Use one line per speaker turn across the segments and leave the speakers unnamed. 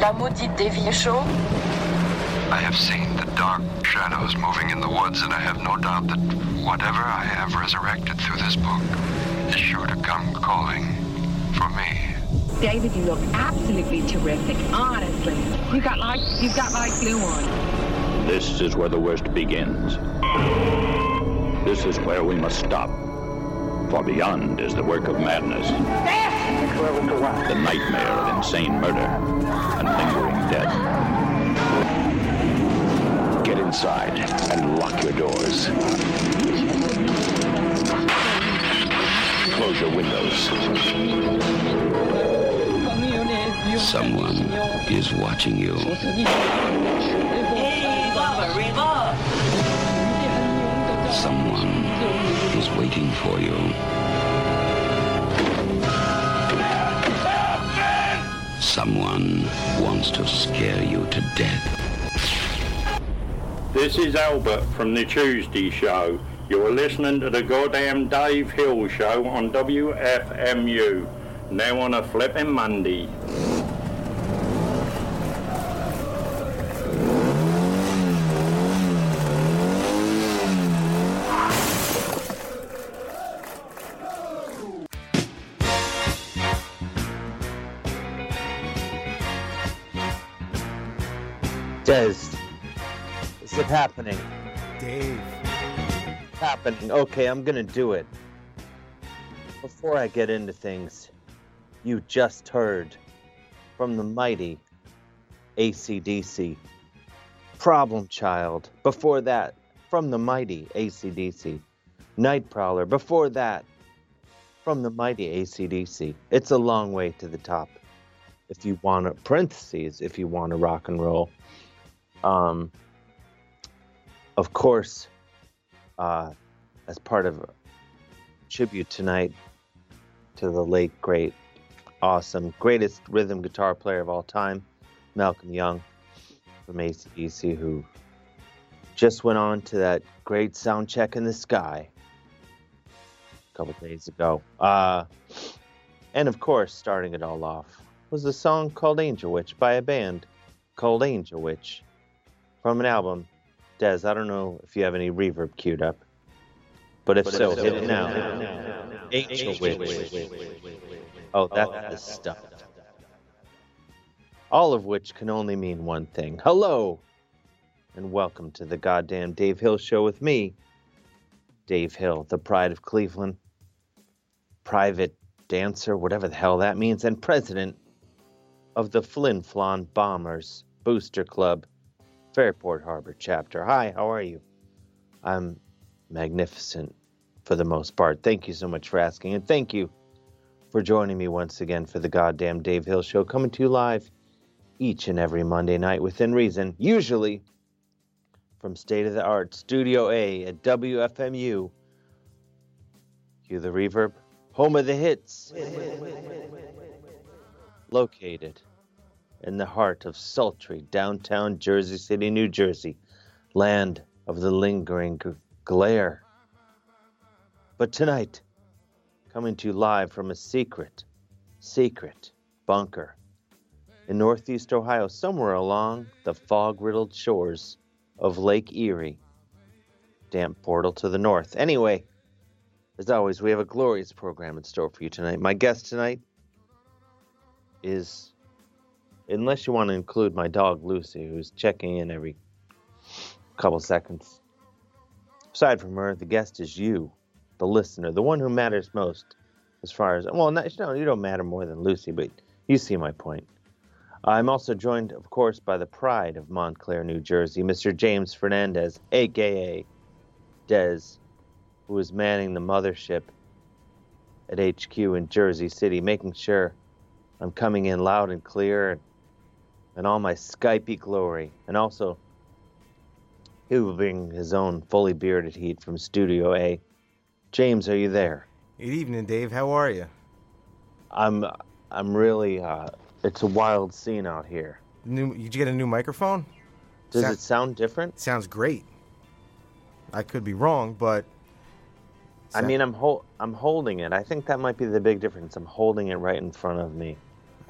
la maudite des Vichaux.
I have seen the dark shadows moving in the woods, and I have no doubt that whatever I have resurrected through this book is sure to come calling for me.
David, you look absolutely terrific. Honestly, you got like you've got like glue on.
This is where the worst begins. This is where we must stop. For beyond is the work of madness, the nightmare of insane murder, and lingering death. Get inside and lock your doors. Close your windows. Someone is watching you. Someone is waiting for you. Someone wants to scare you to death.
This is Albert from the Tuesday Show. You're listening to the goddamn Dave Hill Show on WFMU. Now on a flipping Monday.
Des, is it happening?
Dave.
Happening. Okay, I'm gonna do it. Before I get into things, you just heard from the mighty ACDC Problem Child. Before that, from the mighty ACDC Night Prowler. Before that, from the mighty ACDC. It's a long way to the top. If you want to, parentheses, if you want to rock and roll. Um, of course, uh, as part of a tribute tonight to the late, great, awesome, greatest rhythm guitar player of all time, Malcolm Young from ACDC, who just went on to that great sound check in the sky a couple days ago. Uh, and of course, starting it all off was a song called Angel Witch by a band called Angel Witch from an album. Des, I don't know if you have any reverb queued up, but if, so, hit it now. Angel, Witch. Oh, that's the stuff. All of which can only mean one thing. Hello, and welcome to the goddamn Dave Hill Show with me, Dave Hill, the pride of Cleveland, private dancer, whatever the hell that means, and president of the Flin Flon Bombers Booster Club, Fairport Harbor chapter. Hi, how are you? I'm magnificent for the most part. Thank you so much for asking, and thank you for joining me once again for the goddamn Dave Hill Show, coming to you live each and every Monday night within reason, usually from State of the Art Studio A at WFMU. Cue the reverb, home of the hits, located in the heart of sultry downtown Jersey City, New Jersey, land of the lingering g- glare. But tonight, coming to you live from a secret, secret bunker in northeast Ohio, somewhere along the fog riddled shores of Lake Erie, damp portal to the north. Anyway, as always, we have a glorious program in store for you tonight. My guest tonight is unless you want to include my dog Lucy, who's checking in every couple seconds. Aside from her, the guest is you, the listener, the one who matters most, as far as well. Not, no, you don't matter more than Lucy, but you see my point. I'm also joined, of course, by the pride of Montclair, New Jersey, Mr. James Fernandez, aka Des, who is manning the mothership at HQ in Jersey City, making sure I'm coming in loud and clear and, and all my Skypey glory. And also, he will bring his own fully bearded heat from Studio A. James, are you there?
Good evening, Dave. How are you?
I'm I'm really uh, it's a wild scene out here.
New? Did you get a new microphone?
Does
Sa-
it sound different?
Sounds great. I could be wrong, but
I mean, I'm hol- I'm holding it. I think that might be the big difference. I'm holding it right in front of me.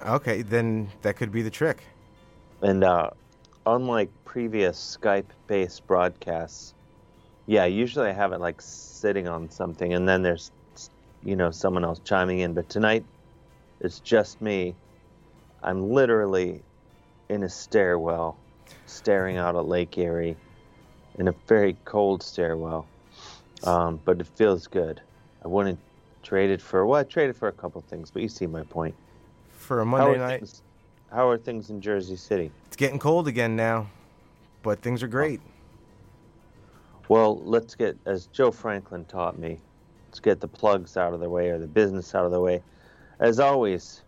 okay, then that could be the trick.
And uh, unlike previous Skype based broadcasts, yeah, usually I have it like sitting on something and then there's, you know, someone else chiming in. But tonight, it's just me. I'm literally in a stairwell, staring out at Lake Erie in a very cold stairwell. Um, but it feels good. I wouldn't trade it for, well, I traded for a couple things, but you see my point.
for a
How
Monday
are
night.
Things, how are things in Jersey City?
It's getting cold again now, but things are great.
Well, let's get, as Joe Franklin taught me, let's get the plugs out of the way or the business out of the way. As always,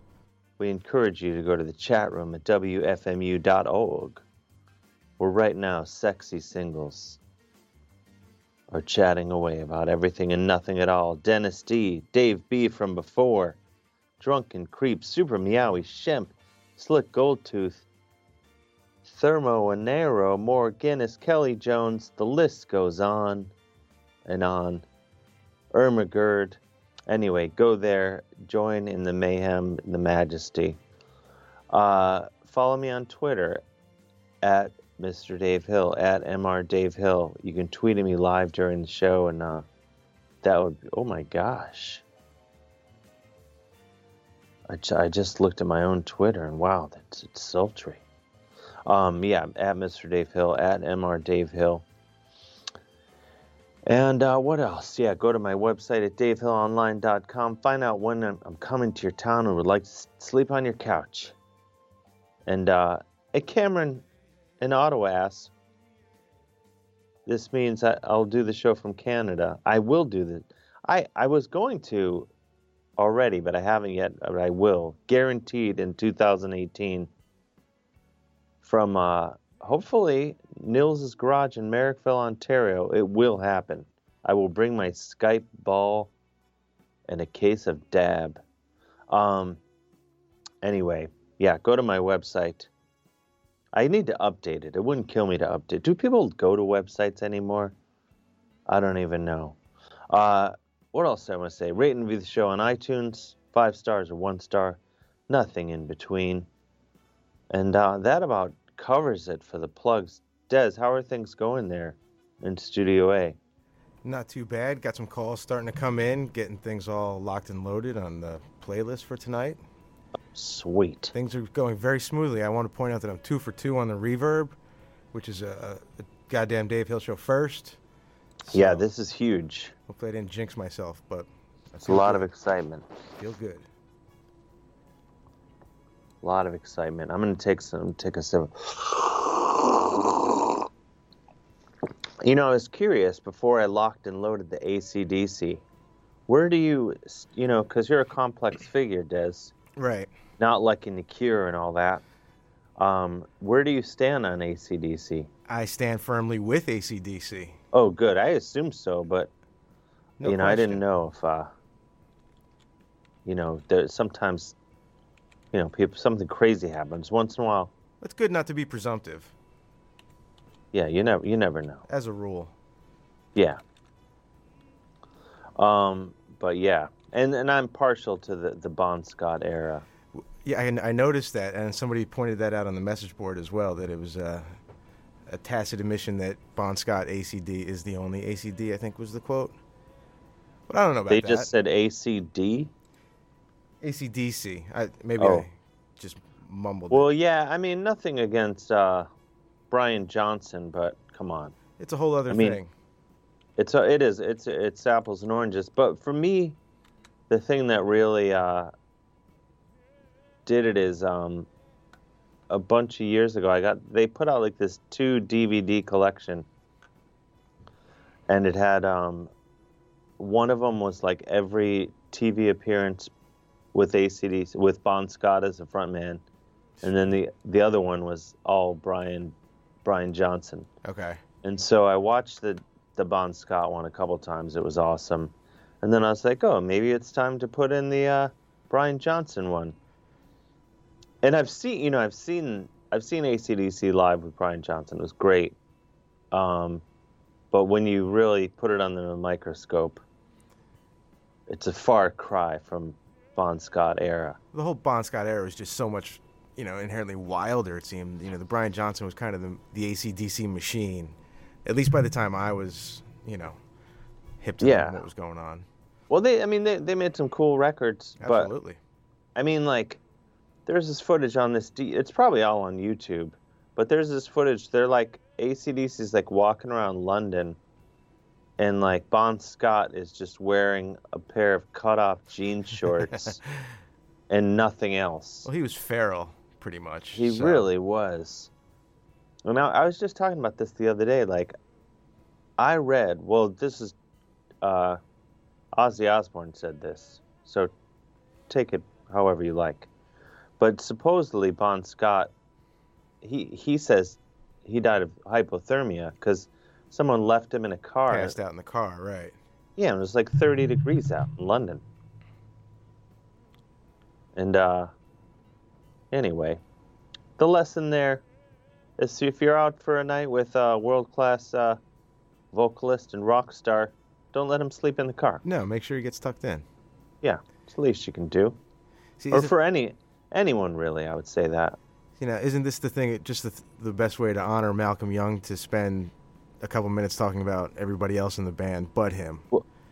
we encourage you to go to the chat room at WFMU.org, where right now, sexy singles are chatting away about everything and nothing at all. Dennis D, Dave B from before, Drunken Creep, Super Meowie, Shemp, Slick Goldtooth, Thermo and Nero, Moore Guinness, Kelly Jones, the list goes on and on. Irma Gerd. Anyway, go there, join in the mayhem, the majesty. Uh, follow me on Twitter at Mr. Dave Hill, at Mr. Dave Hill. You can tweet at me live during the show, and uh, that would, oh my gosh. I, ju- I just looked at my own Twitter, and wow, that's it's sultry. Um, yeah, at Mr. Dave Hill, at Mr. Dave Hill. And uh, what else? Yeah, go to my website at davehillonline.com. Find out when I'm, I'm coming to your town and would like to s- sleep on your couch. And uh, hey, Cameron in Ottawa asks, this means I, I'll do the show from Canada. I will do the. I, I was going to already, but I haven't yet. But I will. Guaranteed in 2018 from uh, hopefully Nils' garage in Merrickville, Ontario. It will happen. I will bring my Skype ball and a case of dab. Um, anyway, yeah, go to my website. I need to update it. It wouldn't kill me to update. Do people go to websites anymore? I don't even know. Uh, what else do I want to say? Rate and review the show on iTunes, five stars or one star, nothing in between. And uh, that about covers it for the plugs. Des, how are things going there in Studio A?
Not too bad. Got some calls starting to come in, getting things all locked and loaded on the playlist for tonight.
Sweet.
Things are going very smoothly. I want to point out that I'm two for two on the reverb, which is a, a, a goddamn Dave Hill show first.
yeah,
So,
this is huge.
Hopefully, I didn't jinx myself, but I
It's a
feel
lot of
good.
excitement.
Feel good.
A lot of excitement. I'm gonna take some. Take a sip. You know, I was curious before I locked and loaded the ACDC. Where do you, you know, because you're a complex figure, Des.
Right.
Not liking the Cure and all that. Um, where do you stand on ACDC?
I stand firmly with ACDC.
Oh, good. I assume so, but
No
you know, I didn't
question.
know if, uh, you know, there, sometimes, you know, people something crazy happens once in a while.
It's good not to be presumptive,
Yeah, you never, you never know.
as a rule.
Yeah. Um, but yeah, and and I'm partial to the the Bon Scott era.
Yeah, I, I noticed that, and somebody pointed that out on the message board as well. That it was uh, a tacit admission that Bon Scott ACD is the only ACD. I think was the quote, but I don't know about
They
that.
just said ACD.
ACDC. I, maybe
Oh.
I just mumbled.
Well,
it.
yeah, I mean nothing against uh, Brian Johnson, but come on.
it's a whole other
I mean-
thing.
It's a, it is it's it's apples and oranges. But for me, the thing that really uh, did it is um, a bunch of years ago. I got they put out like this two DVD collection, and it had um, one of them was like every TV appearance with ACDC with Bon Scott as the front man, and then the the other one was all Brian Brian Johnson.
Okay.
And so I watched the the Bon Scott one a couple times. It was awesome. And then I was like, oh, maybe it's time to put in the uh, Brian Johnson one. And I've seen, you know, I've seen I've seen ACDC live with Brian Johnson. It was great. Um, but when you really put it under the microscope, it's a far cry from Bon Scott era.
The whole Bon Scott era is just so much you know, inherently wilder. It seemed you know the Brian Johnson was kind of the the ACDC machine, at least by the time I was you know hip to
Yeah.
what was going on.
Well, they, I mean, they, they made some cool records, but
Absolutely.
I mean, like, there's this footage on this. D- it's probably all on YouTube, but there's this footage. They're like ACDC's like walking around London, and like Bon Scott is just wearing a pair of cut-off jean shorts and nothing else.
Well, he was feral, pretty much.
He
so-
really was. And I, I was just talking about this the other day. Like, I read, well, this is, uh, Ozzy Osbourne said this. So take it however you like. But supposedly, Bon Scott, he, he says he died of hypothermia because someone left him in a car.
passed out in the car, right?
Yeah, and it was like 30 degrees out in London. And uh, anyway, the lesson there is if you're out for a night with a world class uh, vocalist and rock star, don't let him sleep in the car.
No, make sure he gets tucked in.
Yeah, it's the least you can do.
See,
Or
isn't-
for any anyone, really, I would say that.
you know, isn't this the thing? Just the, the best way to honor Malcolm Young to spend a couple minutes talking about everybody else in the band but him.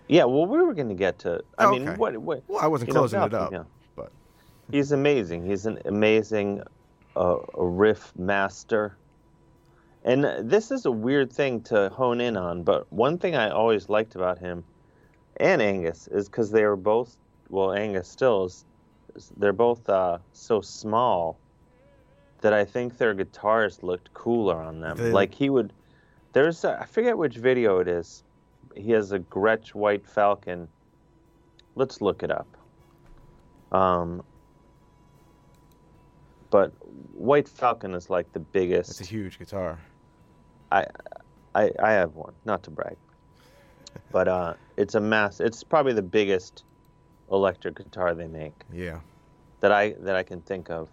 Yeah, well, we were going to get to. I
Oh,
mean,
okay.
what, what?
Well, I wasn't
you know,
closing it
Malcolm
up,
Young.
but
He's amazing. He's an amazing uh, riff master. And this is a weird thing to hone in on, but one thing I always liked about him and Angus is because they were both, well, Angus still is, they're both uh, so small that I think their guitars looked cooler on them.
They-
like he would, there's, a, I forget which video it is. He has a Gretsch White Falcon. Let's look it up. Um, but White Falcon is like the biggest.
it's a huge guitar.
I, I, I have one, not to brag, but uh, it's a mass. It's probably the biggest electric guitar they make
Yeah.
that I that I can think of.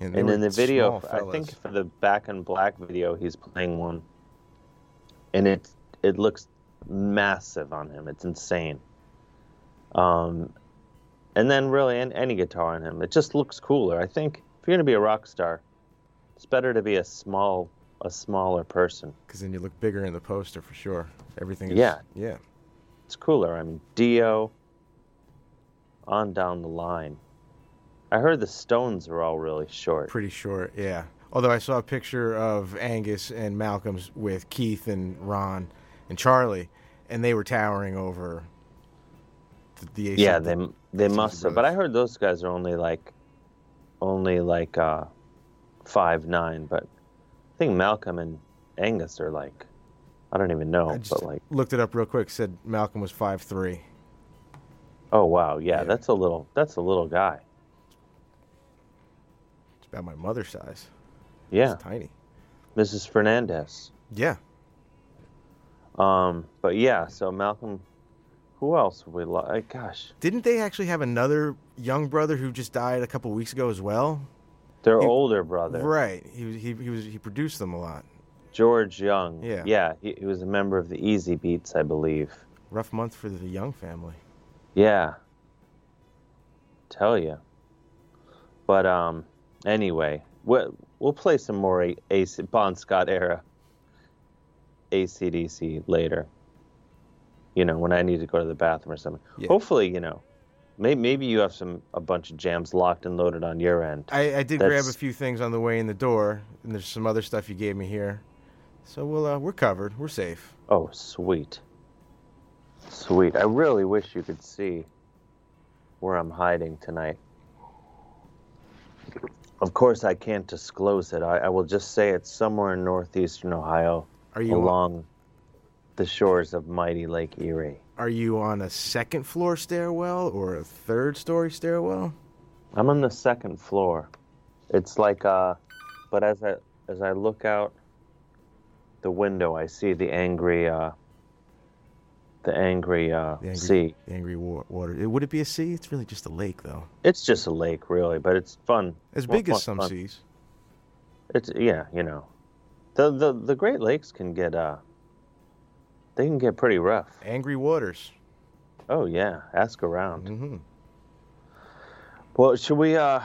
they
and
were
in the video,
small
f- I think
fellas.
for the Back and Black video, he's playing one, and it it looks massive on him. It's insane. Um, and then really, an any guitar on him, it just looks cooler. I think if you're gonna be a rock star, it's better to be a small a smaller person.
Because then you look bigger in the poster for sure. Everything is.
Yeah.
Yeah.
it's cooler. I mean, Dio on down the line. I heard the Stones were all really short.
Pretty short. Yeah. Although I saw a picture of Angus and Malcolm's with Keith and Ron and Charlie, and they were towering over the, the AC.
yeah, they they
Stones
must have. But I
brothers.
heard those guys are only like, only like uh, five nine. But I think Malcolm and Angus are like, I don't even know.
I just
But like,
looked it up real quick. Said Malcolm was five three.
oh wow, yeah,
Yeah.
that's a little that's a little guy.
It's about my mother's size.
Yeah,
It's tiny.
Mrs. Fernandez.
Yeah.
Um, but yeah, so Malcolm. Who else would we like? Gosh,
Didn't they actually have another young brother who just died a couple weeks ago as well?
their
He-
older brother.
Right. He was he, he was he produced them a lot.
George Young.
Yeah.
Yeah, he, he was a member of the Easy Beats, I believe.
Rough month for the Young family.
Yeah. Tell you. But um, anyway, we'll, we'll play some more A- AC, Bon Scott era ACDC later. You know, when I need to go to the bathroom or something.
Yeah.
Hopefully, you know, may, maybe you have some a bunch of jams locked and loaded on your end.
I, I did grab a
That's-
few things on the way in the door, and there's some other stuff you gave me here. So we'll uh, we're covered. We're safe.
Oh, sweet. Sweet. I really wish you could see where I'm hiding tonight. Of course, I can't disclose it. I, I will just say it's somewhere in northeastern Ohio
Are you
along the shores of mighty Lake Erie.
Are you on a second floor stairwell or a third story stairwell?
I'm on the second floor. It's like uh but as I as I look out the window I see the angry uh the angry
The
uh
angry-
sea.
The angry wa- water. It- would it be a sea? It's really just a lake, though.
It's just a lake, really, but it's fun.
As
Well,
big
fun-
as some
fun.
seas.
It's yeah, you know, the the the Great Lakes can get uh, they can get pretty rough.
Angry waters. Mm-hmm.
Oh yeah, ask around.
hmm
Well, should we uh,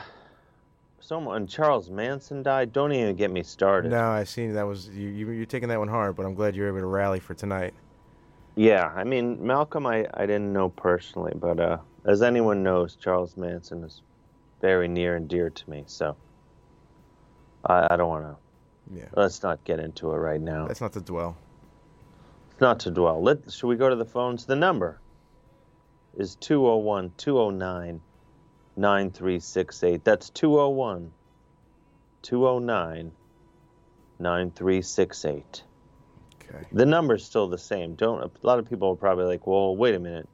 someone Charles Manson died. Don't even get me started.
No, I seen that was you, you. You're taking that one hard, but I'm glad you're able to rally for tonight.
Yeah, I mean Malcolm, I I didn't know personally, but uh, as anyone knows, Charles Manson is very near and dear to me. So I, I don't want to.
Yeah,
Let's not get into it right now.
that's not to dwell.
It's not to dwell. Let should we go to the phones? The number is 201 209 9368. That's 201 209 9368.
Okay.
The number's still the same. Don't a lot of people are probably like, "Well, wait a minute.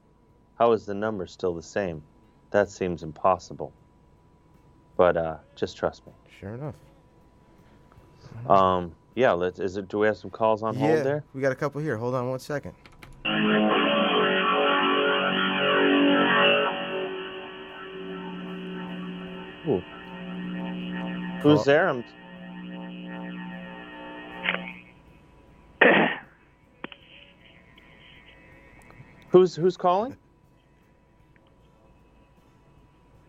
How is the number still the same? That seems impossible." But uh, just trust me.
Sure enough.
Um, yeah, let's, is it, do we have some calls on
yeah,
hold there?
we got a couple here. Hold on one second. Call-
Who's there? I'm, who's who's calling?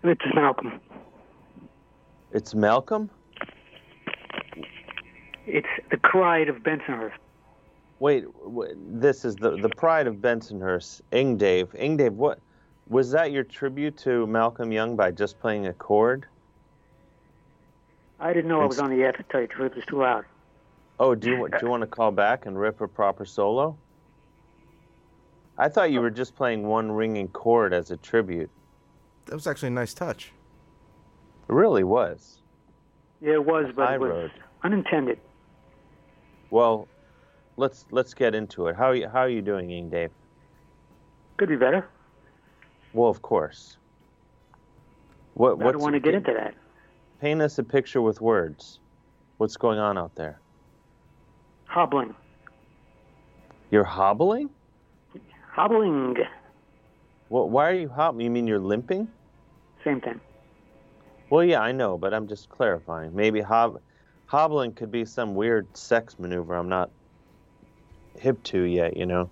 This is Malcolm.
It's Malcolm.
It's the Cried of Bensonhurst.
Wait, w- this is the the pride of Bensonhurst, Ing Dave. Ing Dave, what was that your tribute to Malcolm Young by just playing a chord?
I didn't know I was on the air to tell you the truth. It was too loud.
Oh, do you, wa- do you want to call back and rip a proper solo? I thought
Uh,
you were just playing one ringing chord as a tribute.
That was actually a nice touch.
It really was.
Yeah, it was, but
High
it was
road.
unintended.
Well, let's let's get into it. How are you, how are you doing, Ing Dave?
Could be better.
Well, of course. What
I don't want to get into that.
Paint us a picture with words. What's going on out there?
Hobbling.
You're hobbling?
Hobbling.
What? Why are you hobbling? You mean you're limping?
Same thing.
Well, yeah, I know, but I'm just clarifying. Maybe hob- hobbling could be some weird sex maneuver I'm not hip to yet. You know.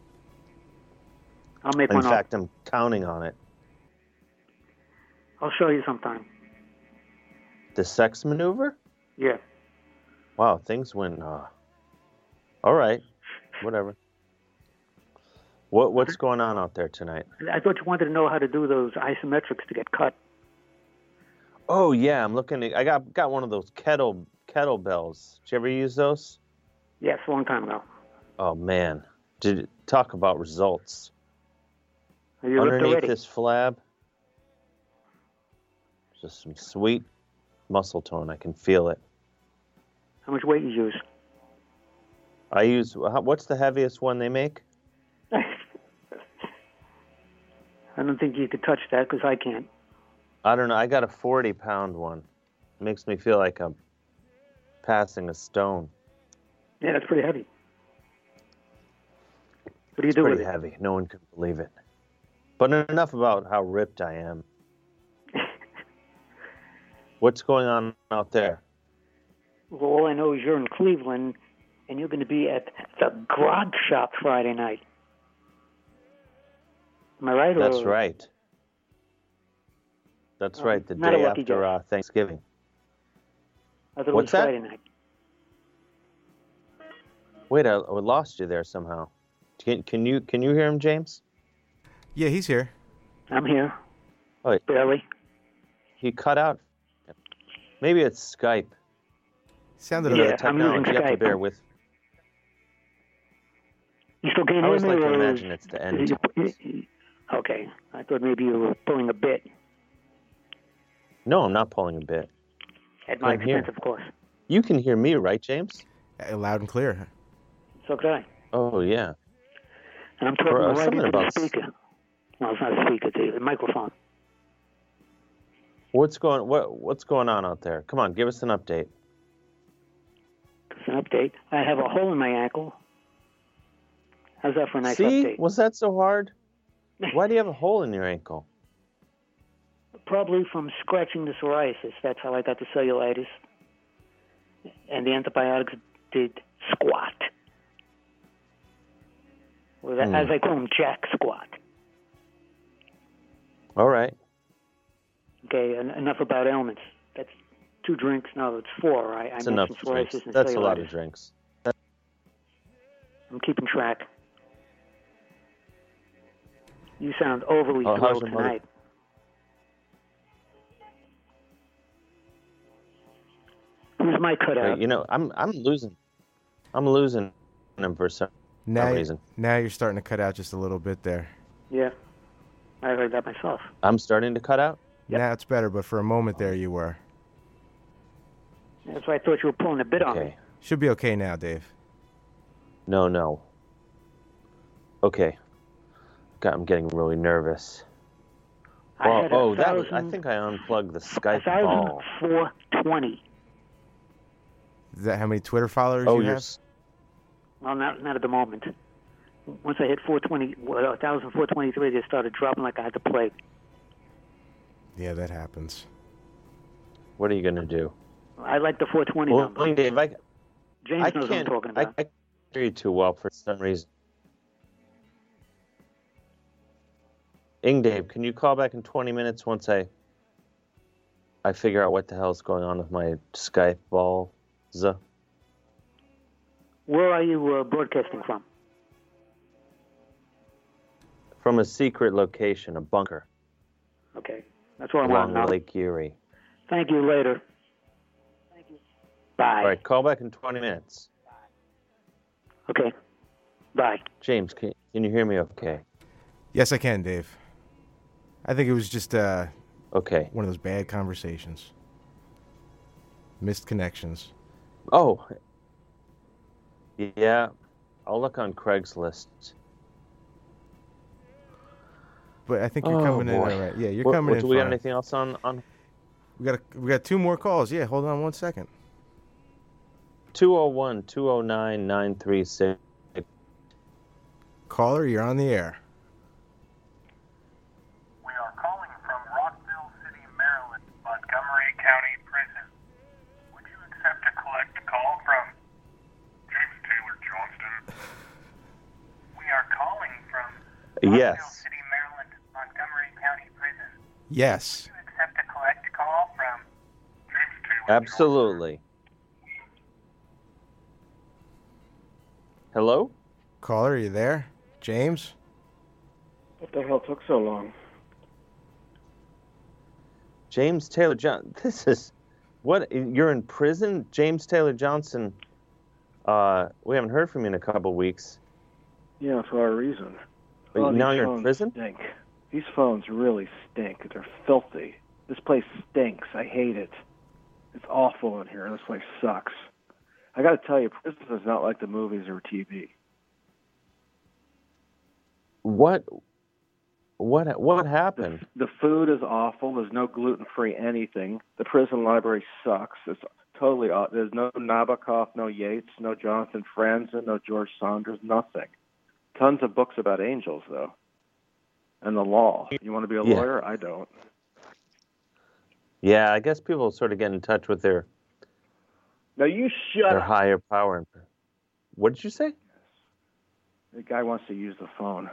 I'll make
In
one
fact, I'm counting on it.
up. I'll show you sometime.
The sex maneuver?
Yeah.
Wow, things went. Uh, all right, whatever. What what's going on out there tonight?
I thought you wanted to know how to do those isometrics to get cut.
Oh yeah, I'm looking. At, I got got one of those kettle kettlebells. Did you ever use those?
Yes, a long time ago.
Oh man, did talk about results
You looked
underneath
already.
this flab. Just some sweet muscle tone. I can feel it.
How much weight you use?
I use how- what's the heaviest one they make?
I don't think you could touch that because I can't.
I don't know. I got a 40 pound one. makes me feel like I'm passing a stone.
Yeah, that's pretty heavy. What do you
It's
do with
pretty
it?
heavy. No one could believe it. But enough about how ripped I am. What's going on out there?
Well, all I know is you're in Cleveland, and you're going to be at the Grog Shop Friday night. Am I right?
That's
or-
right. That's
Oh,
right. The
not a
day
lucky guess.
after uh, Thanksgiving.
I thought it
What's
was
that?
Friday night.
Wait, I, I lost you there somehow. Can, can you can you hear him, James?
Yeah, he's here.
I'm here.
Oh.
Barely.
He cut out. Maybe it's Skype.
Sounded
You
a
know,
Yeah,
the
I'm using
technology. You have to
Skype.
bear with.
You still can't
I
hear
always
me?
like to
or-
imagine it's the end times.
Okay. I thought maybe you were pulling a bit
No, I'm not pulling a bit.
at my
I'm here.
expense, of course.
You can hear me, right, James?
Uh, loud and clear.
So could I.
Oh yeah.
And I'm talking
Bro,
right
uh, something
into
about-
the speaker. Well, it's not a speaker, it's a microphone.
What's going what What's going on out there? Come on, give us an update.
It's an update. I have a hole in my ankle. How's that for a nice
See,
update?
was that so hard? Why do you have a hole in your ankle?
Probably from scratching the psoriasis. That's how I got the cellulitis. And the antibiotics did squat. Or that,
Hmm.
As I call him, Jack Squat.
All right.
Okay, en- enough about ailments. That's two drinks. No, it's four. I,
That's
I
enough
mentioned
drinks.
psoriasis and
That's a lot of
cellulitis.
drinks.
I'm keeping track. You sound overly
Oh, how's
thrilled
your mother?
tonight. Who's my cutout?
But, you know, I'm I'm losing, I'm losing him for some,
Now,
some reason.
now you're starting to cut out just a little bit there.
Yeah, I heard that myself.
I'm starting to cut out.
Now it's better, but for a moment there you were.
That's why I thought you were pulling a bit on me.
Okay.
Should be okay now, Dave.
No, no. Okay. God, I'm getting really nervous.
I
Well,
had a
oh, that was. I
thousand-
think I unplugged the
a
Skype
thousand
ball.
four twenty.
Is that how many Twitter followers
Oh,
you
you're.
have?
s-
Well, not not at the moment. Once I hit 420, well, 1,423, they started dropping like I had to play.
Yeah, that happens.
What are you gonna do?
I like the 420
Well,
number.
Dave, I,
James
I
knows what I'm
can't.
talking
I, I
about.
can't hear you too well for some reason. Ing Dave, can you call back in 20 minutes once I I figure out what the hell's going on with my Skype Uh, ball? Zuh.
Where are you uh, broadcasting from?
From a secret location, a bunker
Okay, that's what I want
along
to know.
Lake Erie.
Thank you. Later. Bye.
All right, call back in 20 minutes.
Okay. Bye.
James, can, can you hear me okay?
Yes, I can, Dave. I think it was just uh,
Okay.
one of those bad conversations, missed connections.
Oh. Yeah, I'll look on Craigslist.
But I think you're
Oh,
coming in
boy.
all right. Yeah, you're
What-
coming
what-
in.
Do we got
fine.
anything else on, on
We got a, we got two more calls. Yeah, hold on one second.
201 209 936.
Caller, you're on the air.
We are calling from Rockville City, Maryland, Montgomery County Prison. Would you accept a collect call from James Taylor Johnston? We are calling from Rockville
Yes.
City, Maryland, Montgomery County Prison.
Yes.
Would you accept a collect call from James Taylor
Absolutely. Hello?
Caller, are you there? James?
What the hell took so long?
James Taylor John. This is what you're in prison, James Taylor Johnson. Uh, we haven't heard from you in a couple weeks.
Yeah, for a reason.
But
Oh, these
now you're in
phones
prison?
Stink. These phones really stink. They're filthy. This place stinks. I hate it. It's awful in here. This place sucks. I got to tell you, prison is not like the movies or TV.
What? What? What happened?
The food is awful. There's no gluten free anything. The prison library sucks. It's totally aw- there's no Nabokov, no Yeats, no Jonathan Franzen, no George Saunders, nothing. Tons of books about angels though, and the law. You want to be a
Yeah.
lawyer? I don't.
Yeah, I guess people sort of get in touch with their
Now you shut
their
up.
higher power. What did you say?
The guy wants to use the phone.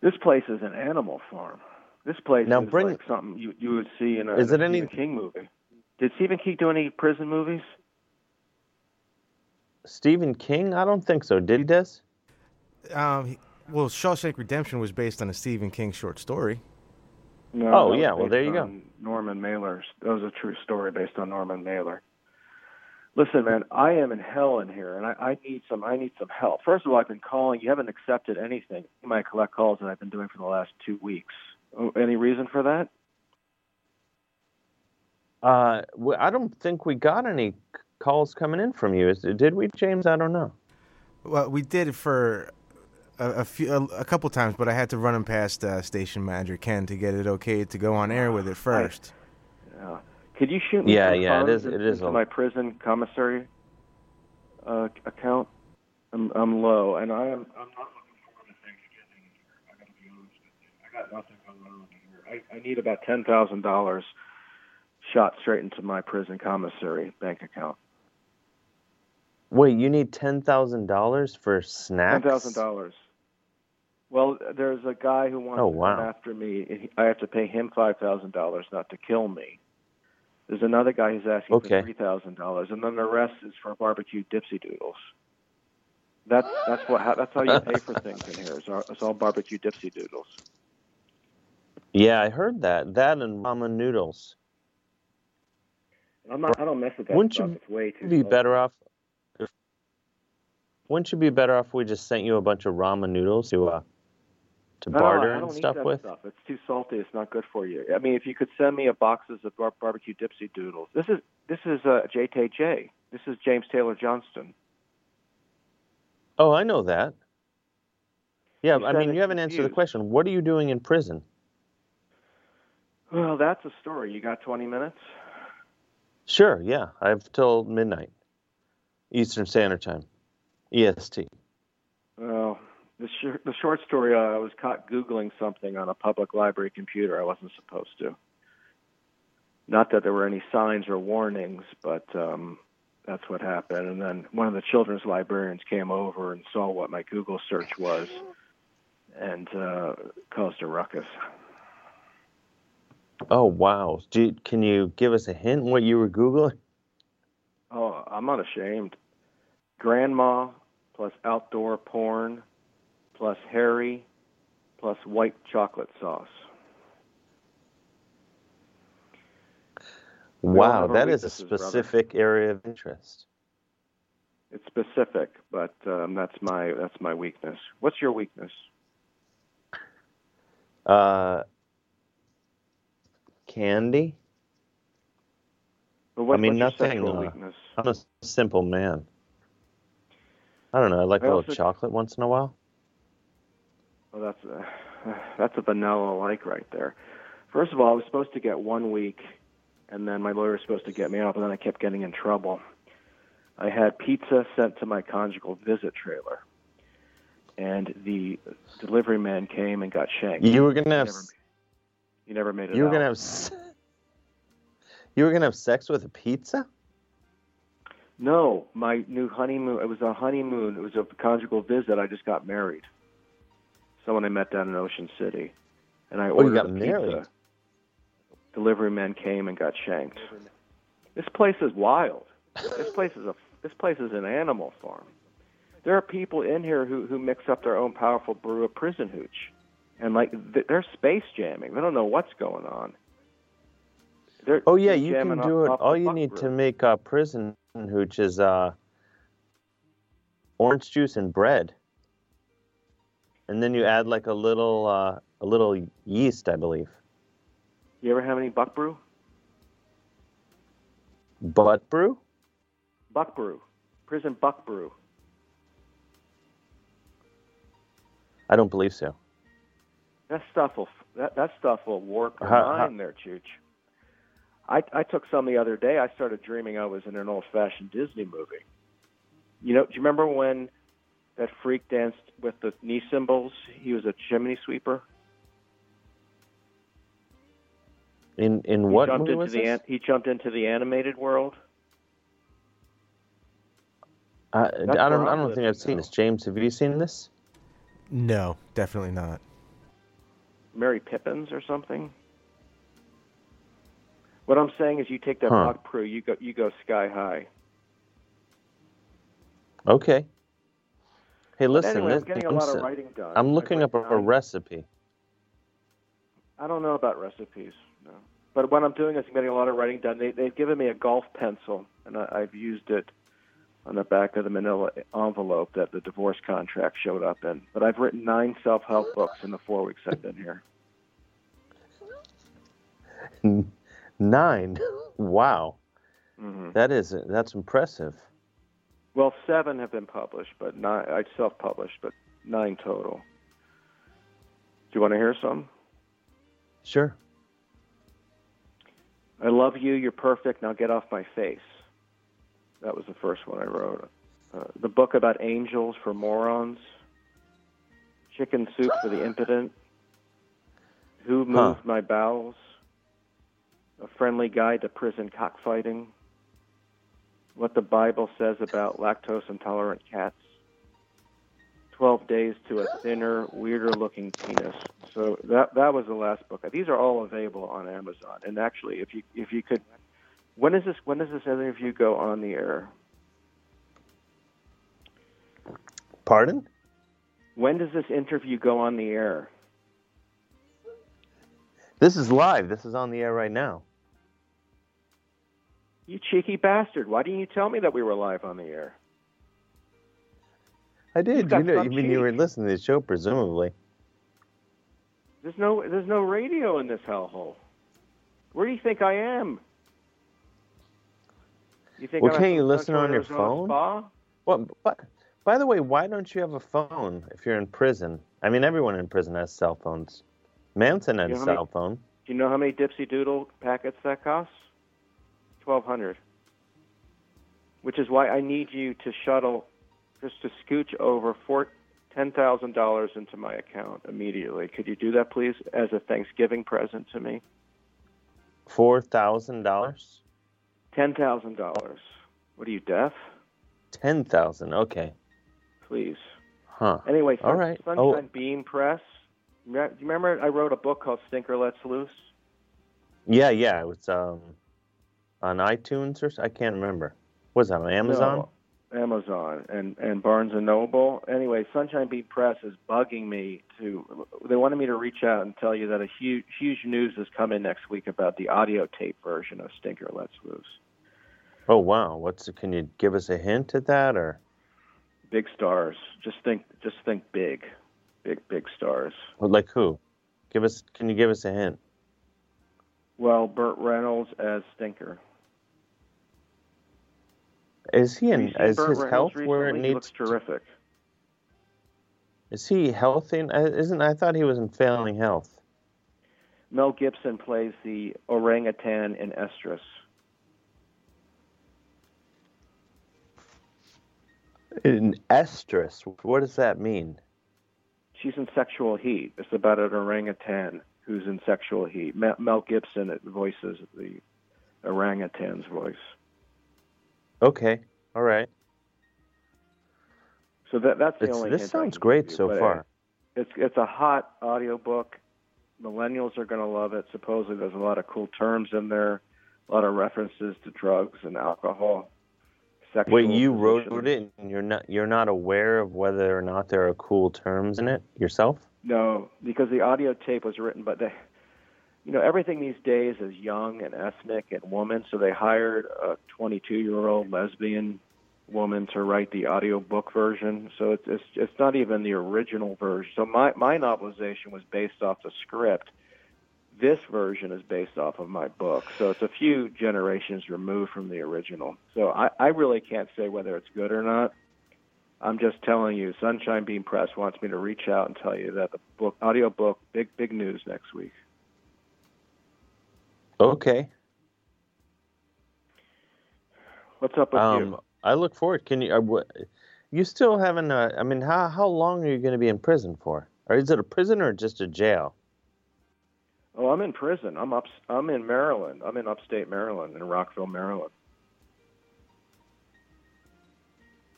This place is an animal farm. This place
Now
is
bring-
like something you, you would see in a,
Is it
a
any-
Stephen King movie. Did Stephen King do any prison movies?
Stephen King? I don't think so. Did he? Des?
Um, he- well, Shawshank Redemption was based on a Stephen King short story.
No.
Oh,
that was
yeah, well,
based
there you go.
on Norman Mailer's. That was a true story based on Norman Mailer. Listen, man, I am in hell in here, and I, I need some. I need some help. First of all, I've been calling. You haven't accepted anything. My collect calls that I've been doing for the last two weeks. Oh, any reason for that?
Uh, w- I don't think we got any c- calls coming in from you. Is, did we, James? I don't know.
Well, we did it for a, a few, a, a couple times, but I had to run him past uh, station manager Ken to get it okay to go on air with it first.
Could you shoot me?
Yeah,
some
yeah, it
funds
is- it is
into
a-
my prison commissary uh, account. I'm, I'm low, and I am. I'm not looking forward to Thanksgiving. I gotta be honest with you. I got nothing going on here. I, I need about ten thousand dollars shot straight into my prison commissary bank account.
Wait, you need ten thousand dollars for
Ten
snacks?
thousand dollars. Well, there's a guy who wants
Oh,
to
wow.
come after me. and he- I have to pay him five thousand dollars not to kill me. There's another guy who's asking
Okay.
for three thousand dollars, and then the rest is for barbecue dipsy doodles. That's that's what how, that's how you pay for things in here. It's all, it's all barbecue dipsy doodles.
Yeah, I heard that. That and ramen noodles.
I'm not. I don't mess with that
Wouldn't
stuff.
you
it's way too.
be
low.
better off. If, wouldn't you be better off if we just sent you a bunch of ramen noodles to uh, to
No,
barter
I don't
and
eat
stuff
that
with?
It's too salty. It's not good for you. I mean, if you could send me a boxes of bar- barbecue dipsy doodles. This is this is uh, JTJ. This is James Taylor Johnston.
Oh, I know that. Yeah,
You
I
sounded
mean, you haven't answered the
confused.
question. What are you doing in prison?
Well, that's a story. You got 20 minutes?
Sure, yeah. I have till midnight, Eastern Standard Time, E EST.
Well, the, shor- the short story. Uh, I was caught googling something on a public library computer. I wasn't supposed to. Not that there were any signs or warnings, but um, that's what happened. And then one of the children's librarians came over and saw what my Google search was, and uh, caused a ruckus.
Oh wow! Do you, can you give us a hint what you were googling?
Oh, I'm unashamed. Grandma plus outdoor porn plus Harry plus white chocolate sauce. all
Wow,
have our
that is a
weaknesses, brother.
specific area of interest.
It's specific, but um, that's my that's my weakness. What's your weakness?
Uh, candy.
Or what,
I mean,
what's your
nothing,
sexual
uh,
weakness?
I'm a simple man. I don't know. I like a
I
little
also-
chocolate once in a while.
Well, that's a, that's a vanilla like right there. First of all, I was supposed to get one week, and then my lawyer was supposed to get me out, but then I kept getting in trouble. I had pizza sent to my conjugal visit trailer, and the delivery man came and got shanked.
You were gonna have
never You never made it.
you were
out.
gonna have s- you were gonna have sex with a pizza.
No, my new honeymoon. It was a honeymoon. It was a conjugal visit. I just got married. Someone I met down in Ocean City, and I
Oh, you
ordered
got
a
married.
pizza. Delivery man came and got shanked. This place is wild. this place is a this place is an animal farm. There are people in here who who mix up their own powerful brew of prison hooch, and like th- they're space jamming. They don't know what's going on. They're,
Oh yeah,
they're
you can
jamming
do
off-
it.
off the
All you
buck
need
brew.
to make uh, prison hooch is uh, orange juice and bread, and then you add like a little uh, a little yeast, I believe.
You ever have any buck brew?
Butt brew?
Buck brew, prison buck brew.
I don't believe so.
That stuff will that, that stuff will warp your
How-
mind there, Chooch. I I took some the other day. I started dreaming I was in an old fashioned Disney movie. You know, do you remember when that freak danced with the knee cymbals? He was a chimney sweeper.
In in what
he jumped
movie
into
was
the
this?
an- he jumped into the animated world.
I,
That's
I don't
where
I
I'm
don't think
living
I've seen
now.
this. James, have you seen this?
No, definitely not.
Mary Pippins or something. What I'm saying is, you take that
Huh.
buck brew, you go you go sky high.
Okay. Hey, listen.
anyway, I'm
this-
getting a
I'm
lot
s-
of writing done.
I'm looking
I've
up a, a
written
recipe.
I don't know about recipes, no. But what I'm doing is I'm getting a lot of writing done. They, they've given me a golf pencil, and I, I've used it on the back of the manila envelope that the divorce contract showed up in. But I've written nine self help books in the four weeks I've been here.
Nine. Wow.
hmm
That is that's impressive.
Well, seven have been published, but nine, I self published, but nine total. Do you want to hear some?
Sure.
I love you. You're perfect. Now get off my face. That was the first one I wrote. Uh, the book about angels for morons. Chicken soup for the impotent. Who moved
Huh.
my bowels? A friendly guide to prison cockfighting. What the Bible says about lactose intolerant cats. 12 days to a thinner, weirder looking penis. So that that was the last book. These are all available on Amazon. And actually, if you if you could When is this? When does this interview go on the air?
Pardon?
When does this interview go on the air?
This is live. This is on the air right now.
You cheeky bastard! Why didn't you tell me that we were live on the air?
I did.
got
You know,
some
you mean you were listening to the show, presumably.
There's no there's no radio in this hellhole. Where do you think I am? You think
Well,
I'm at
can't you
some
listen
Central
on your
Arizona
phone?
Spa?
Well, but by the way, why don't you have a phone if you're in prison? I mean, everyone in prison has cell phones. Manson had
You know
a
how many-
cell phone.
Do you know how many Dipsy Doodle packets that costs? Twelve hundred. Which is why I need you to shuttle, just to scooch over four, ten thousand dollars into my account immediately. Could you do that, please, as a Thanksgiving present to me?
Four thousand dollars.
Ten thousand dollars. What are you deaf?
Ten thousand. Okay.
Please.
Huh.
Anyway,
All
Sun-
right. Oh.
Sunshine Beam Press. Re- Do you remember I wrote a book called Stinker Let's Loose?
Yeah, yeah. It was um, on iTunes or s- I can't remember. Was that on Amazon?
No, Amazon and and Barnes and Noble. Anyway, Sunshine Beam Press is bugging me to. They wanted me to reach out and tell you that a huge huge news is coming next week about the audio tape version of Stinker Let's Loose.
Oh wow. What's can you give us a hint at that or?
Big stars. Just think just think big, big big stars.
Like who? Give us. Can you give us a hint?
Well, Burt Reynolds as Stinker.
Is he
Have you
in?
seen
Is
Burt
his
Reynolds
health where it
recently? He
needs?
looks terrific.
Is he healthy? Uh, Isn't I thought he was in failing health.
Mel Gibson plays the orangutan in Estrus.
An estrus. What does that mean?
She's in sexual heat. It's about an orangutan who's in sexual heat. Mel, Mel Gibson voices the orangutan's voice.
Okay. All right.
So that that's the
It's,
only.
this
hint I
sounds
can
great
give you,
so
but
far.
It's it's a hot audiobook. Millennials are going to love it. Supposedly, there's a lot of cool terms in there, a lot of references to drugs and alcohol. Sexual
Wait, you
positions.
wrote it, and you're not you're not aware of whether or not there are cool terms in it yourself.
No, because the audio tape was written by the, you know, everything these days is young and ethnic and woman. So they hired a 22-year-old lesbian woman to write the audio book version. So it's it's it's not even the original version. So my my novelization was based off the script. This version is based off of my book, so it's a few generations removed from the original. So I, I really can't say whether it's good or not. I'm just telling you, Sunshine Beam Press wants me to reach out and tell you that the book, audio book, big big news next week.
Okay.
What's up with
Um,
you?
I look forward. Can you? Uh, what, you still haven't? Uh, I mean, how how long are you going to be in prison for? Or is it a prison or just a jail?
Oh, I'm in prison. I'm up. I'm in Maryland. I'm in upstate Maryland, in Rockville, Maryland.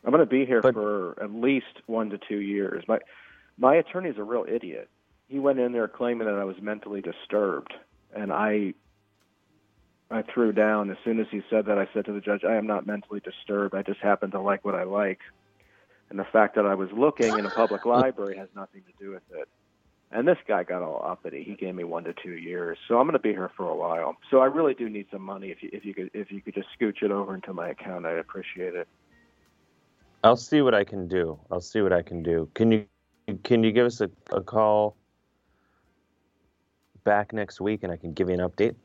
I'm going to be here
But-
for at least one to two years. My my attorney's a real idiot. He went in there claiming that I was mentally disturbed, and I I threw down as soon as he said that. I said to the judge, "I am not mentally disturbed. I just happen to like what I like." And the fact that I was looking in a public library has nothing to do with it. And this guy got all uppity. He gave me one to two years, so I'm going to be here for a while. So I really do need some money. If you if you could if you could just scooch it over into my account, I'd appreciate it.
I'll see what I can do. I'll see what I can do. Can you can you give us a, a call back next week and I can give you an update?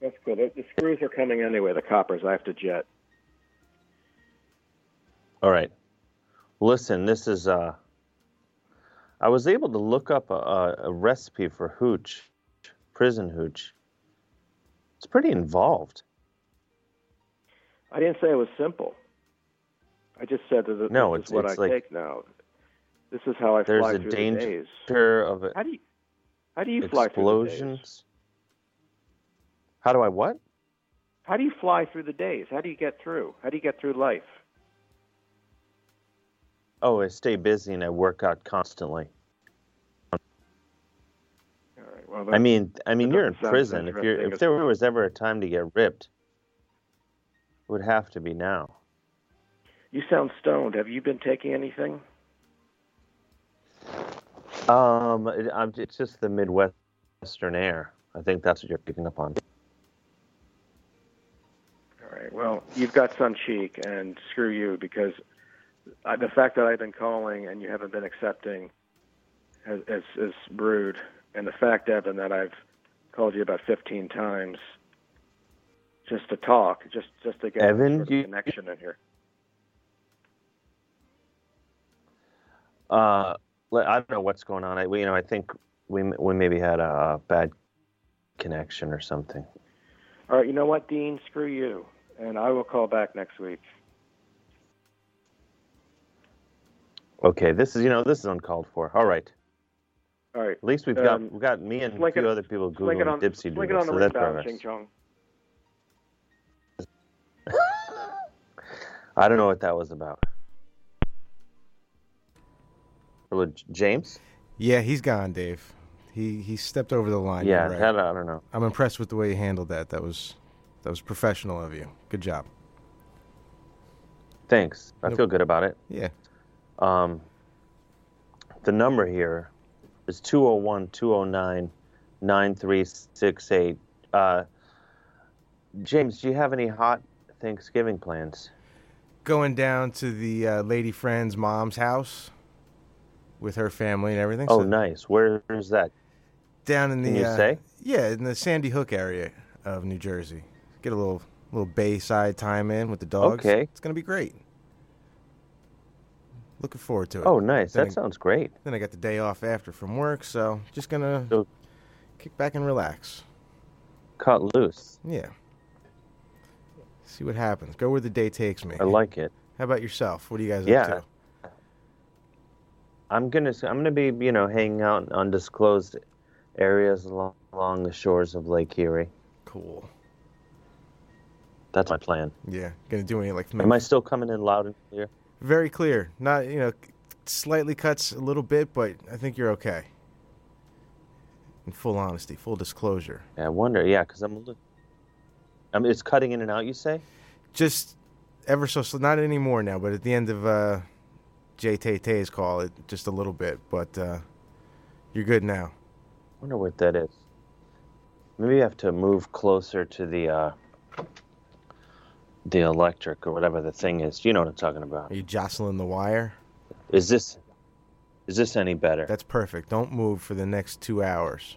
That's cool. The, the screws are coming anyway. The coppers. I have to jet.
All right. Listen, this is uh I was able to look up a- a, a recipe for hooch, prison hooch. It's pretty involved.
I didn't say it was simple. I just said that
No,
this
it's-
is what
it's
I
like-
take now. This is how I
There's
fly
a
through
danger-
the days.
Sure of
How do you how do you fly through the days?
explosions. How do I what?
How do you fly through the days? How do you get through? How do you get through life?
Oh, I stay busy and I work out constantly.
All right. Well,
I mean, I mean,
that
you're in
sounds
prison. If you're,
interesting.
if there was ever a time to get ripped, would have to be now.
You sound stoned. Have you been taking anything?
Um, it, I'm, it's just the Midwestern air. I think that's what you're picking up on.
All right. Well, you've got sun cheek, and screw you because I, the fact that I've been calling and you haven't been accepting is, is, is rude, and the fact, Evan, that I've called you about 15 times just to talk, just just to get some
Evan,
sort of
do you-
connection in here.
Uh, le- I don't know what's going on. I, we- you know, I think we m- we maybe had a bad connection or something.
All right. You know what, Dean? Screw you, and I will call back next week.
Okay, this is you know this is uncalled for. All right,
All right.
at least we've got
Um,
we got me and a
flick
few
it-
other people
Fling it
googling
on,
Dipsy
fling it
Doodle,
on the
so
rebound,
that's progress.
Ching Chong.
I don't know what that was about. Hello, J- James.
Yeah, he's gone, Dave. He he stepped over the line.
yeah,
You're right.
that I don't know.
I'm impressed with the way you handled that. That was that was professional of you. Good job.
Thanks. I
Nope.
feel good about it.
Yeah.
Um, the number here is 201 209 9368. Uh, James, do you have any hot Thanksgiving plans?
Going down to the uh, lady friend's mom's house with her family and everything.
Oh,
So
nice. Where is that?
down in the
Can you
uh,
say?
yeah in the Sandy Hook area of New Jersey. Get a little little bayside time in with the dogs.
Okay.
It's gonna be great. Looking forward to it.
Oh, nice.
Then
That
I-
sounds great.
Then I got the day off after from work, so just gonna
So-
kick back and relax.
Cut loose.
Yeah. See what happens. Go where the day takes me.
I like it.
How about yourself? What are you guys up
Yeah.
to?
I'm gonna s- I'm gonna be you know hanging out in undisclosed areas along, along the shores of Lake Erie.
Cool.
That's my plan.
Yeah. Gonna do any like
Am I still coming in loud and clear?
very clear. Not you know, slightly cuts a little bit, but I think you're okay. In full honesty, full disclosure.
Yeah, I wonder. Yeah, because I'm. a li- I'm. It's cutting in and out. You say?
Just ever so sl- not anymore now, but at the end of uh Jay Tay Tay's call, it just a little bit, but uh you're good now.
wonder what that is. Maybe you have to move closer to the uh, the electric or whatever the thing is. You know what I'm talking about.
Are you jostling the wire?
Is this is this any better?
That's perfect. Don't move for the next two hours.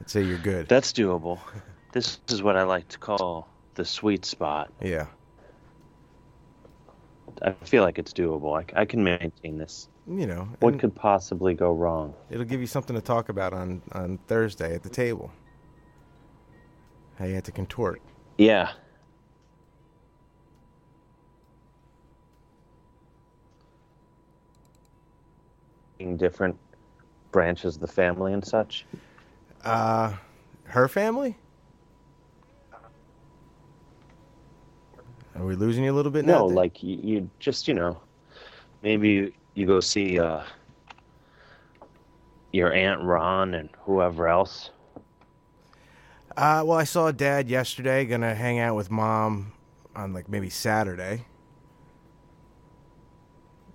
I'd say you're good.
That's doable. This is what I like to call the sweet spot.
yeah.
I feel like it's doable. I, c- I can maintain this.
You know,
What
and
could possibly go wrong?
it'll give you something to talk about on, on Thursday at the table. How you had to contort.
Yeah. In Different branches of the family and such.
Uh, her family? Are we losing you a little bit now?
No,
Dave?
like you, you just you know, maybe you, you go see uh, your aunt Ron and whoever else.
Uh, well, I saw Dad yesterday. Gonna hang out with Mom on like maybe Saturday,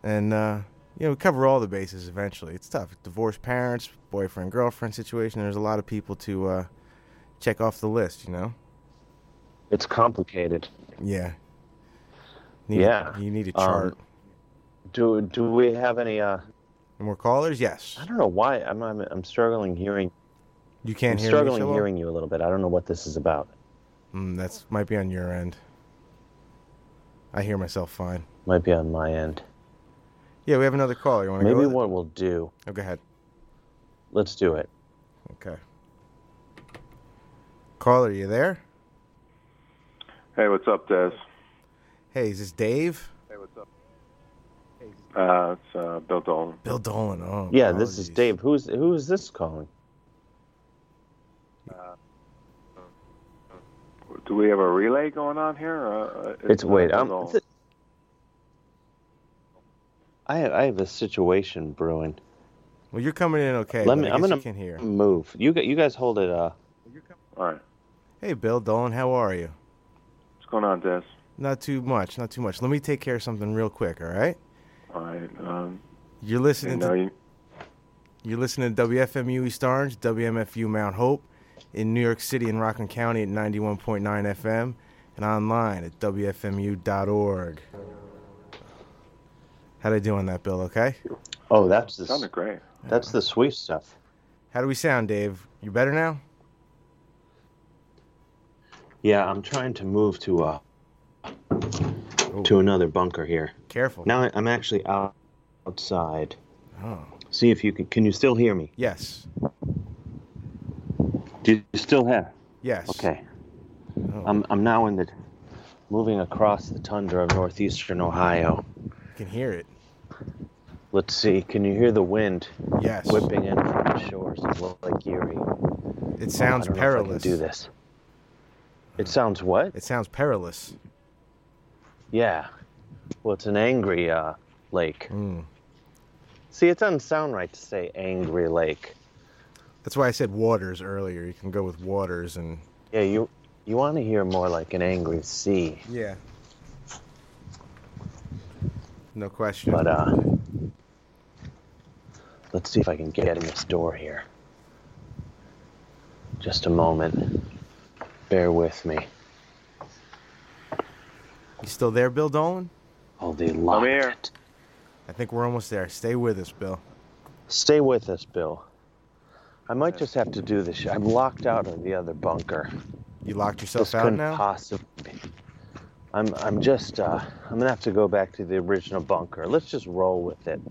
and uh, you know we cover all the bases eventually. It's tough. Divorced parents, boyfriend girlfriend situation. There's a lot of people to uh, check off the list. You know.
It's complicated.
Yeah. Need
Yeah.
A, you need a
Um,
chart.
Do do we have any? Uh,
More callers? Yes.
I don't know why I'm I'm, I'm struggling hearing.
You
I'm
can't hear me.
struggling
so well?
hearing you a little bit. I don't know what this is about.
Mm, that's might be on your end. I hear myself fine.
Might be on my end.
Yeah, we have another caller. You want to go?
Maybe
with it?
what we'll do.
Oh, go ahead.
Let's do it.
Okay. Caller, you there?
Hey, what's up, Des?
Hey, is this Dave?
Hey, what's up? Uh, it's uh, Bill Dolan.
Bill Dolan. Oh,
Yeah, this is
apologies.
Dave. Who's who is this calling?
Uh, Do we have a relay going on here? Uh,
It's wait.
Bill
I'm.
Dolan.
I have, I have a situation brewing.
Well, you're coming in okay.
Let
but
me.
I
I'm
guess
gonna
You can hear.
move. You gu- you guys hold it. Uh,
All right.
Hey, Bill Dolan, how are you?
What's going on, Des?
Not too much, not too much. Let me take care of something real quick, all right?
All right. Um,
You're
you
listening
know,
to
you,
You're listening to WFMU East Orange, WMFU Mount Hope, in New York City and Rockland County at 91.9 FM, and online at WFMU.org. How'd I do on that, Bill? Okay?
Oh, that's the
sounded great.
that's the sweet stuff.
How do we sound, Dave? You better now?
Yeah, I'm trying to move to uh to another bunker here.
Careful.
Now I- I'm actually out, outside.
Oh.
See if you can. Can you still hear me?
Yes.
Do you still have?
Yes.
Okay.
Oh.
I'm I'm now in the moving across the tundra of northeastern Ohio.
I can hear it.
Let's see. Can you hear the wind
Yes.
whipping in from the shores of Lake Erie?
It sounds
I don't know if I can
perilous.
do this. It sounds what?
It sounds perilous.
Yeah. Well, it's an angry uh, lake.
Mm.
See, it doesn't sound right to say angry lake.
That's why I said waters earlier. You can go with waters and
Yeah, you you want to hear more like an angry sea,
yeah. No question.
but uh, let's see if I can get in this door here. Just a moment. Bear with me.
you still there, Bill Dolan?
Oh, they locked
here.
it.
I think we're almost there. Stay with us, Bill.
Stay with us, Bill. I might just have to do this. I'm locked out of the other bunker.
You locked yourself
This
out
couldn't
now?
possibly. I'm I'm just uh, I'm gonna have to go back to the original bunker. Let's just roll with it.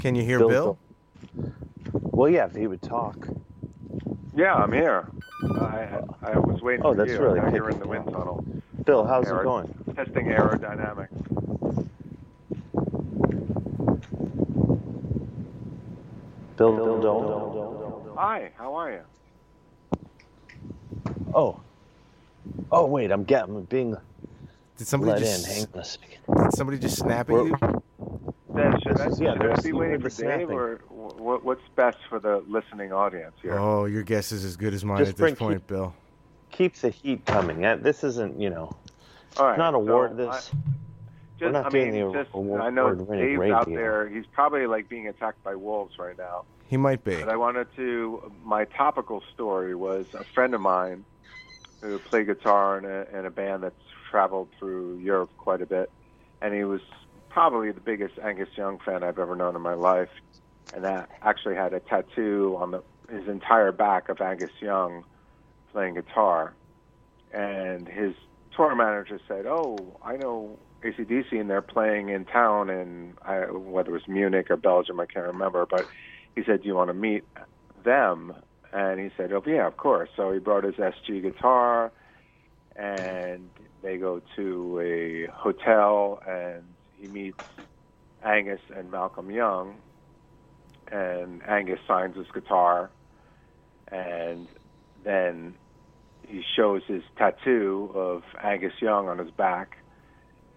Can you hear
Bill-
Bill?
Well, yeah, if he would talk.
yeah, I'm here. I, I, I was waiting
Oh,
for
that's
you.
really
now you're
picking
in the
me
wind
up.
tunnel.
Bill, how's
Aerod-
it going?
Testing aerodynamics.
Bill, Bill, Bill.
Hi, how are you?
Oh. Oh wait, I'm getting I'm being
Did somebody
let in.
just
Hang on a second.
did somebody just snap at
We're-
you?
Des, should
This
I,
is- yeah,
should
there's-
I be
you
waiting
heard
for
the
Dave,
snapping.
or what, what's best for the listening audience here?
Oh, your guess is as good as mine
Just
at
bring
this point, Bill.
Keep the heat coming. Uh, This isn't, you know,
All right,
not
so
a war. This.
I-
We're
Just,
not
I
doing
mean,
the
just,
award-
I know
award-winning
Dave's
radio.
out there. He's probably like being attacked by wolves right now.
He might be.
But I wanted to. My topical story was a friend of mine who played guitar in a, in a band that's traveled through Europe quite a bit, and he was probably the biggest Angus Young fan I've ever known in my life, and that actually had a tattoo on the, his entire back of Angus Young playing guitar, and his tour manager said, "Oh, I know." ACDC and they're playing in town in I, whether it was Munich or Belgium, I can't remember. But he said, "Do you want to meet them?" And he said, "Oh yeah, of course." So he brought his SG guitar, and they go to a hotel, and he meets Angus and Malcolm Young, and Angus signs his guitar, and then he shows his tattoo of Angus Young on his back,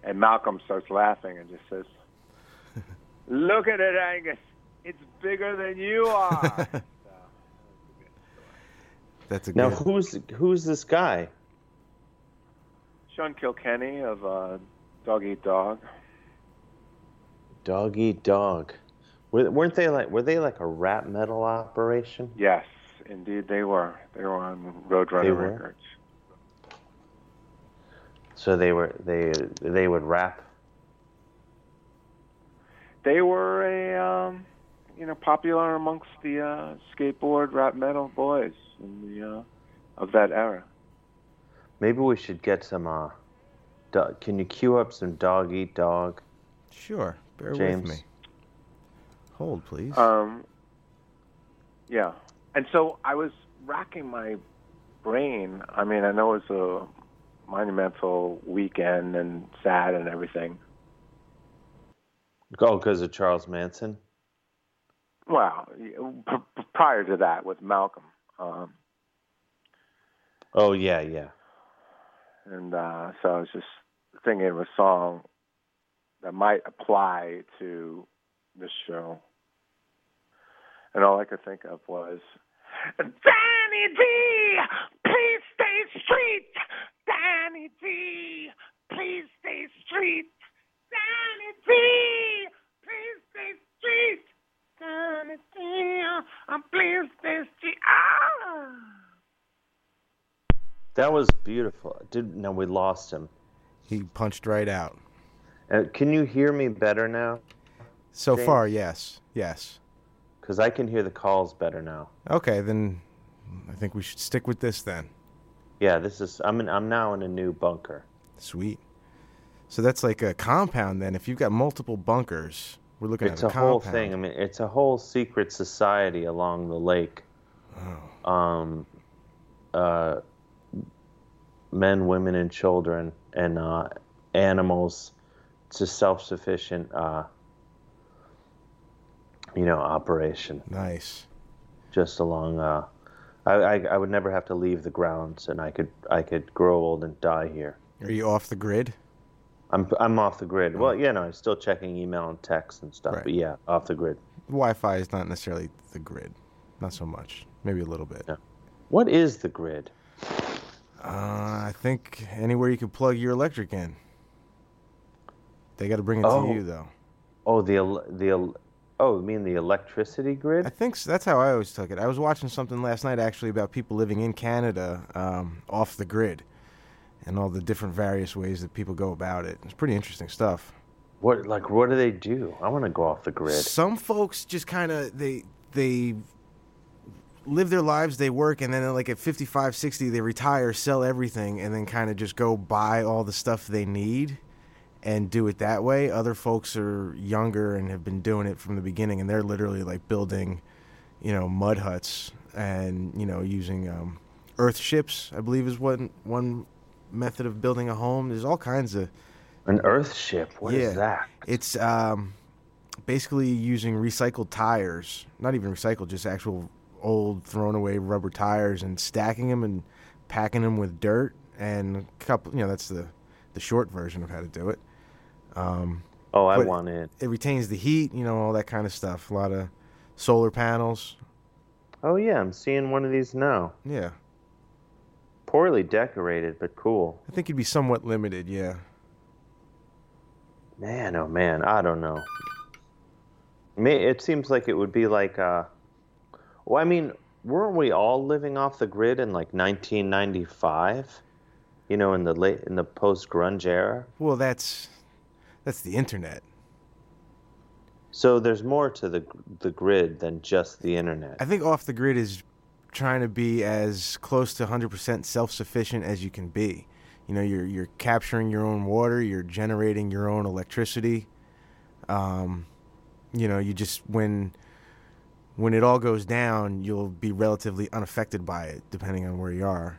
and Malcolm starts laughing and just says, "Look at it, Angus." It's bigger than you are.
That's a
Now,
good
who's who's this guy?
Sean Kilkenny of uh, Dog Eat Dog.
Dog Eat Dog. Were- Weren't they like? Were they like a rap metal operation?
Yes, indeed they were. They were on Roadrunner
They were?
Records.
So they were they they would rap.
They were a, um, you know, popular amongst the uh, skateboard rap metal boys in the uh, of that era.
Maybe we should get some. Uh, do- can you cue up some dog eat dog?
Sure. Bear
James.
with me. Hold, please.
Um, yeah, and so I was racking my brain. I mean, I know it was a monumental weekend and sad and everything.
Oh, because of Charles Manson.
Well, p- p- prior to that with Malcolm, um,
Oh yeah, yeah.
and uh, so I was just thinking of a song that might apply to this show, and all I could think of was Danny D, please stay street, Danny D,
Sanity! Please stay street! Sanity! Please stay street! Sanity! Uh, please stay street! Ah!
That was beautiful. Did no, we lost him.
He punched right out.
Uh, can you hear me better now?
So far, yes, yes.
Because I can hear the calls better now.
Okay, then I think we should stick with this then.
Yeah, this is. I'm in, I'm now in a new bunker.
Sweet. So that's like a compound then. If you've got multiple bunkers, we're looking
it's
at
a,
a,
whole
compound.
thing. I mean, it's a whole secret society along the lake. Um, uh, men, women, and children, and uh, animals. It's a self-sufficient, uh, you know, operation.
Nice.
Just along. Uh, I, I I would never have to leave the grounds, and I could I could grow old and die here.
Are you off the grid? Oh.
I'm I'm off the grid. Well, yeah, no, I'm still checking email and text and stuff. But yeah, off the grid.
Wi-Fi is not necessarily the grid, not so much. Maybe a little bit.
What is the grid?
Uh, I think anywhere you can plug your electric in. They got to bring it
Oh.
to you though.
Oh, the el- the el- oh, you mean the electricity grid?
I think so. that's how I always took it. I was watching something last night actually about people living in Canada um, off the grid, and all the different various ways that people go about it. It's pretty interesting stuff.
What like what do they do? I want to go off the grid.
Some folks just kind of they they live their lives, they work, and then like at 55, 60, they retire, sell everything, and then kind of just go buy all the stuff they need and do it that way. Other folks are younger and have been doing it from the beginning, and they're literally like building, you know, mud huts and you know using um, earth ships. I believe is one one method of building a home. There's all kinds of
An earth ship. What is that?
It's um, basically using recycled tires, not even recycled, just actual old thrown away rubber tires, and stacking them and packing them with dirt and a couple. You know, that's the the short version of how to do it. Um,
Oh, I
but
want it.
It retains the heat, you know, all that kind of stuff. A lot of solar panels.
Oh yeah, I'm seeing one of these now.
Yeah,
Poorly decorated, but cool.
I think you'd be somewhat limited. Yeah.
Man, oh man, I don't know. May- It seems like it would be like, uh, well, I mean, weren't we all living off the grid in like 1995? You know, in the late in the post grunge era.
Well, that's that's the internet.
So there's more to the the grid than just the internet.
I think off the grid is trying to be as close to 100% self-sufficient as you can be. You know, you're you're capturing your own water, you're generating your own electricity. Um, you know, you just when when it all goes down, you'll be relatively unaffected by it, depending on where you are.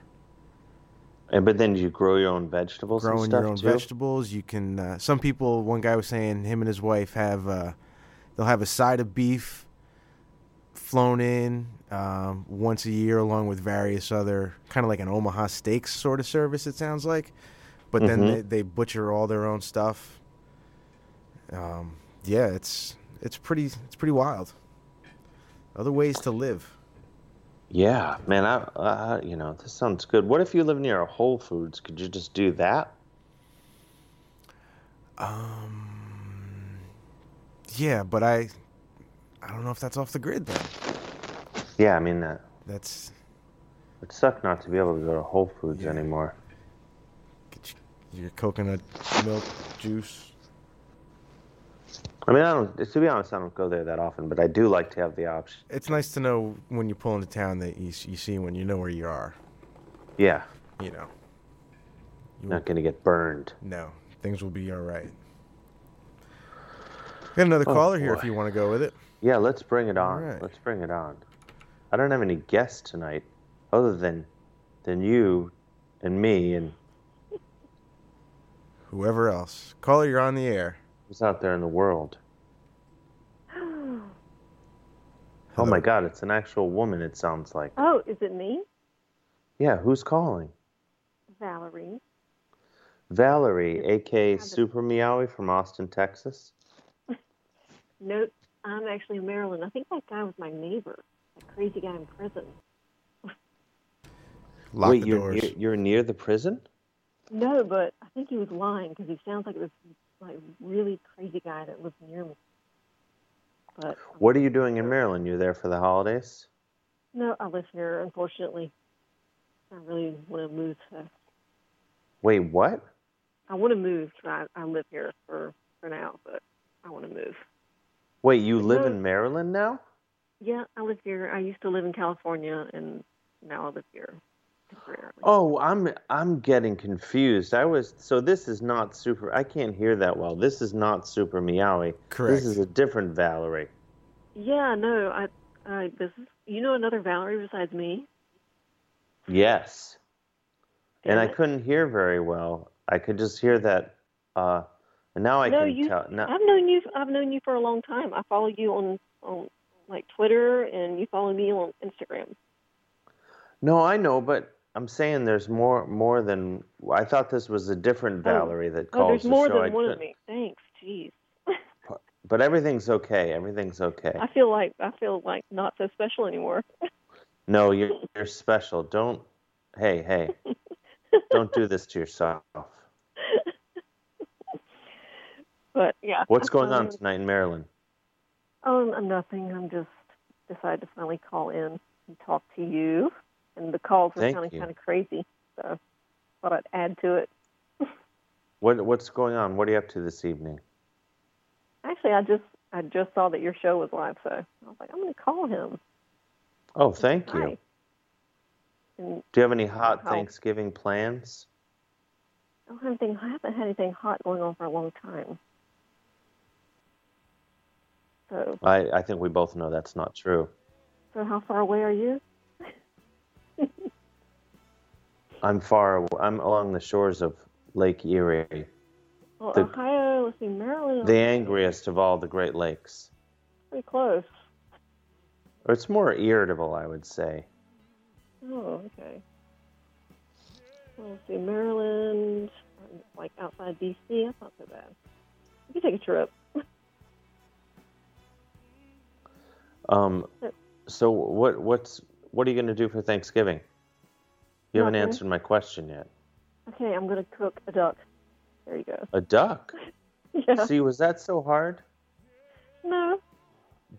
And but then you grow your own vegetables and
Growing
stuff
your own
too.
vegetables, you can. Uh, some people, one guy was saying, him and his wife have, uh, they'll have a side of beef flown in um, once a year, along with various other kind of like an Omaha Steaks sort of service. It sounds like, but then
Mhm.
they, they butcher all their own stuff. Um, yeah, it's it's pretty it's pretty wild. Other ways to live.
Yeah, man, I, I you know this sounds good. What if you live near a Whole Foods? Could you just do that?
Um, yeah, but I I don't know if that's off the grid then.
Yeah, I mean that.
That's
It sucked not to be able to go to Whole Foods anymore.
your coconut milk juice.
I mean, I don't. To be honest, I don't go there that often, but I do like to have the option.
It's nice to know when you pull into town that you, s- you see when you know where you are.
Yeah,
You know,
not gonna get burned.
no, things will be all right. Got another
Oh,
caller here if
boy.
you want to go with it.
Yeah, let's bring it on.
right.
Let's bring it on. I don't have any guests tonight, other than than you and me and
Whoever else. Caller, you're on the air.
who's out there in the world. Oh my God, it's an actual woman. It sounds like.
Oh, is it me,
Yeah, who's calling?
Valerie?
Valerie, aka Super Meowie from Austin, Texas.
No, I'm actually in Maryland. I think that guy was my neighbor, that crazy guy in prison.
Lock
Wait,
the
you're
doors.
Near, you're near the prison?
No, but I think he was lying because he sounds like this like really crazy guy that lives near me. But
What are you doing in Maryland? You there for the holidays?
no, I live here. Unfortunately, I really want to move. So
Wait, what?
I want to move. but I, I live here for for now, but I want to move.
Wait, you live in Maryland now?
Yeah, I live here. I used to live in California, and now I live here temporarily.
Oh, I'm I'm getting confused. I was so this is not super. I can't hear that well. This is not super Meowie.
Correct.
This is a different Valerie.
Yeah, no, I, I this is you know another Valerie besides me.
Yes. And I couldn't hear very well. I could just hear that. Uh, and now I
no,
can
you.
tell. No,
I've known you. I've known you for a long time. I follow you on on like Twitter, and you follow me on Instagram.
no, I know, but I'm saying there's more more than. I thought this was a different Valerie that calls
oh, there's
the
more
show.
than
I
one of
couldn't-
me. Thanks, jeez.
But everything's okay. Everything's okay.
I feel like I feel like not so special anymore.
No, you're, you're special. Don't, hey, hey, don't do this to yourself.
But yeah.
What's
I
going on
finally-
tonight in Maryland?
Um, I'm nothing. I'm just decided to finally call in and talk to you, and the calls were
Thank
sounding
you.
kind of crazy, so thought I'd add to it.
What What's going on? What are you up to this evening?
Actually, I just I just saw that your show was live, so I was like, I'm going to call him.
Oh, thank you.
Hi. And
Do you have any hot
How-
Thanksgiving plans?
I don't have anything. I haven't had anything hot going on for a long time. So,
I, I think we both know that's not true.
so how far away are you?
I'm far. aw- I'm along the shores of Lake Erie,
Well,
The-
Ohio. Let's see, Maryland.
the angriest of all the Great Lakes.
pretty close.
Or it's more irritable, I would say.
Oh, okay. Well, Let's see, Maryland, like outside D.C. That's not so bad. You can take a trip.
Um, so what what's what are you going to do for Thanksgiving? You haven't
Nothing.
answered my question yet.
Okay, I'm gonna cook a duck. There you go.
A duck.
Yeah.
See, was that so hard?
No,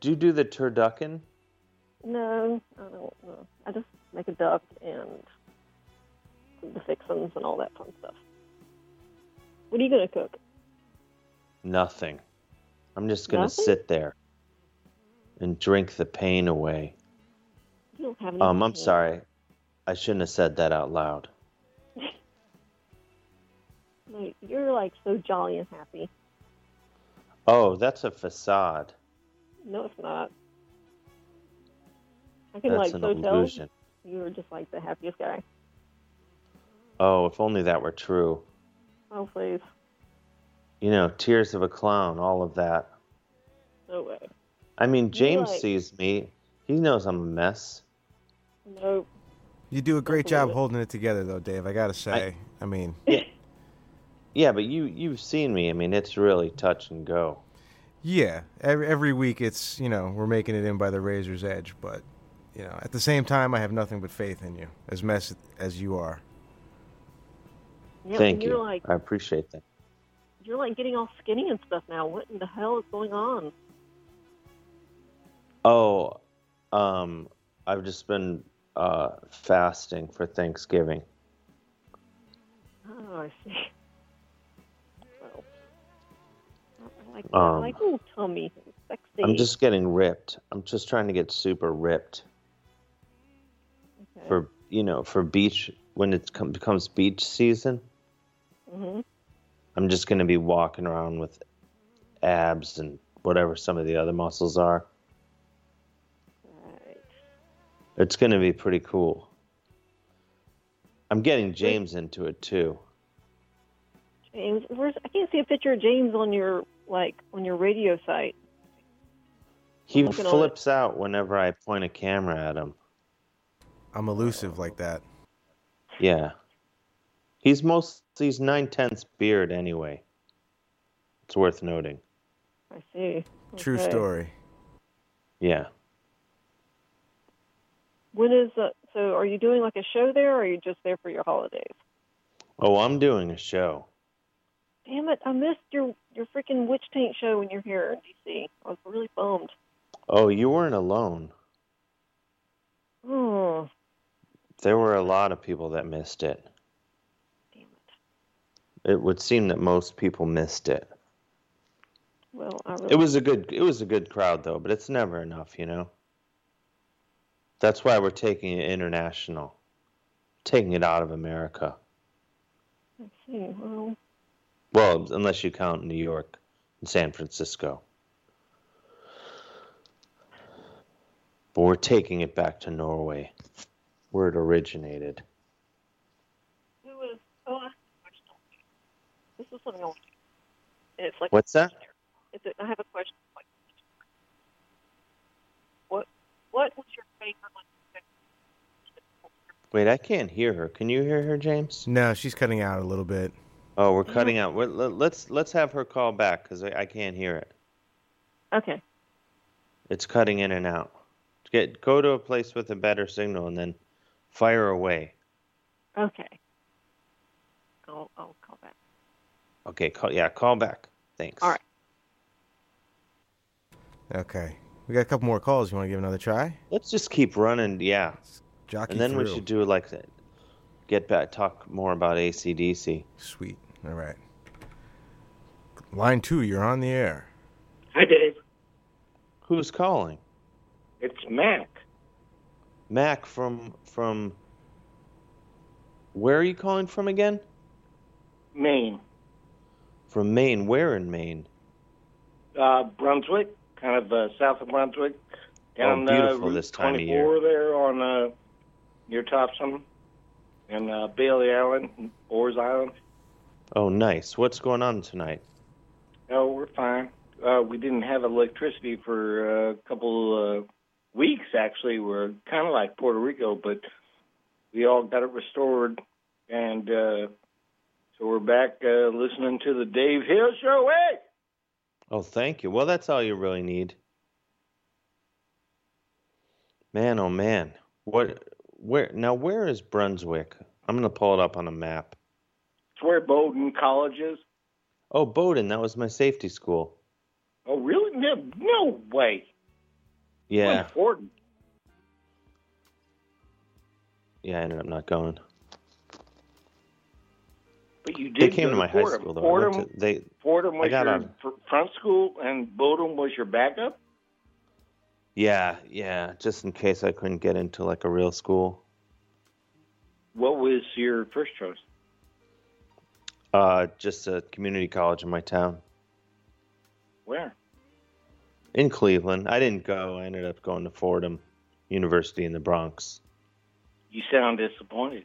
Do you do the turducken?
no, I don't know. I just make a duck and the fixins and all that fun stuff. What are you gonna cook?
Nothing. I'm just going to
Nothing?
sit there and drink the pain away.
You don't have any.
Um, I'm sorry. I shouldn't have said that out loud.
No, you're like so jolly and happy.
Oh, that's a facade.
No, it's not. I can
That's
like
an
so tell
illusion.
you're just like the happiest guy.
Oh, if only that were true.
Oh please,
You know, tears of a clown, all of that.
no way.
I mean, James
like-
sees me. He knows I'm a mess.
Nope.
You do a great job holding it together, though, Dave. I gotta say. I, mean,
Yeah, but you you've seen me. I mean, it's really touch and go.
yeah. Every, every week, it's you know we're making it in by the razor's edge, but you know at the same time, I have nothing but faith in you, as mess as you are.
Yeah,
Thank
and you're
you.
like
I appreciate that.
you're like getting all skinny and stuff now. What in the hell is going on?
Oh, um, I've just been uh, fasting for Thanksgiving.
Oh, I see. Well, I like I
Um,
like little tummy. It's sexy.
I'm just getting ripped. I'm just trying to get super ripped
Okay.
for you know for beach when it com- becomes beach season.
Mhm.
I'm just gonna be walking around with abs and whatever some of the other muscles are. It's gonna be pretty cool. I'm getting James into it too.
James, where's I can't see a picture of James on your like on your radio site.
He
Looking on it.
flips out whenever I point a camera at him.
I'm elusive like that.
Yeah. He's most he's nine tenths beard anyway. It's worth noting.
I see.
True
Okay.
story.
Yeah.
When is uh, so? Are you doing like a show there, or are you just there for your holidays?
Oh, I'm doing a show.
Damn it! I missed your your freaking witch paint show when you're here in DC. I was really bummed.
Oh, you weren't alone.
Oh,
There were a lot of people that missed it. It would seem that most people missed it.
well, I really
It was a good it was a good crowd though, but it's never enough, you know. That's why we're taking it international. Taking it out of America.
Let's see. Well,
Well, unless you count New York and San Francisco. But we're taking it back to Norway, where it originated.
who was? Oh, I this is something I want. to do. And it's like
What's that?
It's a, I have a question. Like, what what was your favorite? Like,
Wait, I can't hear her. Can you hear her, James?
No, she's cutting out a little bit.
Oh, we're cutting out. Well, let- Let's let's have her call back because I, I can't hear it.
Okay.
It's cutting in and out. Get go to a place with a better signal and then fire away.
Okay. I'll I'll call back.
Okay, call yeah, call back. Thanks.
All right.
Okay. We got a couple more calls. You want to give another try?
Let's just keep running. Yeah.
Jockey
and then we
through.
should do like the- get back talk more about ACDC.
Sweet. All right. Line two, you're on the air.
Hi, Dave.
Who's calling?
It's Mac.
Mac from from. Where are you calling from again?
Maine.
From Maine. Where in Maine?
Uh, Brunswick, kind of uh, south of Brunswick. Down
oh, beautiful
uh, Route
this time of
24
year.
there on uh, near Topsom and uh, Bailey Island, Boars Island.
Oh, nice. What's going on tonight?
Oh, we're fine. Uh, we didn't have electricity for uh, a couple uh, weeks, actually. We're kind of like Puerto Rico, but we all got it restored. And uh, so we're back uh, listening to the Dave Hill Show. Hey!
Oh, thank you. Well, that's all you really need. Man, oh man. What where now where is Brunswick? I'm going to pull it up on a map.
It's where Bowdoin College is.
Oh, Bowdoin, that was my safety school.
Oh, really? No, no way.
Yeah.
Important.
Yeah, I ended up not going.
But you did.
They came
go
to my high
Fordham.
school though. I
Fordham,
went to, they
Fordham
I
was
got
your
on.
fr- front school, and Bowdoin was your backup.
Yeah, yeah, just in case I couldn't get into like a real school.
What was your first choice?
Uh just a community college in my town
Where?
in Cleveland. I didn't go. I ended up going to Fordham University in the Bronx.
You sound disappointed.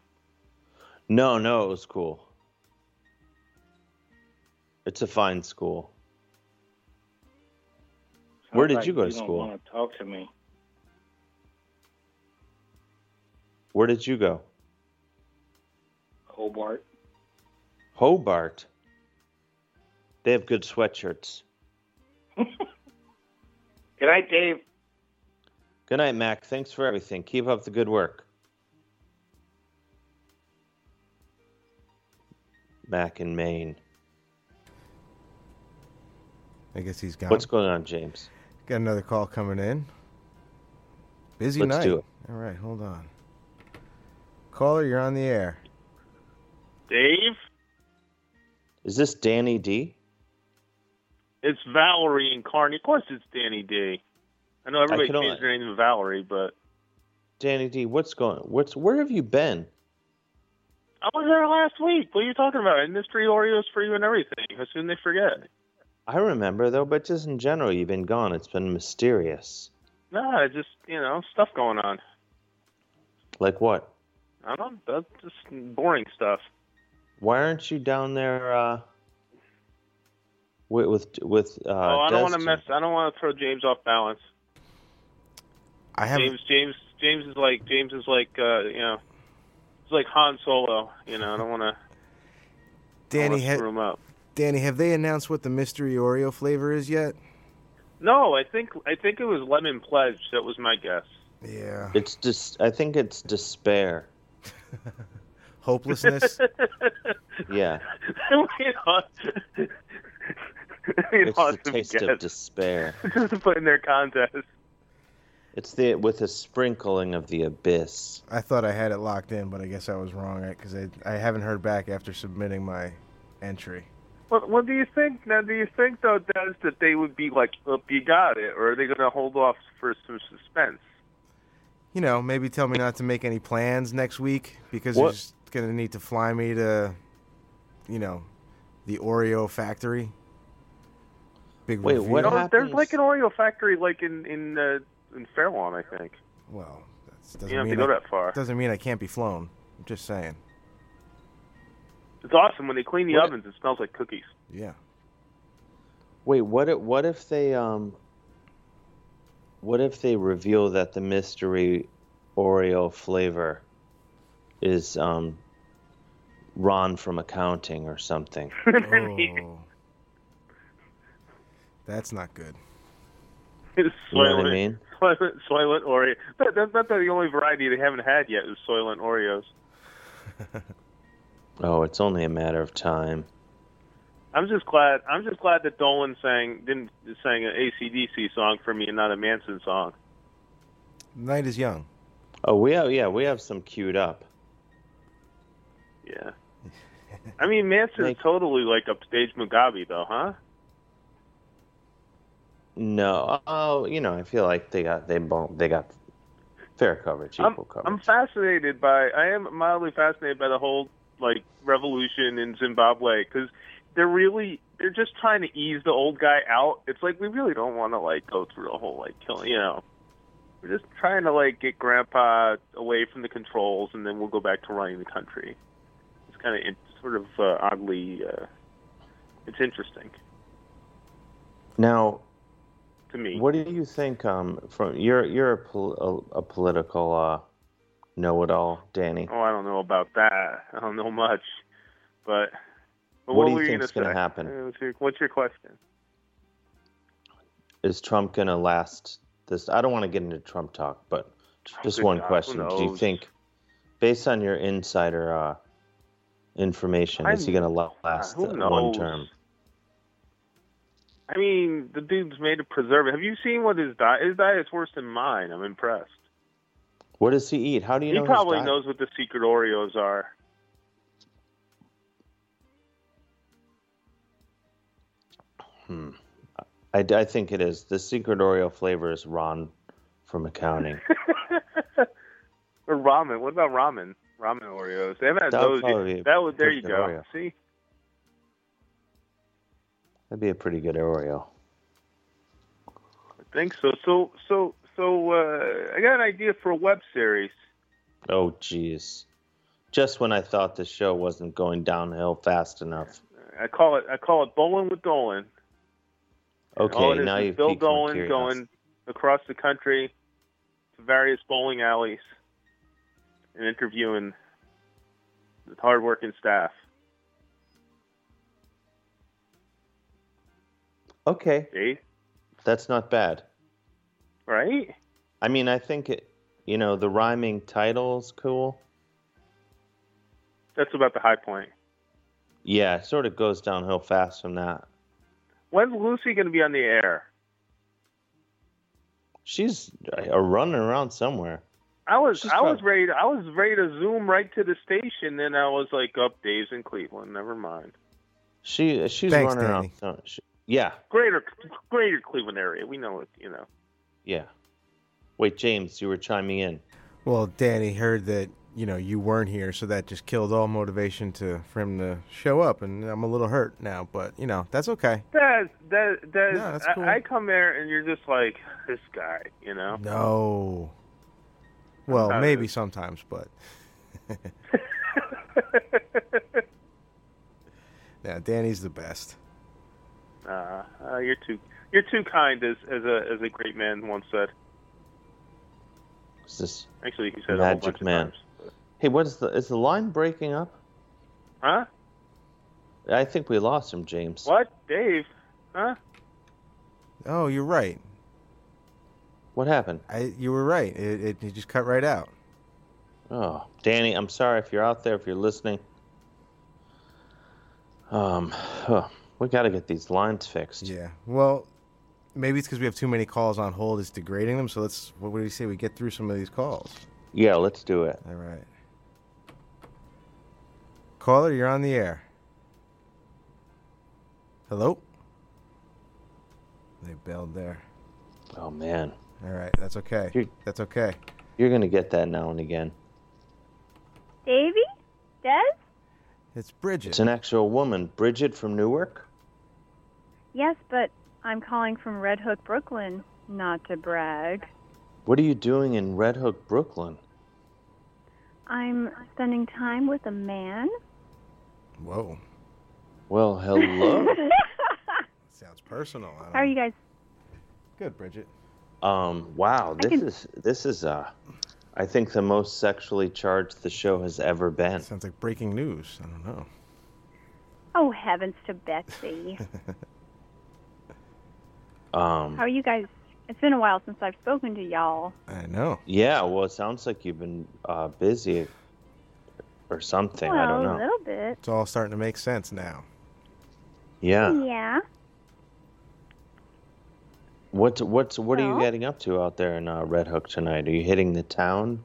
No, no, it was cool. It's a fine school. Where did
Sounds
you
like
go to
don't
school?
wanna talk to me.
Where did you go?
Hobart.
Hobart. They have good sweatshirts.
Good night, Dave.
Good night, Mac. Thanks for everything. Keep up the good work. Mac in Maine.
I guess he's gone.
What's going on, James?
Got another call coming in. Busy
Let's
night.
do it.
All right, hold on. Caller, you're on the air.
Dave,
Is this Danny D?
it's Valerie and Carney. Of course, it's Danny D. I know everybody
can only-
changed their name to Valerie, but
Danny D, what's going What's where have you been?
I was there last week. What are you talking about? I missed three Oreos for you and everything. How soon they forget?
I remember though, but just in general, you've been gone. It's been mysterious.
Nah, it's just you know stuff going on.
Like what?
I don't. That's just boring stuff.
Why aren't you down there uh, with with with? Uh,
oh, I don't want to
Destin?
mess. I don't want to throw James off balance.
I have
James. James. James is like James is like uh, you know, it's like Han Solo. You know, I don't want to.
Danny.
screw
Ha-
him up.
Danny, have they announced what the mystery Oreo flavor is yet?
No, I think I think it was Lemon Pledge. That was my guess.
Yeah.
It's just. I think it's despair.
hopelessness.
Yeah.
you know, you
It's
know,
the
to
taste
guess.
of despair.
just to put in their contest.
It's the with a sprinkling of the abyss.
I thought I had it locked in, but I guess I was wrong because I, I haven't heard back after submitting my entry.
What, what do you think? Now, do you think though, Des, that they would be like, "Oop, you got it," or are they going to hold off for some suspense?
You know, maybe tell me not to make any plans next week because
What-
you're just gonna need to fly me to, you know, the Oreo factory. Big
Wait,
reveal.
what
Oh, there's like an Oreo factory, like in in uh, in Fairlawn, I think.
Well, that's, doesn't
you don't
mean
have to go
I-
that far.
Doesn't mean I can't be flown. I'm just saying.
It's awesome when they clean the ovens; it smells like cookies.
Yeah.
Wait, what? If, what if they um? What if they reveal that the mystery Oreo flavor is um Ron from accounting or something?
oh. That's not good.
It's
You know
soylent,
what I mean?
soylent, soylent Oreo. That, that, that's the only variety they haven't had yet is soylent Oreos.
Oh, it's only a matter of time.
I'm just glad. I'm just glad that Dolan sang didn't sang an ACDC song for me and not a Manson song.
Night is young.
Oh, we have yeah, we have some queued up.
Yeah. I mean, Manson's totally like upstage Mugabe, though, huh?
No, oh, you know, I feel like they got they bon- they got fair coverage, equal
I'm,
coverage.
I'm fascinated by. I am mildly fascinated by the whole like revolution in Zimbabwe because they're really they're just trying to ease the old guy out. It's like we really don't want to like go through a whole like killing, you know. We're just trying to like get Grandpa away from the controls, and then we'll go back to running the country. It's kind of it's sort of uh, oddly. Uh, it's interesting
Now,
to me.
What do you think? Um, from you're you're a, pol- a, a political uh, know-it-all, Danny.
Oh, I don't know about that. I don't know much, but. but
What do you
were
think's
gonna
gonna
say?
happen?
Uh, What's your, what's your question?
Is Trump gonna last this? I don't want to get into Trump talk, but just
good
one
God, who
question: Do you
knows?
think, based on your insider uh, information, is he
I'm-
gonna la- last
who
the- one
knows?
term?
I mean, the dude's made a preservative. Have you seen what his diet? His diet's worse than mine. I'm impressed.
What does he eat? How do you
he
know? his
probably
diet?
knows what the secret Oreos are.
Hmm. I, I think it is. The secret Oreo flavor is Ron from accounting.
Or ramen. What about ramen? Ramen Oreos. They haven't had
That would
those.
probably be a
yet. That would. There you
pretty
go.
good Oreo.
See,
That'd be a pretty good Oreo.
I think so. So, so, so. Uh, I got an idea for a web series.
Oh, jeez. Just when I thought the show wasn't going downhill fast enough.
I call it. I call it Bowling with Dolan. And all
Okay,
Oh, it is
now
is
you've
Bill
piqued my
Dolan
curiosity.
going across the country to various bowling alleys and interviewing the hardworking staff.
Okay,
See,
that's not bad.
right?
I mean, I think it. You know, the rhyming title's cool.
That's about the high point.
Yeah, it sort of goes downhill fast from that.
When's Lucy going to be on the air?
She's uh, running around somewhere.
I was
She's
I was ready. To, I was ready to zoom right to the station. Then I was like, "Up, Dave's in Cleveland. Never mind."
She she's
Thanks,
running around. some- she- yeah,
Greater Greater Cleveland area. We know it. You know.
yeah. Wait, James, you were chiming in.
Well, Danny heard that you know you weren't here, so that just killed all motivation to for him to show up, and I'm a little hurt now. But you know that's okay.
That that that.
No, that's cool.
I, I come there and you're just like this guy. You know.
No. Well,
Uh,
maybe sometimes, but. yeah, Danny's the best.
Uh, uh, you're too you're too kind, as as a as a great man once said.
It's this
Actually, he said a whole
magic
bunch
man. Hey, what is the is the line breaking up?
Huh?
I think we lost him, James.
What, Dave? Huh?
Oh, you're right.
What happened?
I you were right. It, it, it just cut right out.
Oh, Danny, I'm sorry if you're out there, if you're listening. Um, huh, we got to get these lines fixed.
Yeah. Well, maybe it's because we have too many calls on hold. It's degrading them. So let's. What do you say? We get through some of these calls.
Yeah, let's do it.
All right. Caller, you're on the air. Hello. They bailed there.
Oh man,
All right. That's okay. That's okay.
you're gonna get that now and again.
Davy? Des?
It's Bridget.
It's an actual woman, Bridget from Newark.
Yes, but I'm calling from Red Hook, Brooklyn, not to brag.
What are you doing in Red Hook, Brooklyn?
I'm spending time with a man.
Whoa.
Well, hello.
Sounds personal. I don't-
How are you guys?
Good, Bridget.
um, wow,
I
this
can-
is this is uh, I think the most sexually charged the show has ever been.
Sounds like breaking news. I don't know.
Oh, heavens to Betsy.
Um,
How are you guys? It's been a while since I've spoken to y'all.
I know.
Yeah, well, it sounds like you've been uh, busy or something.
well,
I don't
a
know.
little bit.
It's all starting to make sense now.
Yeah.
Yeah.
What's what's what are you
Well-
getting up to out there in uh, Red Hook tonight? Are you hitting the town?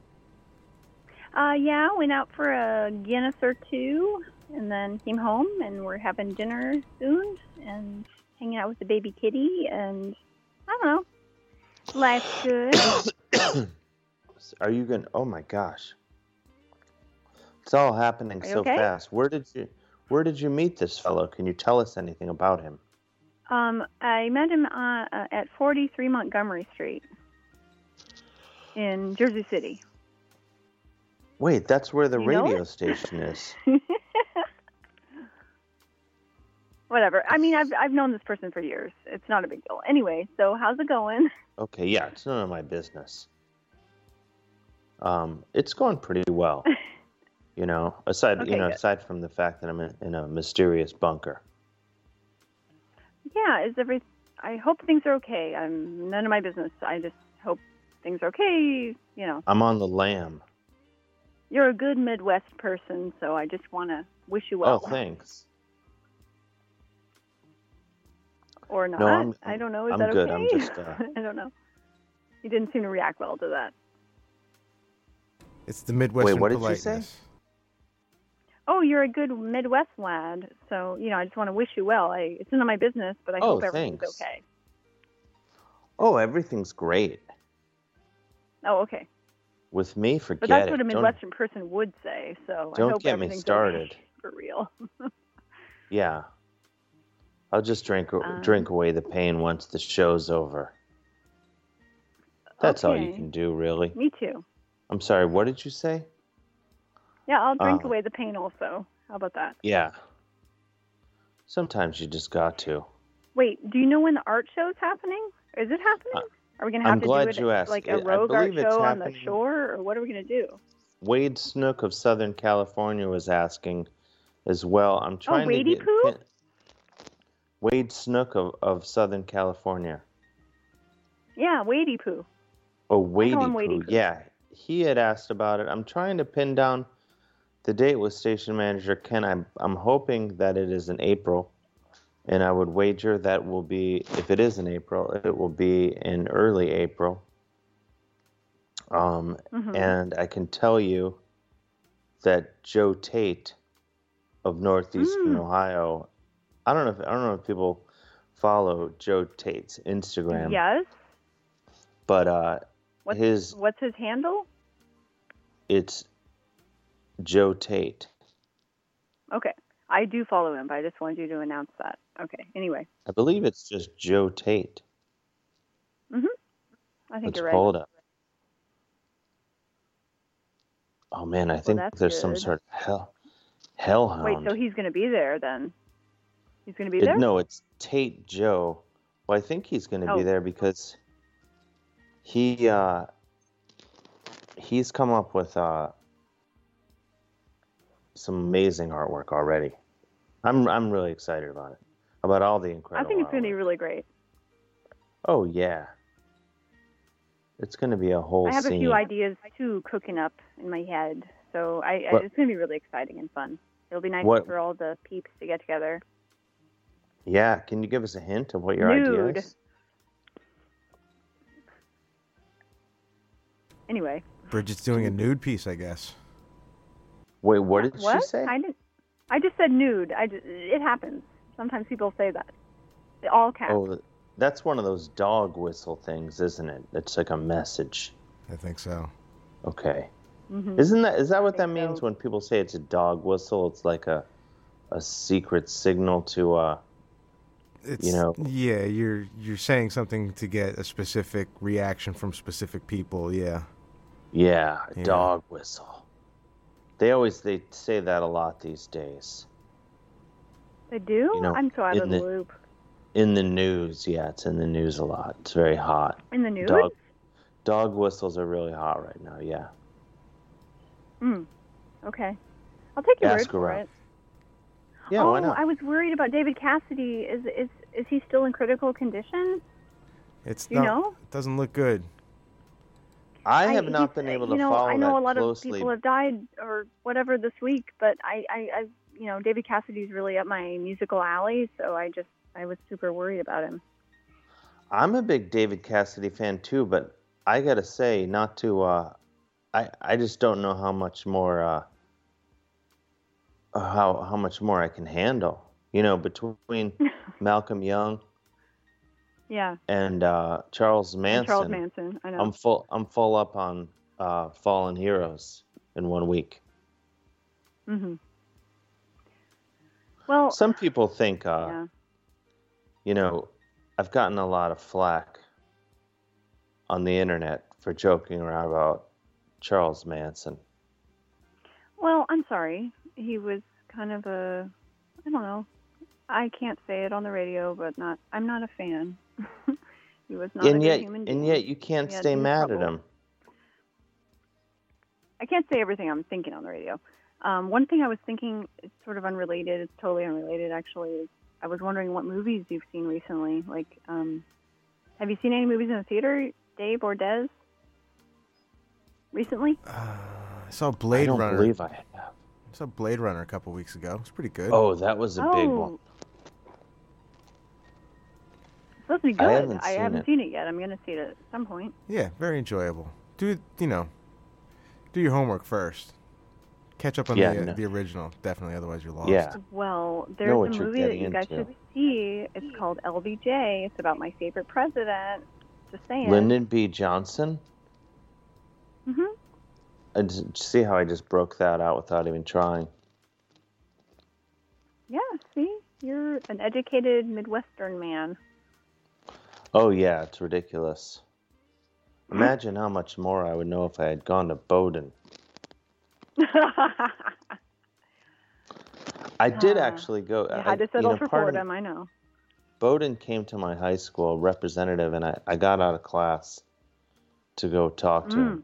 Uh, yeah, went out for a Guinness or two and then came home and we're having dinner soon and hanging out with the baby kitty and I don't know. Life's good.
Are you going? to Oh my gosh, it's all happening
Are you
so
okay?
fast. Where did you Where did you meet this fellow? Can you tell us anything about him?
um, I met him uh, uh, at 43 Montgomery Street in Jersey City.
Wait, that's where the
You know
radio
it?
station is.
Whatever. I mean, I've, I've known this person for years. It's not a big deal. Anyway, so how's it going?
Okay, yeah, it's none of my business. Um, it's going pretty well. You know, aside
Okay,
you know
good.
aside from the fact that I'm in, in a mysterious bunker.
Yeah, is every? I hope things are okay. I'm none of my business. I just hope things are okay. You know,
I'm on the lamb.
you're a good Midwest person, so I just want to wish you well.
oh, thanks.
Or not?
I'm-
I do not know. Is
I'm
that
good.
okay?
I'm just, uh,
I don't know. You didn't seem to react well to that.
It's the Midwestern
what did you
politeness.
say?
Oh, you're a good Midwest lad, so you know I just want to wish you well. I, it's none of my business, but I
Oh,
hope everything's
thanks.
okay.
Oh, everything's great
Oh, okay.
with me. Forget
But that's
it.
what a
Don't-
Midwestern person would say. So I
Don't
hope
get me
everything's okay
started.
for real.
Yeah. I'll just drink uh,
Um,
drink away the pain once the show's over. That's all you
Okay.
can do, really.
Me too.
I'm sorry. What did you say?
Yeah, I'll drink
Uh,
away the pain also. How about that?
Yeah. Sometimes you just got to.
Wait, do you know when the art show's happening? Is it happening? Are we gonna have
Uh, I'm
to
glad
do it
you
at,
asked.
like
I-
a
I
rogue art
believe it's
show on the
happening.
shore, or what are we gonna do?
Wade Snook of Southern California was asking as well. I'm trying to
Oh, Wadey
get
Poo?
can- Wade Snook of, of Southern California.
Yeah, wadey poo.
Oh, Wadey
him
Poo.
Wadey Poo.
Yeah, he had asked about it. I'm trying to pin down the date with station manager Ken. I'm I'm hoping that it is in April, and I would wager that will be if it is in April, it will be in early April. Um,
Mhm.
and I can tell you that Joe Tate of Northeastern
Mm.
Ohio. I don't know. If, I don't know if people follow Joe Tate's Instagram,
Yes.
but uh,
What's
his
what's his handle?
it's Joe Tate.
Okay. I do follow him, but I just wanted you to announce that. Okay. Anyway.
I believe it's just Joe Tate.
Mhm. I think
Let's
you're right.
pull it up. Oh man, I think
that's
there's some
good.
sort of hell hellhound.
Wait, so he's gonna be there then? He's gonna be
It-
there?
no, it's Tate Joe. Well, I think he's going to
Oh.
be there because he uh, he's come up with uh, some amazing artwork already. I'm I'm really excited about it. About all the
I
incredible.
think it's gonna
artwork.
be really great.
Oh yeah. It's going to be a whole
I have
scene.
a few ideas too cooking up in my head, so I, I
What-
it's going to be really exciting and fun. It'll be nice
What-
for all the peeps to get together.
yeah, can you give us a hint of what your
Nude.
idea is?
Anyway,
Bridget's doing a nude piece, I guess.
Wait, what did
what? I didn't. I just said nude. I ju- it happens. Sometimes people say that. All caps.
Oh, that's one of those dog whistle things, isn't it? That's like a message.
I think so.
Okay.
Mm-hmm.
Mhm.
Isn't that is that what that means when people say it's a dog whistle? It's like a a secret signal to uh
It's,
you know
yeah, you're you're saying something to get a specific reaction from specific people. Yeah,
yeah, a
Yeah.
dog whistle. They always they say that a lot these days.
They do.
You know,
I'm so out of
in
the
the-
loop.
In the news, yeah, it's in the news a lot. It's very hot.
In the nude.
Dog dog whistles are really hot right now, yeah.
Mm. Okay. I'll take your
Ask
word for
around.
it.
Yeah,
oh,
why not?
I was worried about David Cassidy. Is is is he still in critical condition?
it's
You
not,
know?
it doesn't look good.
I
I-
have not
he's-
been able
you
to
know,
follow
I know a
that
lot
closely.
of people have died or whatever this week, but I, I, I, you know, David Cassidy's really up my musical alley, so I just, I was super worried about him.
I'm a big David Cassidy fan too, but I gotta say, not to, uh, I I just don't know how much more, uh, how how much more I can handle. You know, between Malcolm Young
Yeah,
and uh, Charles Manson, Um,
and Charles Manson. I know.
I'm full I'm full up on uh, Fallen Heroes in one week.
hmm Well,
Some people think, uh,
yeah.
you know, I've gotten a lot of flack on the internet for joking around about Charles Manson.
Well, I'm sorry. He was kind of a, I don't know. I can't say it on the radio, but not. I'm not a fan. he was not a
and
good
yet,
human being.
and yet you can't
He had
stay
some
mad
trouble.
at him.
I can't say everything I'm thinking on the radio. Um, one thing I was thinking, it's sort of unrelated. It's totally unrelated, actually. Is I was wondering what movies you've seen recently. Like, um, have you seen any movies in the theater, Dave or Des? Recently?
I saw Blade
don't
Runner.
believe I have.
I saw Blade Runner a couple weeks ago. It was pretty good.
Oh, that was a big
Oh.
one.
It's supposed to be
I
good.
haven't seen it.
seen it yet. I'm going to see it at some point.
Yeah, very enjoyable. Do you know? Do your homework first. Catch up on
Yeah,
the
no.
the original, definitely. Otherwise, you're lost.
Yeah.
Well,
Know
there's
what
a
you're
movie that
getting
you guys
into.
should see. It's called LBJ. It's about my favorite president. Just saying.
Lyndon B. Johnson.
hmm
I just, see how I just broke that out without even trying.
Yeah, see? You're an educated Midwestern man.
Oh yeah, it's ridiculous. Imagine how much more I would know if I had gone to Bowdoin. I did
Ah,
actually go.
you
I,
had to settle
know,
for
part of-
Fordham, I know.
Bowden came to my high school representative, and I, I got out of class to go talk to
Mm,
him.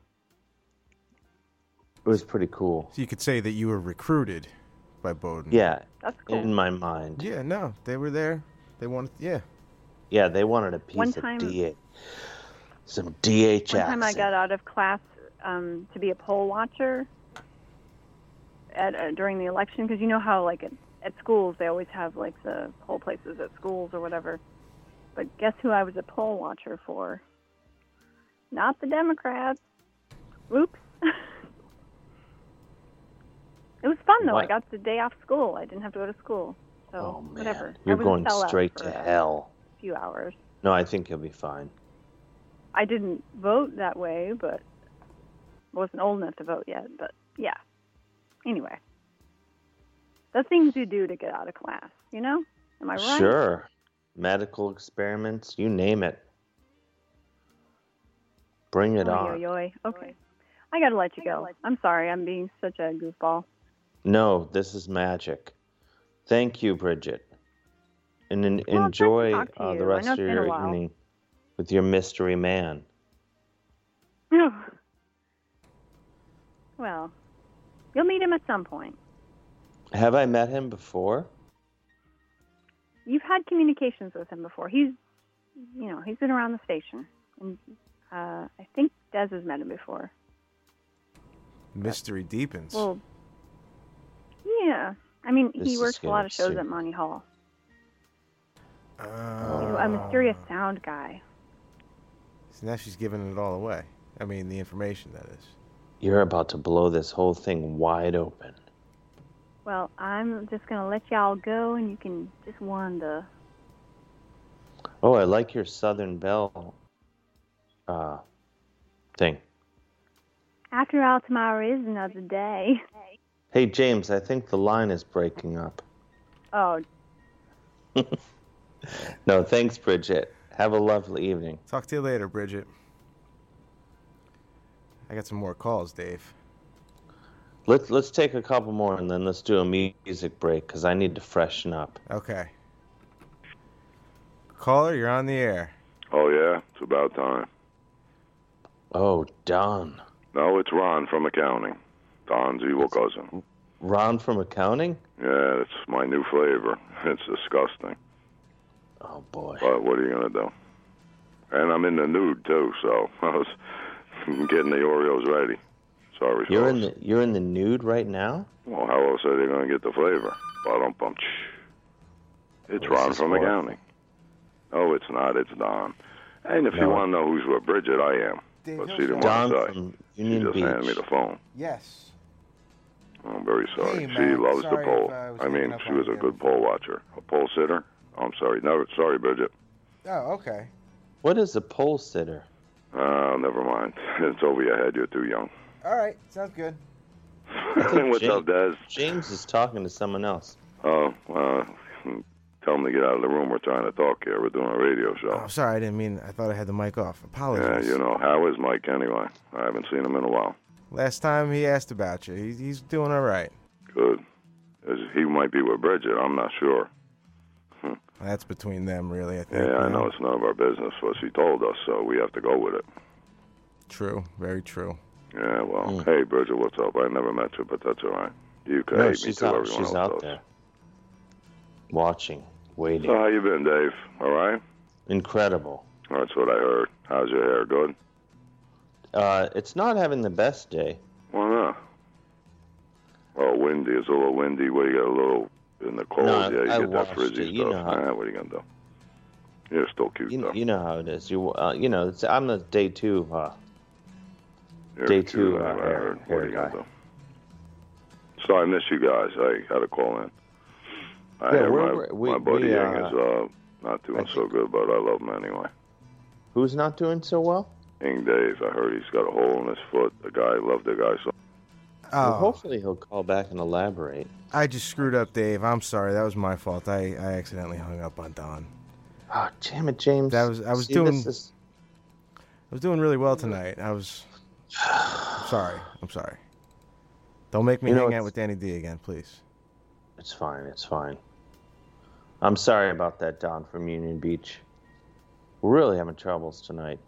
It was pretty cool.
So you could say that you were recruited by Bowden.
Yeah,
That's
in my mind.
Yeah, no, they were there. They wanted. Yeah.
Yeah, they wanted a piece
One
of
time-
DA. Some DH
One time I got out of class um, to be a poll watcher at uh, during the election because you know how like at, at schools they always have like the poll places at schools or whatever. But guess who I was a poll watcher for? Not the Democrats. Oops. it was fun though. I
What? Oh,
got the day off school. I didn't have to go to school. So whatever. I
You're
was a
going
sellout
straight
for
to
a
hell.
Few hours.
No, I think you'll be fine.
I didn't vote that way, but wasn't old enough to vote yet. But yeah. Anyway, the things you do to get out of class, you know? Am I right?
Sure. Medical experiments, you name it. Bring it
Oh,
on.
yo, yo. Okay. I gotta let you go. I'm sorry. I'm being such a goofball.
No, this is magic. Thank you, Bridget. And en- enjoy
talk to
uh, the
you. I
rest
know
of
it's been a
your
while.
evening with your mystery man.
well, you'll meet him at some point.
Have I met him before?
You've had communications with him before. He's, you know, he's been around the station. And Uh, I think Des has met him before.
Mystery deepens.
Well, yeah. I mean,
This
he
is
works a lot of shows
galaxy.
at Monty Hall.
Ah.
a mysterious sound guy.
So now she's giving it all away. I mean, the information that is.
You're about to blow this whole thing wide open.
Well, I'm just gonna let y'all go, and you can just wander.
Oh, I like your Southern Belle uh, thing.
After all, tomorrow is another day.
Hey, James, I think the line is breaking up.
Oh,
No, thanks, Bridget. Have a lovely evening.
Talk to you later, Bridget. I got some more calls, Dave.
Let's let's take a couple more and then let's do a mu- music break because I need to freshen up.
Okay. Caller, you're on the air.
Oh, yeah? It's about time.
Oh, Don.
No, it's Ron from accounting. Don's evil cousin.
Ron from accounting?
Yeah, that's my new flavor. It's disgusting.
Oh, boy.
But what are you going to do? And I'm in the nude, too, so I was getting the Oreos ready. Sorry,
You're in the you're in the nude right now.
Well, how else are they going to get the flavor? Bottom bump. It's Ron from
horrible.
accounting. Oh, it's not. It's Don. And if you want to know who's with Bridget, I am. But she didn't
Don
want to
from
say. She
Union
just
Beach.
handed me the phone.
Yes.
I'm very sorry.
Hey,
she
Matt,
loves
sorry
the
if
poll.
I was
I,
hanging
mean,
up
she
on
was a good poll watcher, a poll sitter. I'm sorry. No, sorry, Bridget.
Oh, okay.
What is a pole sitter?
Uh, never mind. It's over your head. You're too young.
All right, sounds good.
What's up, Des?
James is talking to someone else.
Oh, uh, tell them to get out of the room. We're trying to talk here. We're doing a radio show.
I'm sorry, I didn't mean. I thought I had the mic off. Apologies.
Oh, Yeah, you know, how is Mike anyway? I haven't seen him in a while.
Last time he asked about you. He's, he's doing all right.
Good. As He might be with Bridget. I'm not sure.
That's between them, really. I think.
Yeah, I
you
know it's none of our business what she told us, so we have to go with it.
True. Very true.
Yeah, well,
Hmm.
hey, Bridget, what's up? I never met you, but that's all right. You can
No,
hate me
she's
too.
out-
Everyone
she's
else
out
does.
there. Watching, waiting.
So how you been, Dave? All right.
Incredible.
That's what I heard. How's your hair? Good.
Uh, it's not having the best day.
Why not? Oh, windy. It's a little windy. What you got? A little in the cold.
No,
yeah, you
I
get
watched
that frizzy
it, you
stuff.
know how-
Nah, what are you gonna do? You're still cute
You,
though.
you know how it is. You uh, you know it's, I'm the day two uh,
You're
day
cute,
two
I
uh, hair,
heard. What are
hair
you
guy.
gonna do? So I miss you guys. I had a call in. I
Yeah,
hear
we're-
my,
we-
my buddy
we,
Yang
uh,
is uh, not doing so good, but I love him anyway.
Who's not doing so well?
Ying Dave, I heard he's got a hole in his foot. The guy loved the guy so.
Uh,
Well, hopefully he'll call back and elaborate.
I just screwed up, Dave. I'm sorry. That was my fault. I, I accidentally hung up on Don.
Oh, damn it, James.
That was I was
See,
doing
this is-
I was doing really well tonight. I was I'm sorry. I'm sorry. Don't make me
You know,
hang out
it's-
with Danny D again, please.
It's fine. It's fine. I'm sorry about that, Don from Union Beach. We're really having troubles tonight.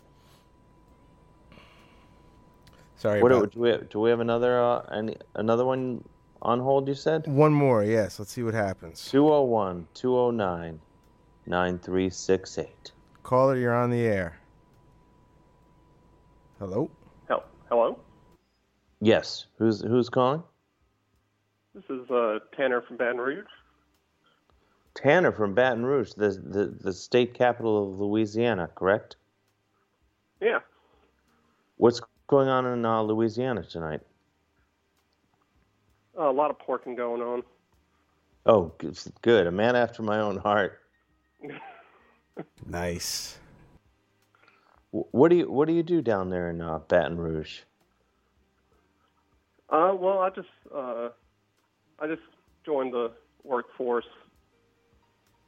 Sorry
What do,
about-
do we do? We have another uh, any, another one on hold. You said
One more, yes. Let's see what happens.
201 209 9368.
Caller, you're on the air. Hello?
Hel- Hello,
Yes. Who's who's calling?
this is uh, Tanner from Baton Rouge.
Tanner from Baton Rouge, the, the the state capital of Louisiana, correct?
Yeah,
What's going on in uh, Louisiana tonight?
a lot of porking going on.
Oh, g- good. A man after my own heart.
Nice.
Wh- What do you What do you do down there in uh, Baton Rouge?
Uh, well, I just uh, I just joined the workforce.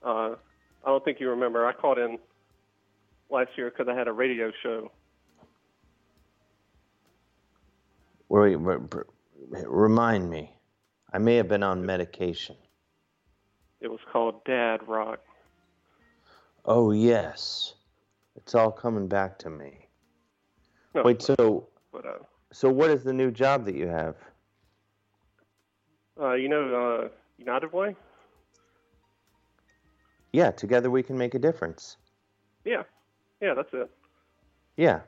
Uh, I don't think you remember. I called in last year because I had a radio show.
Wait, re- re- remind me. I may have been on medication.
It was called Dad Rock.
Oh yes, it's all coming back to me.
No,
Wait, so
but uh,
so what is the new job that you have?
uh, you know uh, United Way.
Yeah, together we can make a difference.
Yeah, yeah, that's it.
Yeah,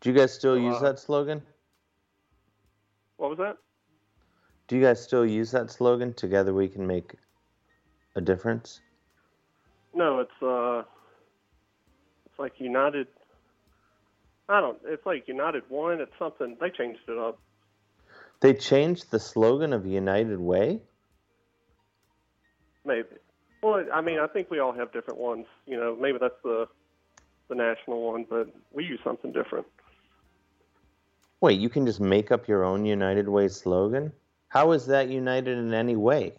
Do you guys still
uh,
use that slogan?
What was that?
Do you guys still use that slogan? Together we can make a difference.
No, it's uh, it's like United. I don't. It's like United One. It's something they changed it up.
They changed the slogan of United Way.
Maybe. Well, I mean, I think we all have different ones. You know, maybe that's the the national one, but we use something different.
Wait, you can just make up your own United Way slogan? How is that united in any way?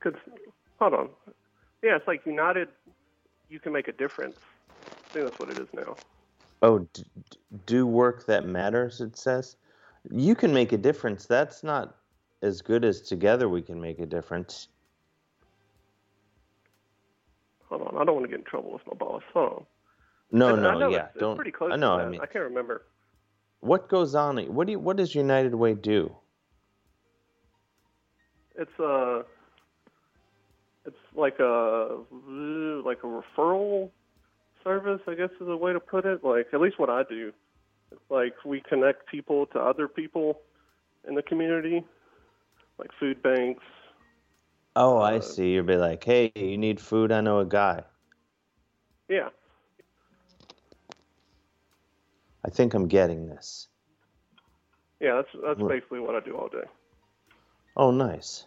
Could hold on. Yeah, it's like United. You can make a difference. I think that's what it is now.
Oh, d- d- do work that matters, it says. You can make a difference. That's not as good as together we can make a difference.
Hold on. I don't want to get in trouble with my boss. Hold on.
No,
I- I
no,
know
yeah.
It's,
don't.
It's pretty close.
I know.
To that.
I mean,
I can't remember.
what goes on? What do you, What does United Way do?
It's uh It's like a like a referral service, I guess is a way to put it. Like at least what I do, it's like we connect people to other people in the community, like food banks.
Oh,
Uh,
I see. You'd be like, hey, you need food? I know a guy.
Yeah,
I think I'm getting this.
yeah. That's that's
Right.
basically what I do all day.
Oh, nice.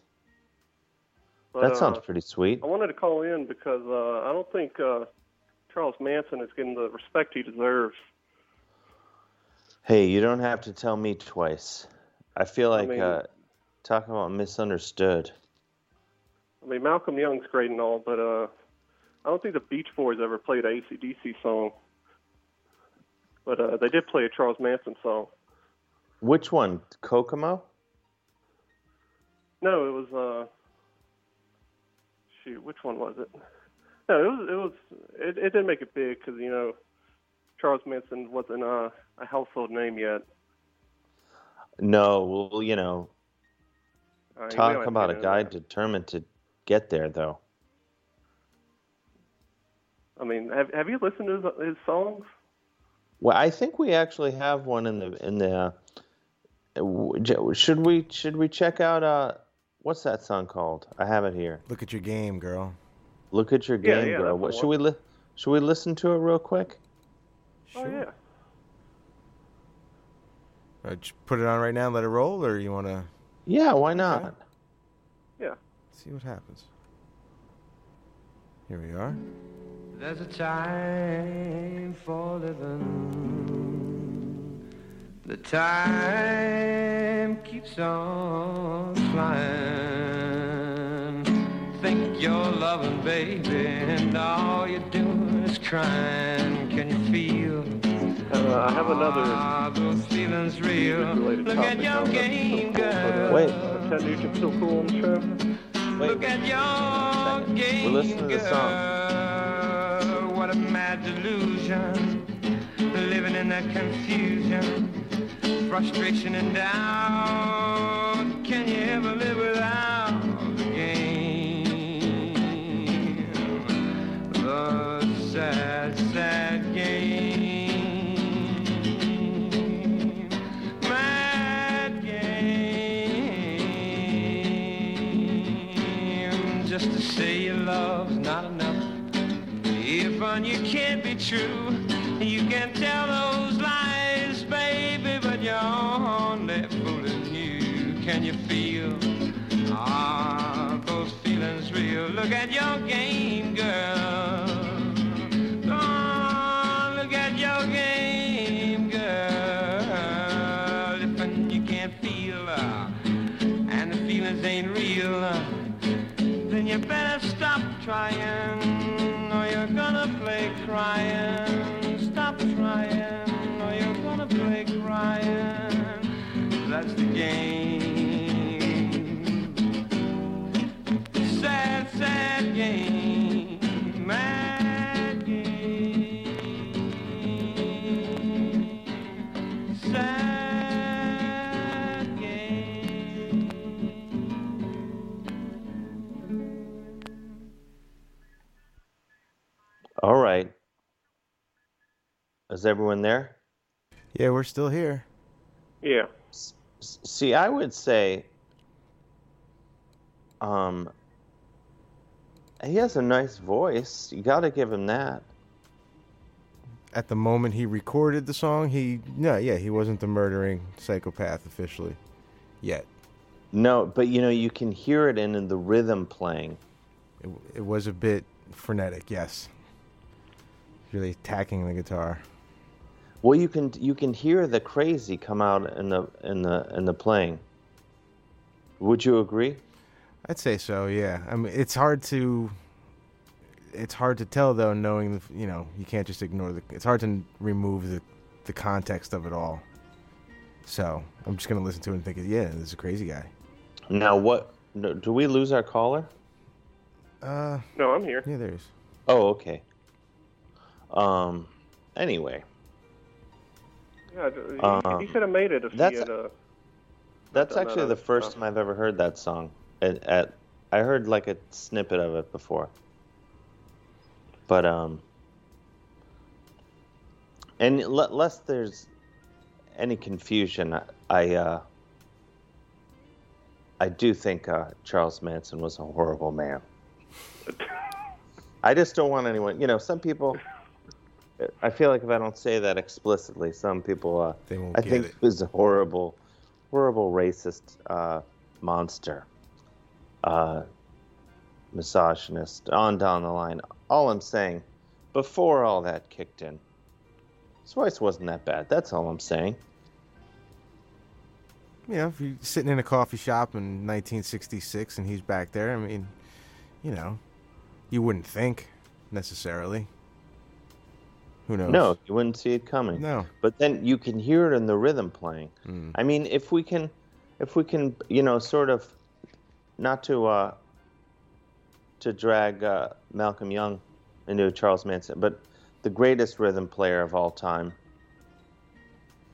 But,
that sounds
uh,
pretty sweet.
I wanted to call in because uh, I don't think uh, Charles Manson is getting the respect he deserves.
Hey, you don't have to tell me twice. I feel like
mean-
uh, talking about misunderstood.
I mean, Malcolm Young's great and all, but uh, I don't think the Beach Boys ever played a ACDC song. But uh, they did play a Charles Manson song.
Which one? Kokomo?
No, it was uh, shoot, which one was it? No, it was it was it, it didn't make it big because you know Charles Manson wasn't uh, a household name yet.
No, well, you know,
I mean, we don't have
talk
to
about
get
a
into
guy
that.
determined to get there, though.
I mean, have have you listened to his, his songs?
Well, I think we actually have one in the in the. Uh, w- j- should we should we check out uh what's that song called? I have it here.
Look at your game, girl.
Look at your
Yeah,
game,
yeah,
girl.
that's the
What should we
one.
li- should we listen to it real quick?
Oh yeah.
Uh, j- put it on right now and let it roll, or you want to
Yeah, why not?
see what happens? Here we are.
There's a time for living. The time keeps on flying. Think you're loving, baby, and all you're doing is crying. Can you feel?
Uh, I have another.
Are those feelings real? Look at your game, girl.
Wait.
Ted Nugent's still cool on the show.
Look at your game.
We're listening to the song.
What a mad delusion. Living in that confusion, frustration and doubt. Can you ever live without the game? The sad, sad game. Mad game. Just to say your love's not enough. If on you can't be true, you can tell those lies, baby, but you're only fooling you. Can you feel? Are those feelings real? Look at your game, girl. Oh, look at your game, girl. If and you can't feel, uh, and the feelings ain't real. uh, then you better stop trying, or you're gonna play crying. Stop trying, or you're gonna play crying. That's the game. Sad, sad game. Mad game. Sad game.
All right. Is everyone there?
Yeah, we're still here.
Yeah.
See, I would say um he has a nice voice. You got to give him that.
At the moment he recorded the song, he no, yeah, he wasn't the murdering psychopath officially yet.
No, but you know you can hear it in, in the rhythm playing.
It, it was a bit frenetic, yes. Really attacking the guitar.
Well, you can you can hear the crazy come out in the in the in the playing. Would you agree?
I'd say so. Yeah. I mean, it's hard to. It's hard to tell though, knowing the, you know you can't just ignore the. It's hard to remove the, the context of it all. So I'm just gonna listen to it and think, yeah, this is a crazy guy.
Now what? no, Do we lose our caller?
Uh,
no, I'm here.
Yeah, there's.
Oh, okay. Um. Anyway.
Yeah, he,
Um,
he could have made it if
that's-
he had. Uh,
That's
done that
actually the
other
first time I've ever heard that song. At, at I heard like a snippet of it before, but um, and l- lest there's any confusion, I I, uh, I do think uh, Charles Manson was a horrible man. I just don't want anyone. You know, some people. I feel like if I don't say that explicitly, some people. Uh,
they won't
I
get
think
it.
he was a horrible, horrible racist uh, monster, uh, misogynist, on down the line. All I'm saying, before all that kicked in, his voice wasn't that bad. That's all I'm saying.
You know, if you're sitting in a coffee shop in 1966 and he's back there, I mean, you know, you wouldn't think necessarily. Who knows?
No, you wouldn't see it coming.
No. Mm.
But then you can hear it in the rhythm playing. I mean, if we can, if we can, you know, sort of, not to, uh, to drag uh, Malcolm Young into Charles Manson, but the greatest rhythm player of all time,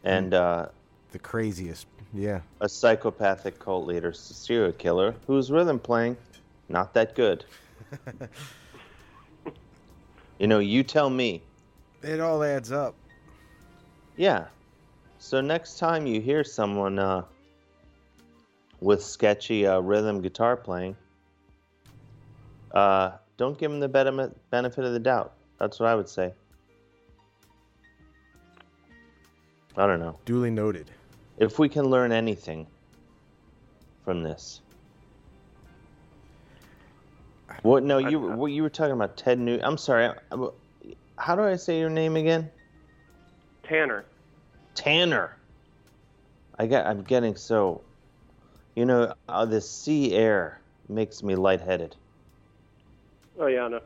and uh,
the craziest, yeah,
a psychopathic cult leader, s- serial killer, whose rhythm playing, not that good. you know, you tell me.
It all adds up.
Yeah. So next time you hear someone uh, with sketchy uh, rhythm guitar playing, uh, don't give them the bene- benefit of the doubt. That's what I would say. I don't know.
Duly noted.
If we can learn anything from this. What? No, you. What you were talking about? Ted New. I'm sorry. I- I- how do I say your name again?
Tanner.
Tanner. I got. I'm getting so. You know, uh, this sea air makes me lightheaded,
Oh yeah, I know.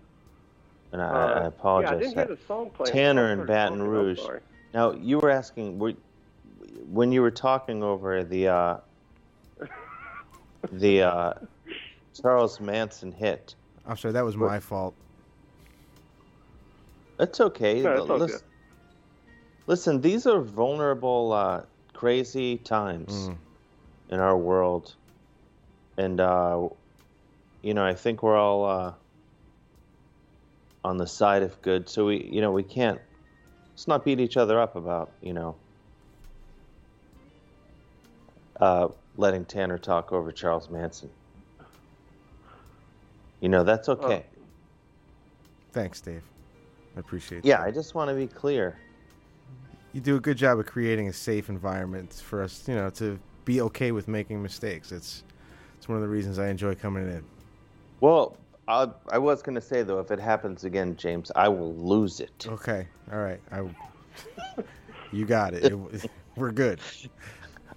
and I,
Uh,
I apologize.
Yeah, I didn't
for
hear
that.
the song playing.
Tanner
I
in
heard
Baton
something, I'm
Rouge.
sorry.
Now you were asking were, when you were talking over the uh, the uh, Charles Manson hit.
I'm sorry, that was my fault.
That's okay.
No, it's all
listen, listen, these are vulnerable, uh, crazy times
Mm.
in our world, and uh, you know, I think we're all uh, on the side of good. So we, you know, we can't let's not beat each other up about you know uh, letting Tanner talk over Charles Manson. You know, that's okay.
Thanks, Dave. I appreciate it.
yeah, I just want to be clear.
You do a good job of creating a safe environment for us, you know, to be okay with making mistakes. It's it's one of the reasons I enjoy coming in.
Well, I, I was going to say, though, if it happens again, James, I will lose it.
Okay. All right. I You got it. It- we're good.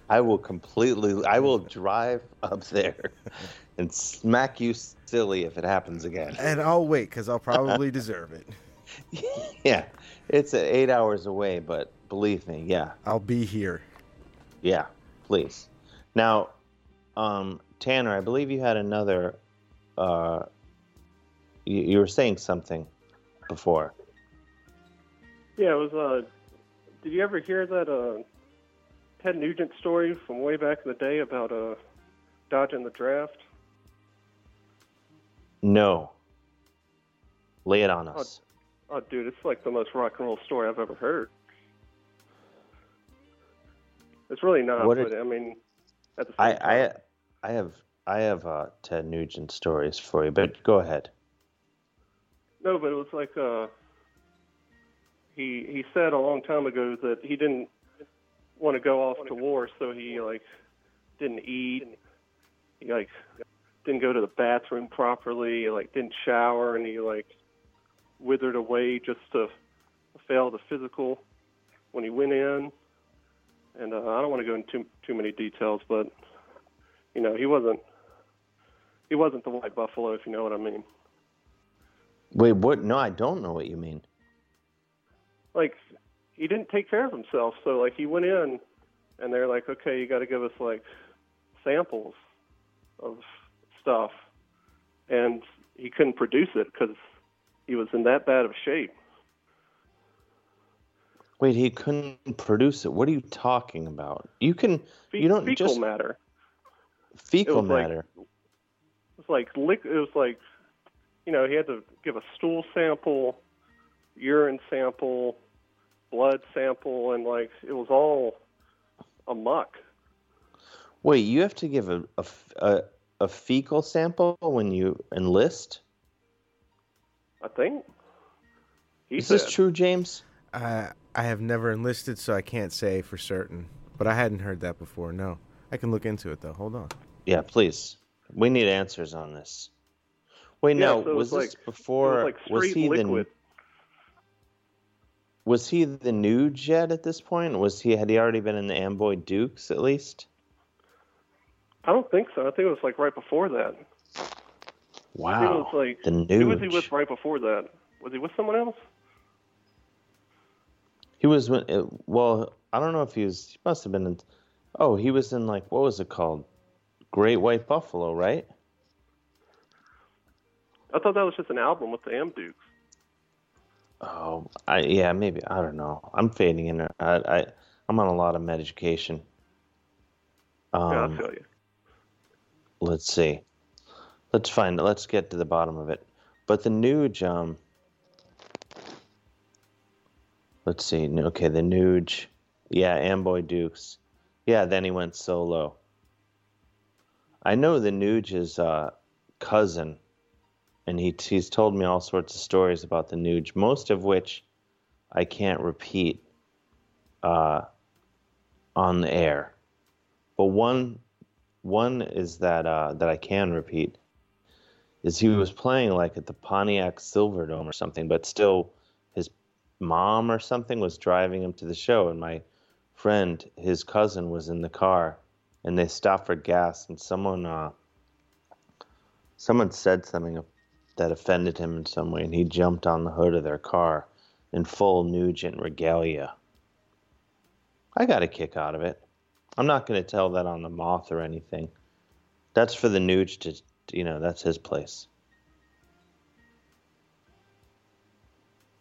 I will completely, I will drive up there and smack you silly if it happens again.
and I'll wait cuz I'll probably deserve it.
Yeah, it's uh, eight hours away, but believe me, yeah.
I'll be here.
Yeah, please. Now, um, Tanner, I believe you had another, uh, you, you were saying something before.
Yeah, it was. Uh, did you ever hear that uh, Ted Nugent story from way back in the day about uh, dodging the draft?
No. Lay it on us.
Oh, dude, it's like the most rock and roll story I've ever heard. It's really not.
What
but
is-
I mean, at the
I, I, I have, I have uh, Ted Nugent stories for you, but go ahead.
No, but it was like uh, he he said a long time ago that he didn't want to go off to war, so he like didn't eat, he like didn't go to the bathroom properly, like didn't shower, and he like withered away just to fail the physical when he went in. And uh, I don't want to go into too, too many details, but you know he wasn't he wasn't the white buffalo, if you know what I mean.
Wait, what? No, I don't know what you mean.
like he didn't take care of himself. So like he went in, and they're like, okay, you got to give us like samples of stuff, and he couldn't produce it because he was in that bad of shape.
Wait, he couldn't produce it. What are you talking about? You can, you don't
fecal
just
matter.
fecal
It was like-
matter.
It was like lick. It was like, you know, he had to give a stool sample, urine sample, blood sample, and like it was all a muck.
Wait, you have to give a, a f- a- a fecal sample when you enlist.
I think. He
Is this
said.
true, James?
I I have never enlisted, so I can't say for certain. But I hadn't heard that before. No, I can look into it though. Hold on.
Yeah, please. We need answers on this. Wait,
Yeah,
no,
so it
was
was like-
this
it was
before?
like
was
straight
he
liquid.
the was he the nude yet at this point? Was he had he already been in the Amboy Dukes at least?
I don't think so. I think it was like right before that. I think it
Wow,
was like
the
who was he
nude.
with right before that? Was he with someone else?
He was when uh, well, I don't know if he was. He must have been in. Oh, he was in like what was it called? Great White Buffalo, right?
I thought that was just an album with the Am Dukes.
Oh, I yeah, maybe I don't know. I'm fading in. I I I'm on a lot of medication. Um,
yeah, I feel you.
Let's see. Let's find. Let's get to the bottom of it. But the Nuge, um, let's see. n- Okay, the Nuge. Yeah, Amboy Dukes. Yeah, then he went solo. I know the Nuge is uh, cousin, and he he's told me all sorts of stories about the Nuge, most of which I can't repeat uh, on the air. But one one is that uh, that I can repeat is he was playing like at the Pontiac Silverdome or something, but still his mom or something was driving him to the show, and my friend, his cousin, was in the car, and they stopped for gas, and someone uh, someone said something that offended him in some way, and he jumped on the hood of their car in full Nugent regalia. I got a kick out of it. I'm not going to tell that on the moth or anything. That's for the Nuge to, you know, that's his place.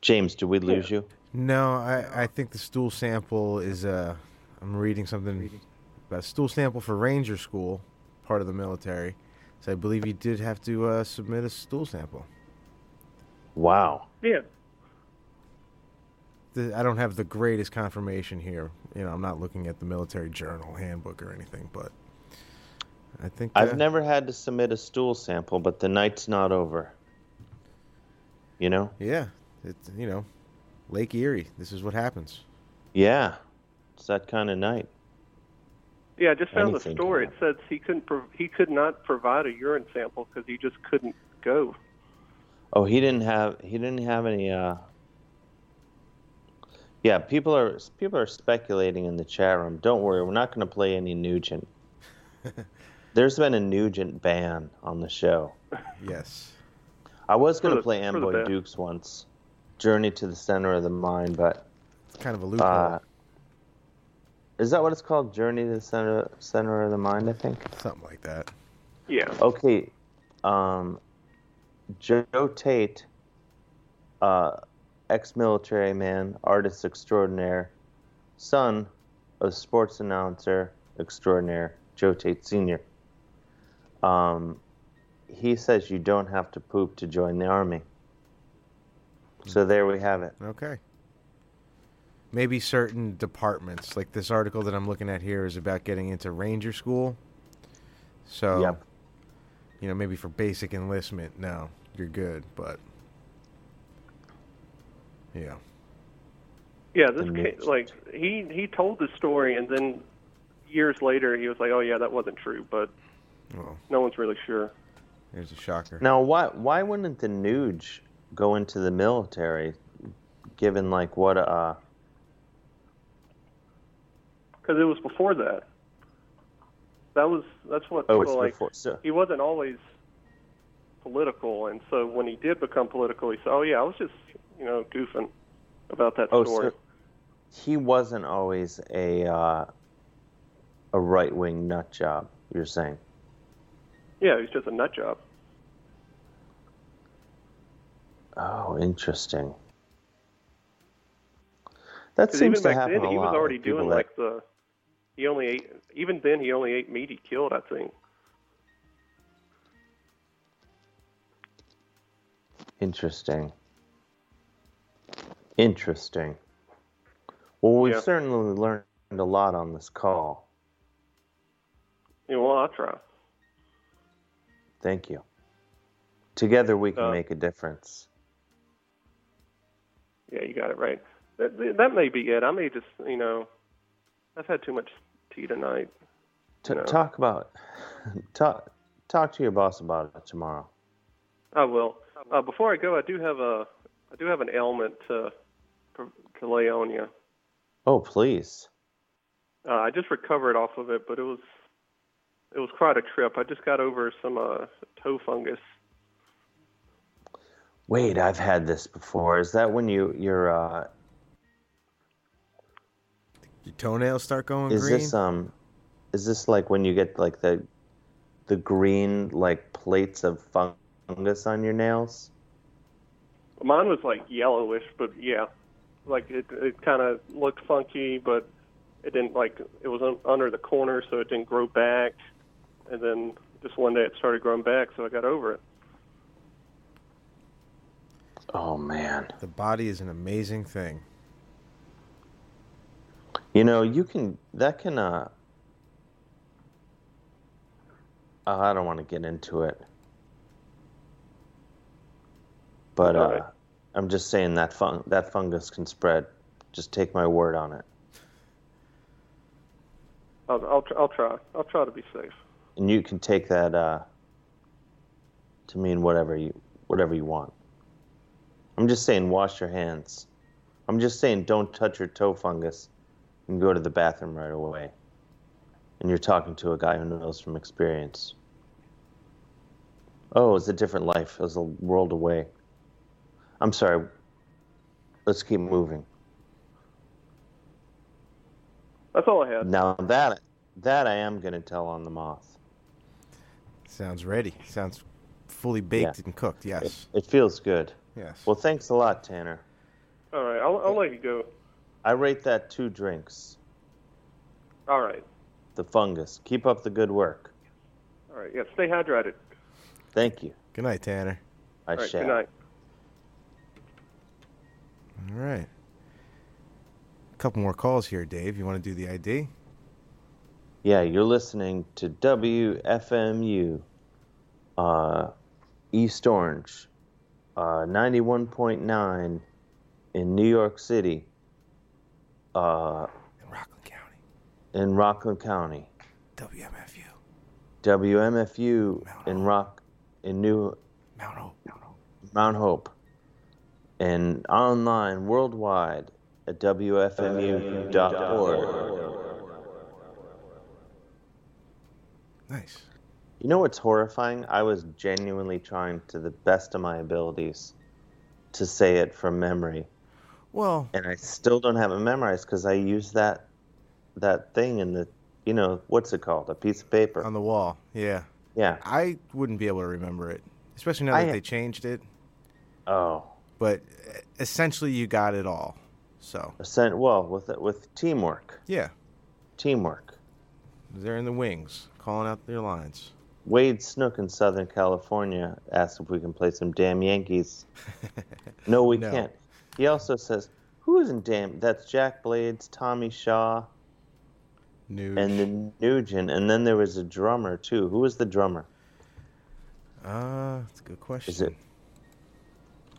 James, did we lose you?
No, I, I think the stool sample is. Uh, I'm reading something about stool sample for Ranger School, part of the military. So I believe you did have to uh, submit a stool sample.
Wow.
Yeah.
The, I don't have the greatest confirmation here. You know, I'm not looking at the military journal handbook or anything, but I think uh,
I've never had to submit a stool sample, but the night's not over. You know?
Yeah. It, you know, Lake Erie. This is what happens.
Yeah. It's that kind of night.
Yeah, I just found the
Anything can
story. It says he couldn't. Pro- he could not provide a urine sample because he just couldn't go.
Oh, he didn't have he didn't have any uh Yeah, people are people are speculating in the chat room. Don't worry, we're not going to play any Nugent. There's been a Nugent ban on the show.
Yes.
I was
For
going to
the-
play
for the
Amboy
ban.
Dukes once, Journey to the Center of the Mind, but
It's kind of a loophole.
uh, is that what it's called? Journey to the Center Center of the Mind, I think.
Something like that.
Yeah.
Okay. Um, Joe Tate, uh, ex-military man, artist extraordinaire, son of sports announcer extraordinaire Joe Tate Senior. Um, he says you don't have to poop to join the army. So there we have it.
Okay. maybe certain departments. Like this article that I'm looking at here is about getting into ranger school. So,
Yep.
you know, maybe for basic enlistment, no, you're good. But yeah,
Yeah, this
And
kid, like he he told the story, and then years later he was like, "Oh yeah, that wasn't true," but
Well.
no one's really sure.
there's a shocker.
Now, why why wouldn't the Nuge go into the military, given like what uh
Because it was before that. That was that's what
oh it's
people like.
before so,
He wasn't always political, and so when he did become political, he said, "Oh yeah, I was just you know goofing about that
oh
story."
so he wasn't always a uh, a right wing nut job. You're saying
Yeah, he was just a nut job.
oh interesting. That
'Cause
seems
even
to
back
happen
then,
a
he
lot.
was
with
already
people
doing
that-
like the. He only ate. Even then, he only ate meat he killed. I think.
Interesting. Interesting. Well, we've
Yeah.
certainly learned a lot on this call.
You know, well, I'll try.
Thank you. Together we can make a difference.
Yeah, you got it right. That, that- that may be it. I may just, you know, I've had too much tea tonight.
T- Talk about talk talk to your boss about it tomorrow.
I will. Uh, before I go, I do have a, I do have an ailment to, to lay on you.
Oh, please.
Uh, I just recovered off of it, but it was, it was quite a trip. I just got over some uh, toe fungus.
Wait, I've had this before. Is that when you your uh
Your toenails start going
is
green.
this um is this like when you get like the the green like plates of fungus on your nails?
Mine was like yellowish, but yeah, like it, it kind of looked funky, but it didn't like it was un- under the corner, so it didn't grow back. And then just one day it started growing back, so I got over it.
Oh man.
The body is an amazing thing.
You know, you can that can uh oh, I don't want to get into it. But uh
Alright.
I'm just saying that fun that fungus can spread. Just take my word on it.
I'll I'll, tr- I'll try. I'll try to be safe.
And you can take that uh to mean whatever you whatever you want. I'm just saying wash your hands. I'm just saying don't touch your toe fungus and go to the bathroom right away. And you're talking to a guy who knows from experience. Oh, it's a different life. It was a world away. I'm sorry. Let's keep moving.
That's all I had.
Now that that I am gonna tell on the moth.
Sounds ready. Sounds fully baked
Yeah.
and cooked. Yes.
It feels good.
Yes.
Well, thanks a lot, Tanner.
All right, I'll I'll let you go.
I rate that two drinks.
All right,
The fungus. Keep up the good work.
all right. Yeah, stay hydrated.
Thank you.
Good night, Tanner.
I
all right,
shall.
good night.
All right. A couple more calls here, Dave. You want to do the ID?
Yeah, you're listening to WFMU, uh, East Orange, uh, 91.9 in New York City, uh, in Rockland County,
WMFU.
WMFU in Rock, in New
Mount Hope.
Mount Hope, and online worldwide at WFMU.org.
Nice.
You know what's horrifying? I was genuinely trying to the best of my abilities to say it from memory,
Well,
and I still don't have it memorized because I used that that thing in the you know what's it called a piece of paper
on the wall. Yeah.
Yeah.
I wouldn't be able to remember it, especially now
I-
that they changed it.
Oh.
But uh, essentially, you got it all. So
Ascent, well, with with teamwork,
yeah,
teamwork.
they're in the wings, calling out their lines.
Wade Snook in Southern California asks if we can play some damn Yankees. no, we
No.
can't. He also says, Who isn't damn? That's Jack Blades, Tommy Shaw, and the Nugent. And then there was a drummer too. Who was the drummer?
Ah, that's a good question.
Is it?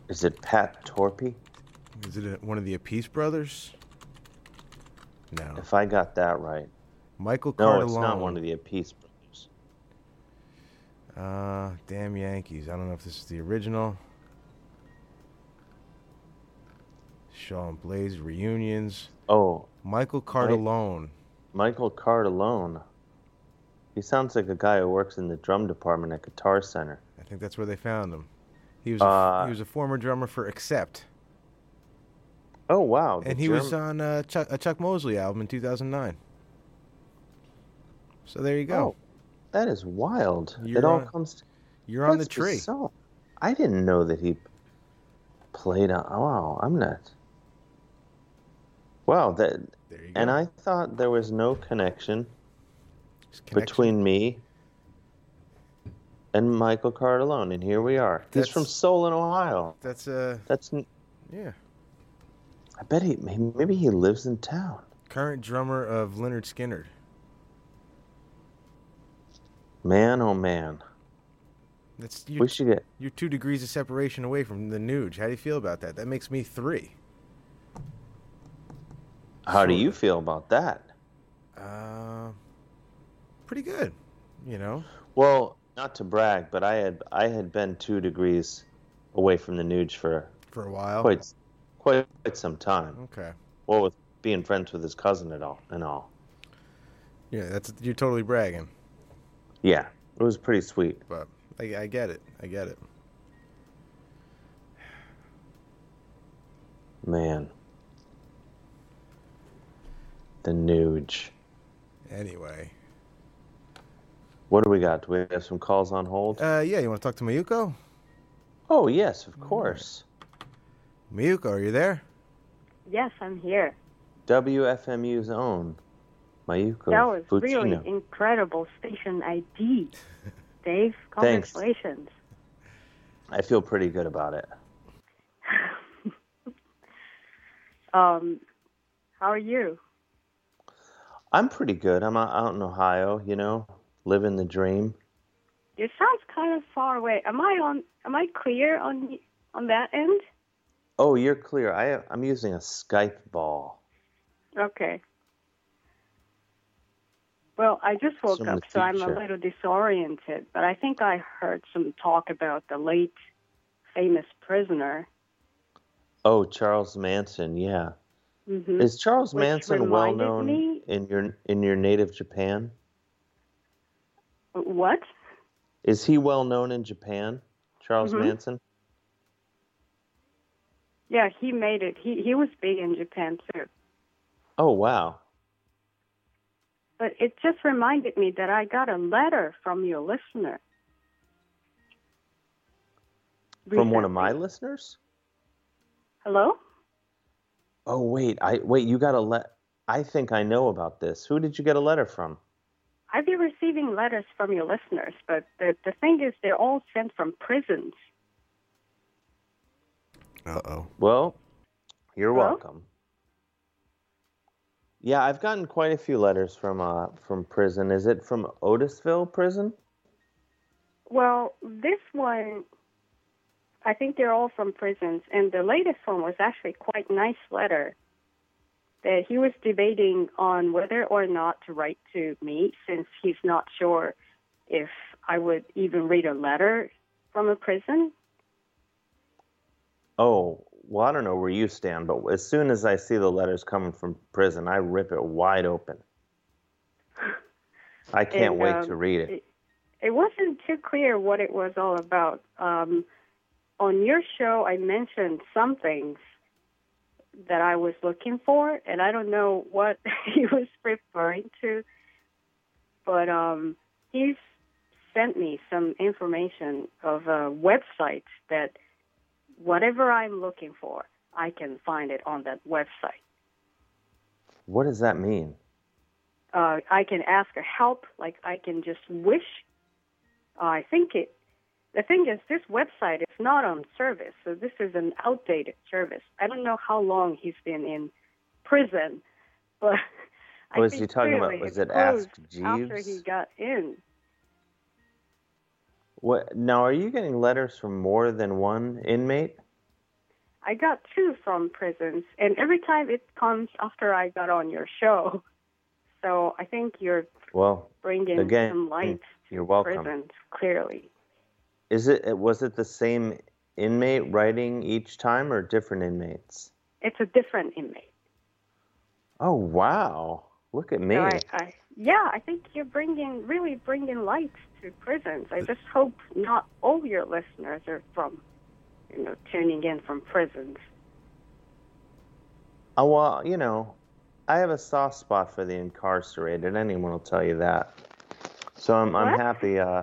Is it Pat Torpy?
Is it a- one of the Apiece brothers? No.
If I got that right.
Michael
No, it's not
Cardellone.
one of the Apiece brothers.
Uh, damn Yankees. I don't know if this is the original. Shaw and Blaze reunions.
Oh,
Michael
Right.
Cardellone.
Michael Cardellone. He sounds like a guy who works in the drum department at Guitar Center.
I think that's where they found him. He was a,
Uh,
he was a former drummer for Accept,
Oh wow! the
and he was
Germ-
on uh, Chuck, a Chuck Mosley album in 2009. So there you
Oh,
go.
that is wild. it
You're uh,
all
on-
comes. To,
You're on the
That's
tree.
bizarre. I didn't know that he played on. Wow, I'm not. Wow, that. And I thought there was no connection, between me and Michael Cardellone, and here we are. He's from Solon, Ohio.
That's uh,
That's. n-
yeah.
I bet he maybe he lives in town.
Current drummer of Leonard Skinner.
Man, oh man.
That's
We should get.
You're two degrees of separation away from the Nuge. How do you feel about that? That makes me three.
How do you feel about that?
Uh, pretty good. You know,
Well, not to brag, but I had I had been two degrees away from the Nuge for
for a while.
quite quite quite some time.
Okay.
Well, with being friends with his cousin at all and all.
Yeah, that's you're totally bragging.
Yeah, it was pretty sweet.
But I, I get it. I get it.
Man, the Nuge.
Anyway.
What do we got? Do we have some calls on hold?
Uh, yeah, you want to talk to Miyuko?
Oh yes, of course.
Miyuko, are you there?
Yes, I'm here.
WFMU's own Mayuko
that was really
Fuchino.
incredible station ID. Dave,
Thanks.
congratulations.
I feel pretty good about it.
Um, how are you?
I'm pretty good. I'm out out in Ohio, you know, living the dream.
It sounds kind of far away. Am I on? Am I clear on on that end?
Oh, you're clear. I I'm using a Skype ball.
Okay. Well, I just woke
Some
up,
of the
so I'm a
feature.
little disoriented. But I think I heard some talk about the late famous prisoner.
Oh, Charles Manson. Yeah.
hmm
Is Charles
which
Manson well
reminded
known
me-
in your in your native Japan?
What?
Is he well known in Japan? Charles
Mhm.
Manson.
Yeah, he made it. He he was big in Japan too.
Oh wow.
But it just reminded me that I got a letter from your listener.
From one of my listeners.
Hello?
Oh wait, I wait. You got a let. I think I know about this. Who did you get a letter from?
I've been receiving letters from your listeners, but the, the thing is, they're all sent from prisons.
Uh oh.
Well, you're
Hello?
welcome. Yeah, I've gotten quite a few letters from uh from prison. Is it from Otisville prison?
Well, this one, I think they're all from prisons, and the latest one was actually quite nice letter that he was debating on whether or not to write to me since he's not sure if I would even read a letter from a prison.
Oh, well, I don't know where you stand, but as soon as I see the letters coming from prison, I rip it wide open. I can't
And,
wait
um,
to read it.
it. It wasn't too clear what it was all about. Um, on your show, I mentioned some things that I was looking for, and I don't know what he was referring to, but um, he's sent me some information of a website that whatever I'm looking for, I can find it on that website.
What does that mean?
uh, I can ask for help. Like I can just wish. I uh, think it The thing is, this website is not on service, so this is an outdated service. I don't know how long he's been in prison, but I
Was
think
he talking about-
clearly
was
it
it Ask
closed After he
Jeeves?
got in,
What now? Are you getting letters from more than one inmate?
I got two from prisons, and every time it comes after I got on your show. So I think you're
Well,
bringing
Again,
some light
you're
to
welcome.
prisons, clearly.
Is it was it the same inmate writing each time or different inmates?
It's a different inmate.
Oh wow! Look at me.
So I, I, yeah, I think you're bringing really bringing light to prisons. I just hope not all your listeners are from, you know, tuning in from prisons.
Oh, well, you know, I have a soft spot for the incarcerated. Anyone will tell you that. So I'm, I'm
What?
happy uh,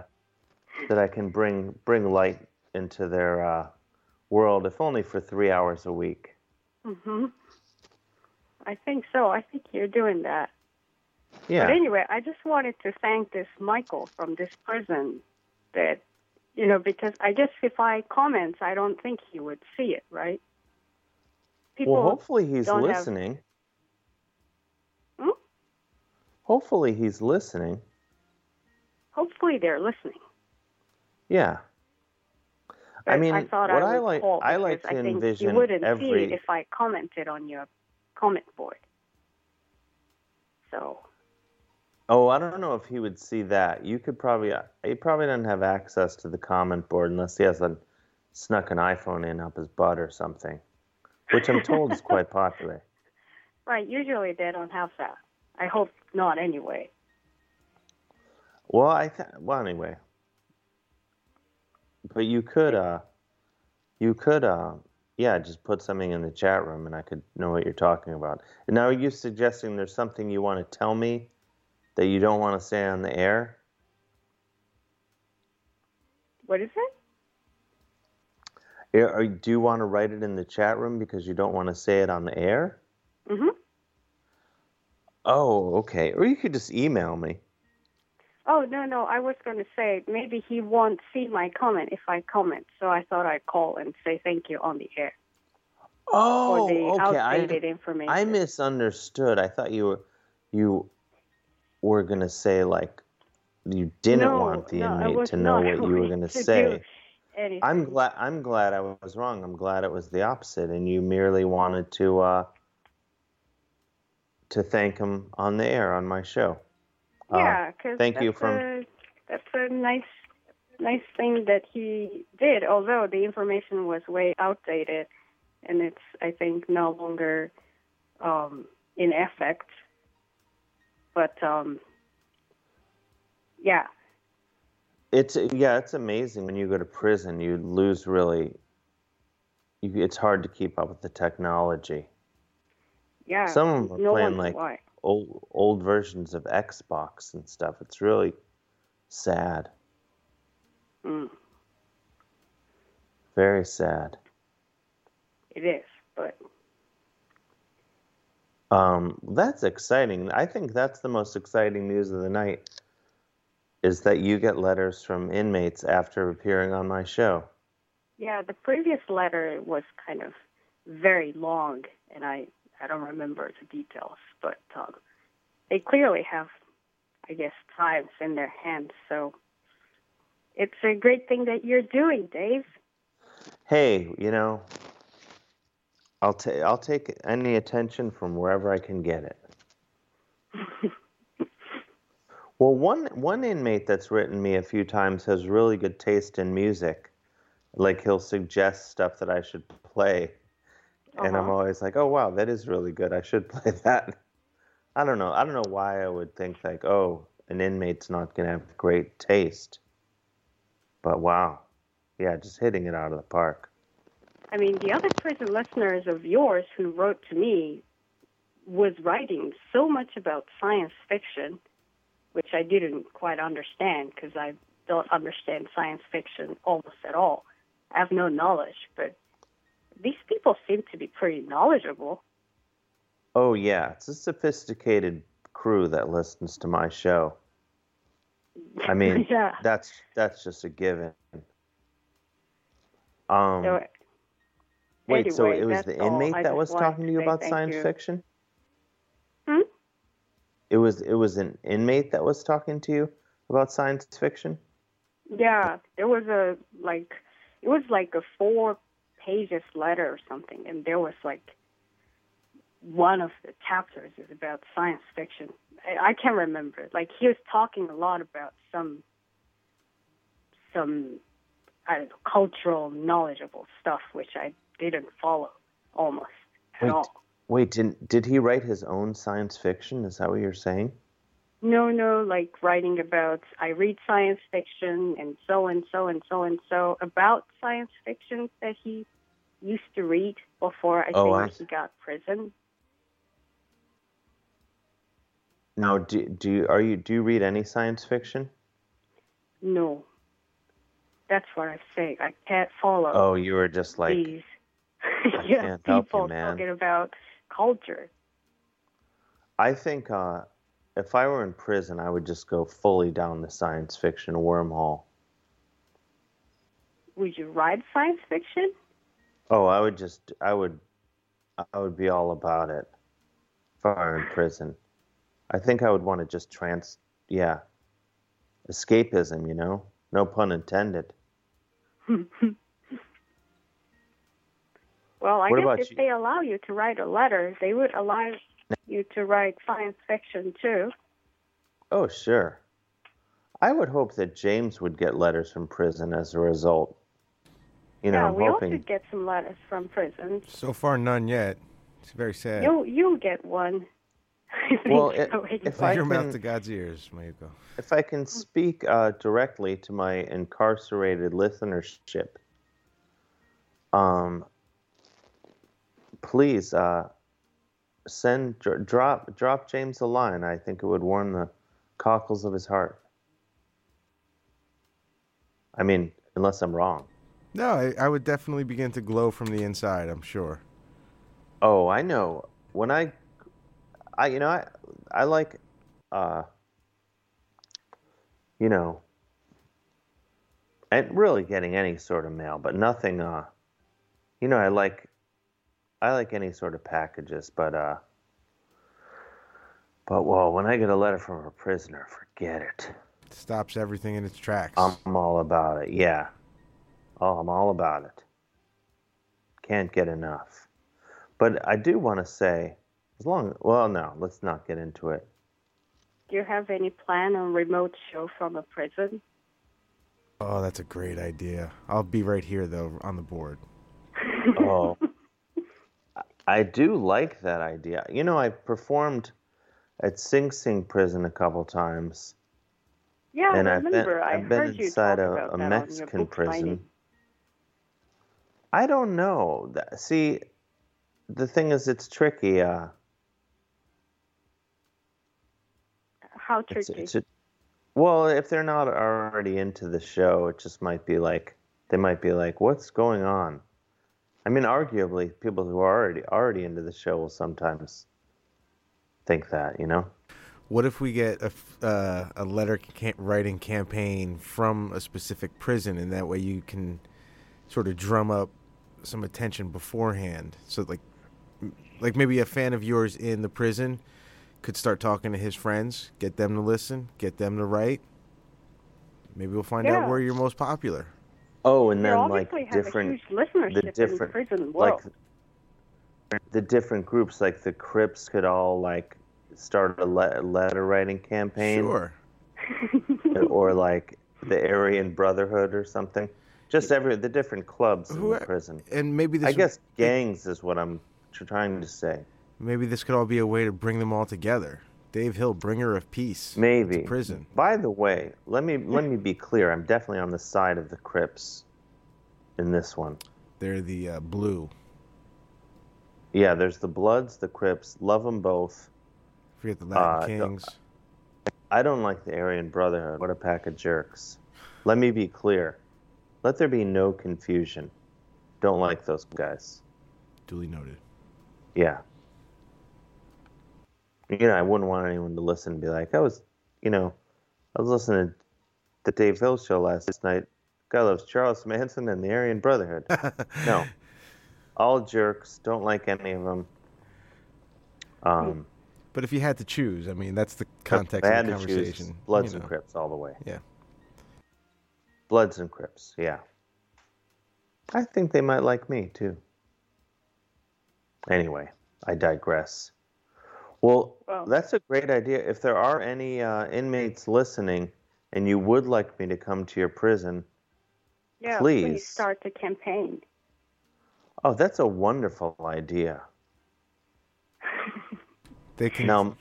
that I can bring bring light into their uh, world, if only for three hours a week. Mm-hmm.
hmm I think so. I think you're doing that.
Yeah.
But anyway, I just wanted to thank this Michael from this prison that, you know, because I guess if I comment, I don't think he would see it, right?
well, hopefully he's
don't have-
listening.
Hmm?
Hopefully he's listening.
Hopefully they're listening.
Yeah. I
But
mean,
I thought
what
I
I,
would
like
call
I
because
like to
I think
envision
you wouldn't see it
every
if I commented on your comment board. So
Oh, I don't know if he would see that. You could probably uh, he probably doesn't have access to the comment board unless he has a snuck an iPhone in up his butt or something, which I'm told is quite popular.
right, usually they don't have that. I hope not anyway.
Well, I th- well anyway, but you could uh, you could uh, yeah, just put something in the chat room and I could know what you're talking about. And now, are you suggesting there's something you want to tell me that you don't want to say on the air?
What is it?
Yeah, Or do you want to write it in the chat room because you don't want to say it on the air?
Mm-hmm.
Oh, okay. Or you could just email me.
Oh no no, I was gonna say maybe he won't see my comment if I comment, so I thought I'd call and say thank you on the air.
Oh,
for the
okay.
outdated
I,
information.
I misunderstood. I thought you were you were gonna say like you didn't
No,
want the
no, I
inmate
was
to know
not
what you were
going
gonna
to do
say.
Anything.
I'm glad. I'm glad I was wrong. I'm glad it was the opposite, and you merely wanted to uh, to thank him on the air on my show. Uh,
Yeah, 'cause
thank you
that's
from
a, that's a nice nice thing that he did. Although the information was way outdated, and it's I think no longer um, in effect. But um, yeah,
It's yeah, it's amazing when you go to prison, you lose really. You, it's hard to keep up with the technology.
yeah.
Some of them are
no one
playing like
why.
old old versions of Xbox and stuff. It's really sad,
Mm,
very sad.
it is, but
Um, that's exciting. I think that's the most exciting news of the night. Is that you get letters from inmates after appearing on my show?
yeah, the previous letter was kind of very long, and I I don't remember the details, but um, they clearly have, I guess, times in their hands. So it's a great thing that you're doing, Dave.
Hey, you know, I'll take I'll take any attention from wherever I can get it. well, one one inmate that's written me a few times has really good taste in music. Like he'll suggest stuff that I should play, and I'm
Uh-huh.
always like, "Oh wow, that is really good. I should play that." I don't know. I don't know why I would think like, "Oh, an inmate's not gonna have great taste," but wow, yeah, just hitting it out of the park.
I mean, the other prison listeners of yours who wrote to me was writing so much about science fiction, which I didn't quite understand because I don't understand science fiction almost at all. I have no knowledge, but these people seem to be pretty knowledgeable.
Oh yeah, it's a sophisticated crew that listens to my show. I mean,
Yeah.
that's that's just a given. Um,
So,
wait, so
anyway,
it was
that's
the
all.
inmate
I
that
just
was
wanted
talking to you
say
about
thank
science
you.
fiction?
Hmm?
It was it was an inmate that was talking to you about science fiction.
Yeah, there was a like it was like a four pages letter or something, and there was like one of the chapters is about science fiction. I, I can't remember. Like he was talking a lot about some some I don't know, cultural knowledgeable stuff, which I didn't follow almost at
Wait,
all.
wait, did did he write his own science fiction? Is that what you're saying?
No, no, like writing about I read science fiction and so and so and so and so about science fiction that he used to read before I
Oh,
think
I see.
he got prison.
Now, do do you, are you do you read any science fiction?
No. That's what I'm saying. I can't follow
Oh, you were just like
these
I
yeah,
can't help you,
people
man.
talking about culture.
I think uh, if I were in prison, I would just go fully down the science fiction wormhole.
Would you write science fiction?
Oh, I would just, I would, I would be all about it if I were in prison. I think I would want to just trans, yeah, escapism, you know, no pun intended.
Well, I
What about
guess if
you-
they allow you to write a letter, they would allow you to write science fiction too.
Oh, sure. I would hope that James would get letters from prison as a result. You know,
yeah,
I'm
we all
hoping.
should get some letters from prison.
So far, none yet. It's very sad.
You you get one.
Well,
Think
it-
so, anyway.
if I
your mouth
can-
to God's ears, Mayuko.
If I can speak uh, directly to my incarcerated listenership, um, please uh, send dr- drop drop James a line. I think it would warm the cockles of his heart. I mean, unless I'm wrong.
No, I, I would definitely begin to glow from the inside. I'm sure.
Oh, I know. When I, I you know I I like, uh, you know, and really getting any sort of mail, but nothing. Uh, you know, I like, I like any sort of packages, but uh, but well, when I get a letter from a prisoner, forget it.
Stops everything in its tracks.
I'm all about it. Yeah. Oh, I'm all about it. Can't get enough. But I do want to say, as long well, no, let's not get into it.
Do you have any plan on remote show from a prison?
Oh, that's a great idea. I'll be right here though on the board.
Oh, I- I do like that idea. You know, I performed at Sing Sing prison a couple times,
Yeah,
and
I
I've
remember.
been
I
I've been
heard you
inside
talk about
a, a
that on your
Mexican
book
prison.
signing.
I don't know. Th- See, the thing is, it's tricky. Uh,
How
It's,
tricky.
it's a, well, if they're not already into the show, it just might be like they might be like, "What's going on?" I mean, arguably, people who are already already into the show will sometimes think that, you know.
What if we get a, f- uh, a letter ca- writing campaign from a specific prison, and that way you can sort of drum up some attention beforehand? So, like, m- like maybe a fan of yours in the prison could start talking to his friends, get them to listen, get them to write. Maybe we'll find
Yeah.
out where you're most popular.
Oh, and
You
then like
obviously have a
different
huge listenership
the different
in prison
like
world.
the different groups, like the Crips, could all like start a le- letter writing campaign.
Sure.
or like the Aryan Brotherhood or something. Just every the different clubs in the prison.
And maybe this
I
would-
guess gangs is what I'm tr- trying to say.
Maybe this could all be a way to bring them all together. Dave Hill, bringer of peace.
Maybe
prison.
By the way, let me let me be clear. I'm definitely on the side of the Crips in this one.
They're the uh, blue.
Yeah, there's the Bloods, the Crips. Love them both. Uh,
Forget the Latin Kings.
I don't like the Aryan Brotherhood. What a pack of jerks. Let me be clear. Let there be no confusion. Don't like those guys.
Duly noted.
Yeah. You know, I wouldn't want anyone to listen and be like, I was, you know, I was listening to the Dave Hill show last night God loves Charles Manson and the Aryan Brotherhood. no, all jerks. Don't like any of them. Um,
But if you had to choose, I mean, that's the context
I
of
had
the
to choose
conversation.
Bloods
you
and
know.
Crips all the way.
Yeah.
Bloods and Crips. Yeah. I think they might like me too. Anyway, I digress. Well, that's a great idea. If there are any uh, inmates listening and you would like me to come to your prison,
Yeah,
Please.
start the campaign.
oh, that's a wonderful idea.
They can
now,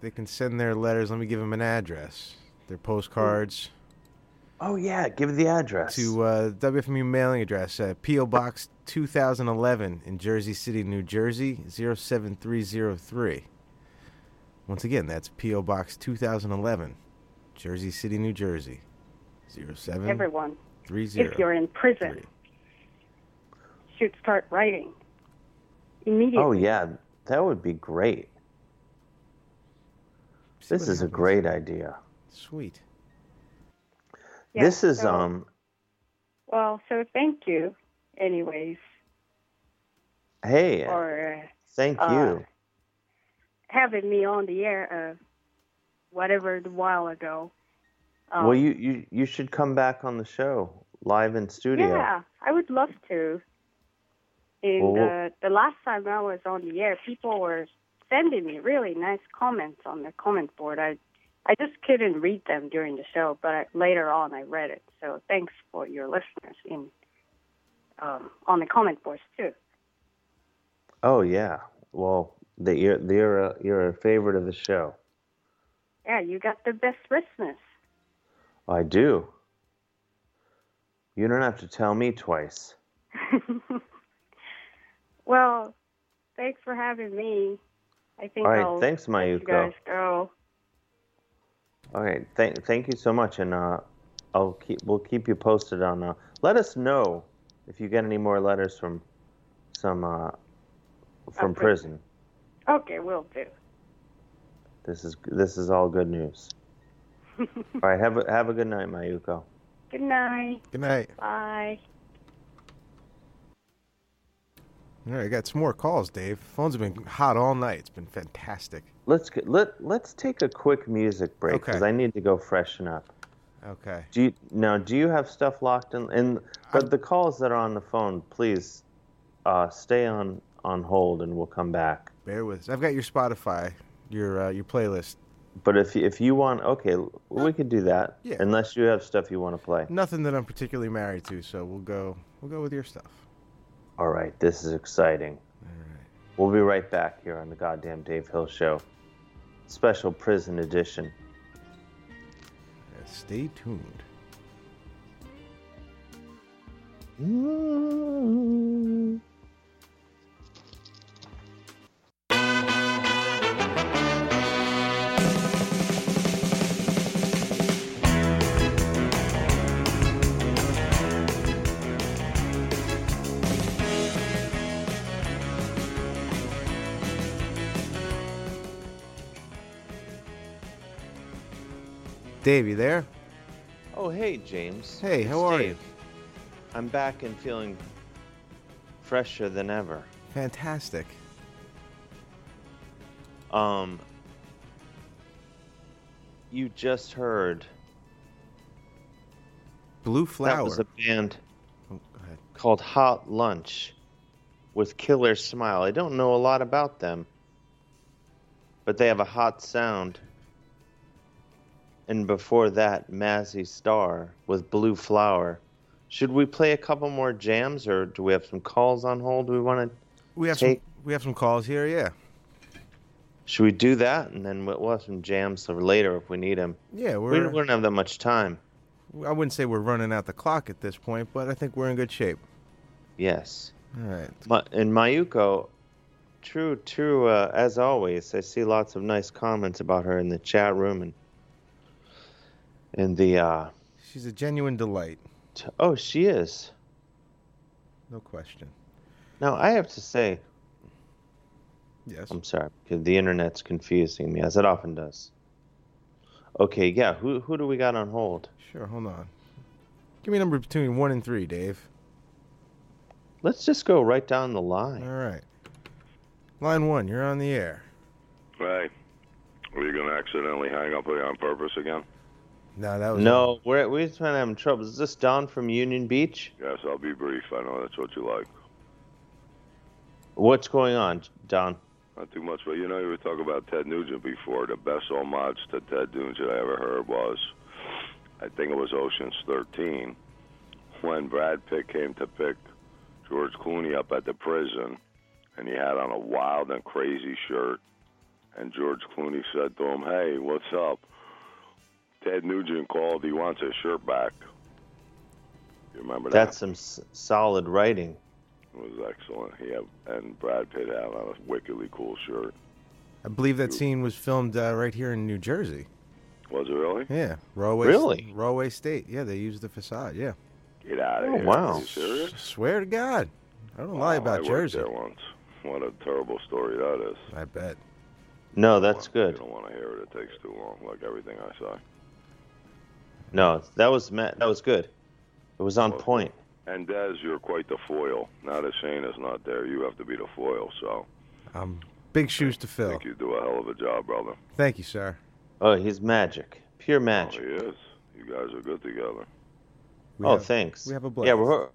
they can send their letters. Let me give them an address. Their postcards.
Oh yeah, give the address
to uh, WFMU mailing address, uh, PO Box 2011 in Jersey City, New Jersey 07303. Once again, that's PO Box 2011, Jersey City, New Jersey
Mm-hmm.
07
Everyone,
30.
if you're in prison, should start writing immediately.
Oh yeah, that would be great. This is a great idea.
Sweet.
Yeah,
this is
so-
um
Well, so thank you, anyways.
hey,
Or uh,
thank
uh,
you.
having me on the air uh, whatever the while ago. Um,
well, you, you you should come back on the show live in studio.
Yeah, I would love to. And
Well-
uh, the last time I was on the air, people were sending me really nice comments on the comment board. I I just couldn't read them during the show, but I, later on I read it. So thanks for your listeners in um, on the comment boards too.
Oh yeah. Well, the, you're you're a, you're a favorite of the show.
Yeah, you got the best listeners.
I do. You don't have to tell me twice.
Well, thanks for having me. I think
All right,
I'll
thanks,
let you
Mayuko.
guys go.
All right. Thank thank you so much, and uh, I'll keep we'll keep you posted on. Uh, let us know if you get any more letters from some uh, from prison.
Okay, will do.
This is this is all good news. all right. Have a have a good night, Mayuko.
Good night.
Good night.
Bye.
All right, I got some more calls, Dave. Phones have been hot all night. It's been fantastic.
Let's get- let let's take a quick music break because I need to go freshen up.
Okay.
Do you now? Do you have stuff locked in? And but the calls that are on the phone, please uh, stay on on hold, and we'll come back.
Bear with us. I've got your Spotify, your uh, your playlist.
But if you- if you want, okay, we could do that.
Yeah.
Unless you have stuff you want to play.
Nothing that I'm particularly married to, so we'll go we'll go with your stuff.
All right, this is exciting. We'll be right back here on the goddamn Dave Hill Show, special prison edition.
Uh, Stay tuned. Dave, you there?
Oh, hey, James.
Hey,
It's
how are
Dave. I'm back and feeling fresher than ever.
Fantastic.
Um, you just heard
Blue
That was
Flower. Oh,
a band called Hot Lunch with Killer Smile. I don't know a lot about them, but they have a hot sound. And before that, Mazzy Star with Blue Flower. Should we play a couple more jams, or do we have some calls on hold? We want to.
We have
take.
some we have some calls here. Yeah,
Should we do that, and then we'll we'll have some jams for later if we need them.
yeah.
We
We're
don't we don't have that much time.
I wouldn't say we're running out the clock at this point, but I think we're in good shape.
Yes.
All right.
Ma- and Mayuko, true, true, uh, as always, I see lots of nice comments about her in the chat room and in the. Uh,
She's a genuine delight,
t- oh, she is.
no question.
Now, I have to say.
Yes.
I'm sorry, because the internet's confusing me, as it often does. Okay, yeah, who, who do we got on hold?
Sure. Hold on. Give me a number between one and three, Dave.
Let's just go right down the line.
All right. Line one, you're on the air.
Hey, were you going to accidentally hang up on purpose again?
No, that was
no. We're we're just trying to have trouble. Is this Don from Union Beach?
Yes, I'll be brief. I know that's what you like.
What's going on, Don?
Not too much, but you know, you were talking about Ted Nugent before. The best homage to Ted Nugent I ever heard was, I think it was Ocean's 13, when Brad Pitt came to pick George Clooney up at the prison, and he had on a wild and crazy shirt. And George Clooney said to him, Hey, what's up? Ted Nugent called. He wants his shirt back. You remember that?
That's some s- solid writing.
It was excellent. He had, and Brad Pitt had on a wickedly cool shirt.
I believe that scene was filmed uh, right here in New Jersey.
Was it really?
Yeah, Rawway.
Really?
Rawway State. Yeah, they used the facade. Yeah.
Get out of
Oh,
here.
wow.
Are you serious?
Swear to God, I don't lie
Wow, I
about
worked
Jersey.
there once. What a terrible story that is.
I bet.
No, that's
You
good.
don't want to hear it. It takes too long, like everything I say.
No, that was ma- that was good. It was on point.
And Des, you're quite the foil. Now that Shane is not there, you have to be the foil. So
Um, big shoes to
I
fill.
think you do a hell of a job, brother.
Thank you, sir.
Oh, he's magic, pure magic.
He is. Oh, You guys are good together.
We
Oh,
have-
thanks.
we have a
Yeah,
blast.
we're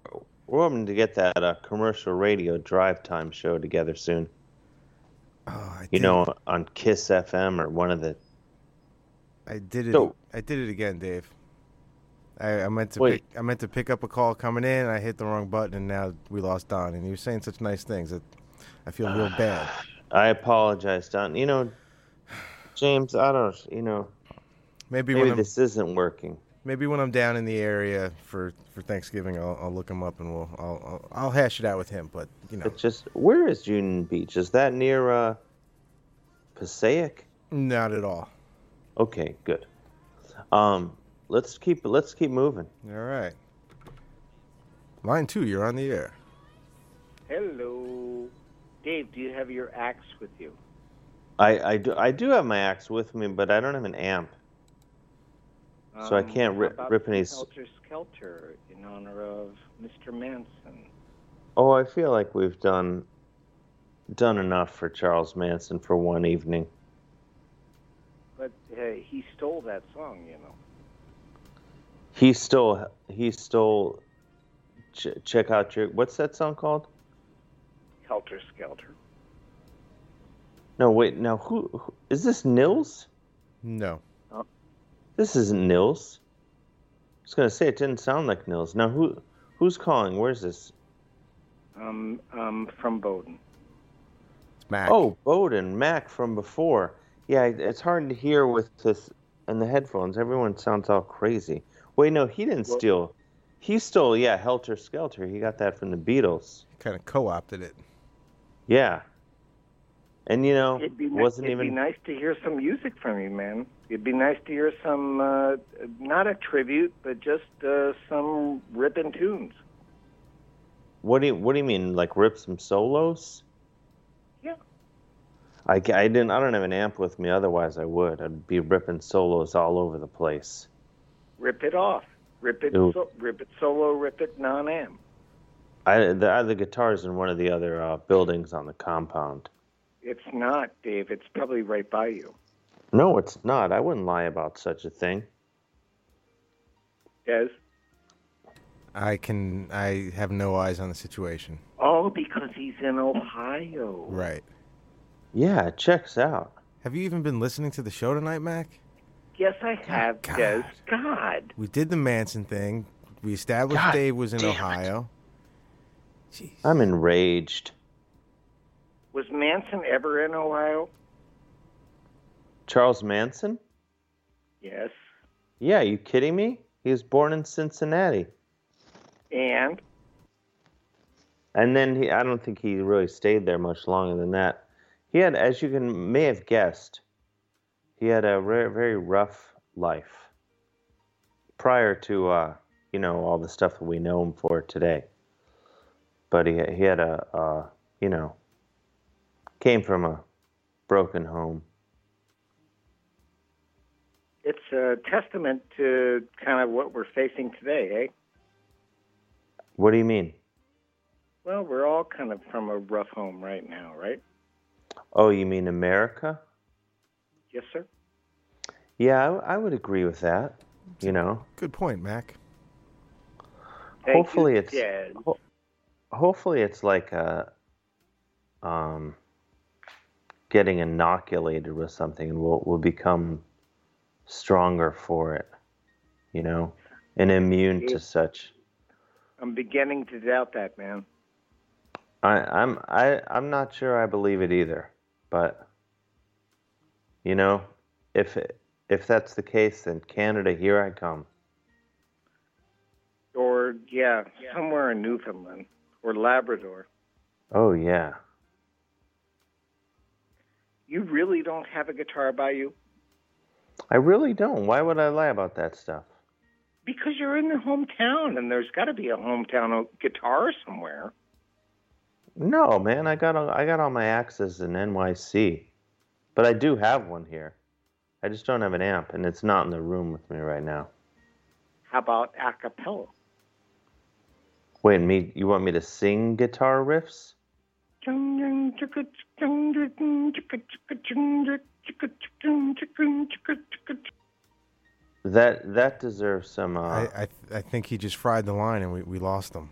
we're hoping to get that uh, commercial radio drive time show together soon.
Oh,
you know, on Kiss FM or one of the.
I did it.
So-
I did it again, Dave. I, I meant to
Wait.
pick. I meant to pick up a call coming in, and I hit the wrong button, and now we lost Don. And he was saying such nice things that I feel real bad.
I apologize, Don. You know, James, I don't. You know,
Maybe,
maybe
when I'm,
this isn't working.
maybe when I'm down in the area for, for Thanksgiving, I'll, I'll look him up and we'll I'll, I'll I'll hash it out with him. But you know,
It's just where is Union Beach? Is that near uh, Passaic?
not at all.
Okay, good. Um, let's keep let's keep moving.
All right. Line two, you're on the air.
Hello. Dave, do you have your axe with you?
I, I do I do have my axe with me, but I don't have an amp, so I
Um,
can't
how
rip,
about
rip any. s-
Helter Skelter in honor of Mr. Manson.
Oh, I feel like we've done done enough for Charles Manson for one evening.
But uh, he stole that song, you know.
He stole he stole. Ch- check out your what's that song called?
Helter Skelter.
No, wait, now who, who is this? Nils?
No.
This isn't Nils. I was gonna say it didn't sound like Nils. Now who who's calling? Where's this?
Um, um, from Bowden.
Mac.
Oh, Bowden, Mac from before. Yeah, it- it's hard to hear with this and the headphones. Everyone sounds all crazy. Wait, no, he didn't
Well-
steal. He stole, yeah, Helter Skelter. He got that from the Beatles.
Kind of co-opted it.
Yeah. And you know,
It'd be, ni-
wasn't
it'd
even
be nice to hear some music from you, man. It'd be nice to hear some, uh, not a tribute, but just uh, some ripping tunes.
What do you What do you mean? Like rip some solos?
Yeah.
I, ca- I didn't. I don't have an amp with me. Otherwise, I would. I'd be ripping solos all over the place.
Rip it off. Rip it,
Ooh.
so, rip it solo, rip it non-am.
I the other guitars in one of the other uh, buildings on the compound.
It's not, Dave. It's probably right by you.
No, it's not. I wouldn't lie about such a thing.
Yes.
I can. I have no eyes on the situation.
All because he's in Ohio.
Right.
Yeah, it checks out.
Have you even been listening to the show tonight, Mac?
Yes, I have.
God.
Yes, God.
We did the Manson thing. We established
God
Dave was in
damn it.
Ohio.
I'm enraged.
Was Manson ever in Ohio?
Charles Manson?
Yes.
Yeah, you kidding me? He was born in Cincinnati,
And
and then he. I don't think he really stayed there much longer than that. He had, as you can may have guessed, he had a very, very rough life prior to uh, you know all the stuff that we know him for today. But he he had a uh, you know came from a broken home.
it's a testament to kind of what we're facing today, eh?
What do you mean?
Well, we're all kind of from a rough home right now, right?
Oh, you mean America?
Yes, sir.
Yeah, I, w- I would agree with that. You know,
Good point, Mac.
Thank you,
hopefully it's
Dad.
ho- hopefully it's like a um, getting inoculated with something, and we'll we'll become stronger for it. You know, and immune to such.
I'm beginning to doubt that, man.
I, I'm I I'm not sure I believe it either, but you know, if if that's the case, then Canada, here I come.
Or yeah, somewhere in Newfoundland or Labrador.
Oh yeah.
You really don't have a guitar by you
I really don't. Why would I lie about that stuff?
because you're in the hometown, and there's got to be a hometown o- guitar somewhere.
No, man. I got all, I got all my axes in NYC, but I do have one here. I just don't have an amp, and it's not in the room with me right now.
How about a cappella?
Wait, me? You want me to sing guitar riffs? That that deserves some. Uh,
I, I, I think he just fried the line and we, we lost him.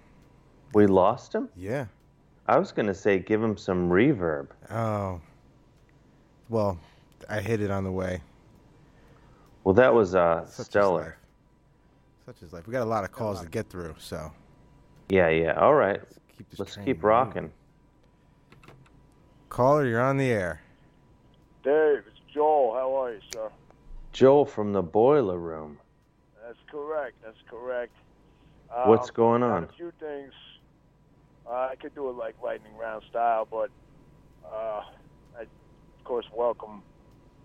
we lost him.
Yeah.
I was gonna say give him some reverb.
Oh. Well, I hit it on the way.
Well, that was uh,
Such is
stellar.
Such is life. We got a lot of calls to get through, so.
Yeah, yeah. All right. Let's keep rocking.
Caller, you're on the air.
Dave, it's Joel. How are you, sir?
Joel from the boiler room.
That's correct. That's correct.
What's
Um,
going
got
on?
A few things. Uh, I could do it like lightning round style, but uh, I, of course, welcome.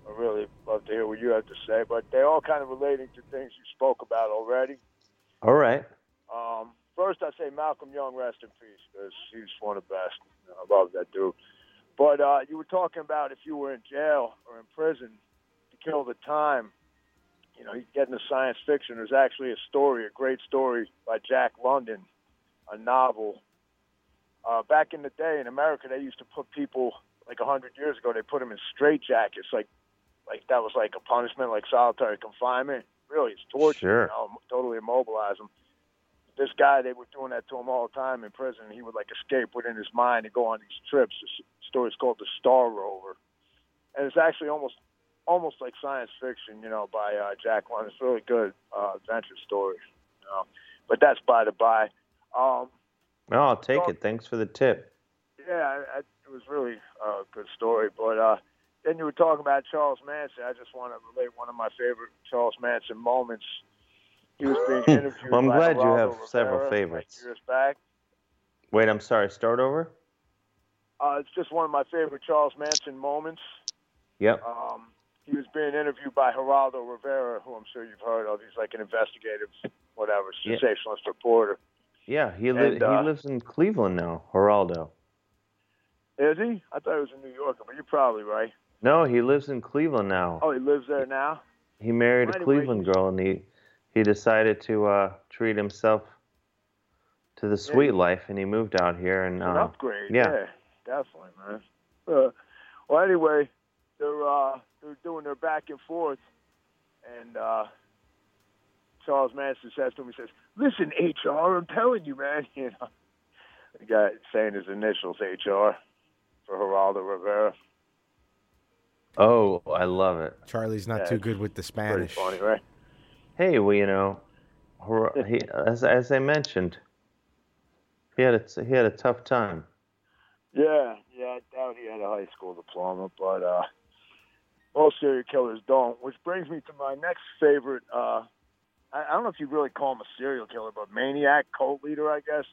I really love to hear what you have to say, but they're all kind of relating to things you spoke about already.
All right.
Um, first, I'd say Malcolm Young, rest in peace, because he's one of the best. I love that dude. But uh, you were talking about if you were in jail or in prison to kill the time. You know, you get into science fiction. There's actually a story, a great story by Jack London, a novel. Uh, back in the day in America, they used to put people like 100 years ago. They put them in straitjackets, like like that was like a punishment, like solitary confinement. Really, it's torture.
Sure.
You know, totally immobilize them this guy, they were doing that to him all the time in prison. and He would like escape within his mind and go on these trips. This story's called the Star Rover, and it's actually almost almost like science fiction, you know, by uh, Jack London. It's a really good uh, adventure story, you know. But that's by the by. Um,
No, I'll take it. Thanks for the tip.
yeah, I, I, it was really uh, a good story. But uh, then you were talking about Charles Manson. I just want to relate one of my favorite Charles Manson moments. He was being interviewed.
Well, I'm
by
glad you
Geraldo
have several
Rivera, like,
favorites.
Years back.
Wait, I'm sorry. Start over.
Uh, it's just one of my favorite Charles Manson moments.
Yep.
Um, he was being interviewed by Geraldo Rivera, who I'm sure you've heard of. He's like an investigative, whatever,
Yeah.
sensationalist reporter.
Yeah, he li-
and, uh,
he lives in Cleveland now. Geraldo.
Is he? I thought he was a New Yorker, but you're probably right.
No, he lives in Cleveland now.
Oh, he lives there now?
He married a
Anyway.
Cleveland girl, and he he decided to uh, treat himself to the sweet life, and he moved out here. And
An
uh,
upgrade,
Yeah.
definitely, man. Uh, well, anyway, they're uh, they're doing their back and forth, and uh, Charles Manson says to him, he says, "Listen, HR, I'm telling you, man, you know." The guy saying his initials, HR, for Geraldo Rivera.
Oh, I love it.
Charlie's not too good with the Spanish.
Funny, right?
Hey, well, you know, Ger- he, as as I mentioned, he had a, he had a tough time.
Yeah, yeah, I doubt he had a high school diploma, but uh, most serial killers don't. Which brings me to my next favorite. Uh, I, I don't know if you really call him a serial killer, but maniac cult leader, I guess.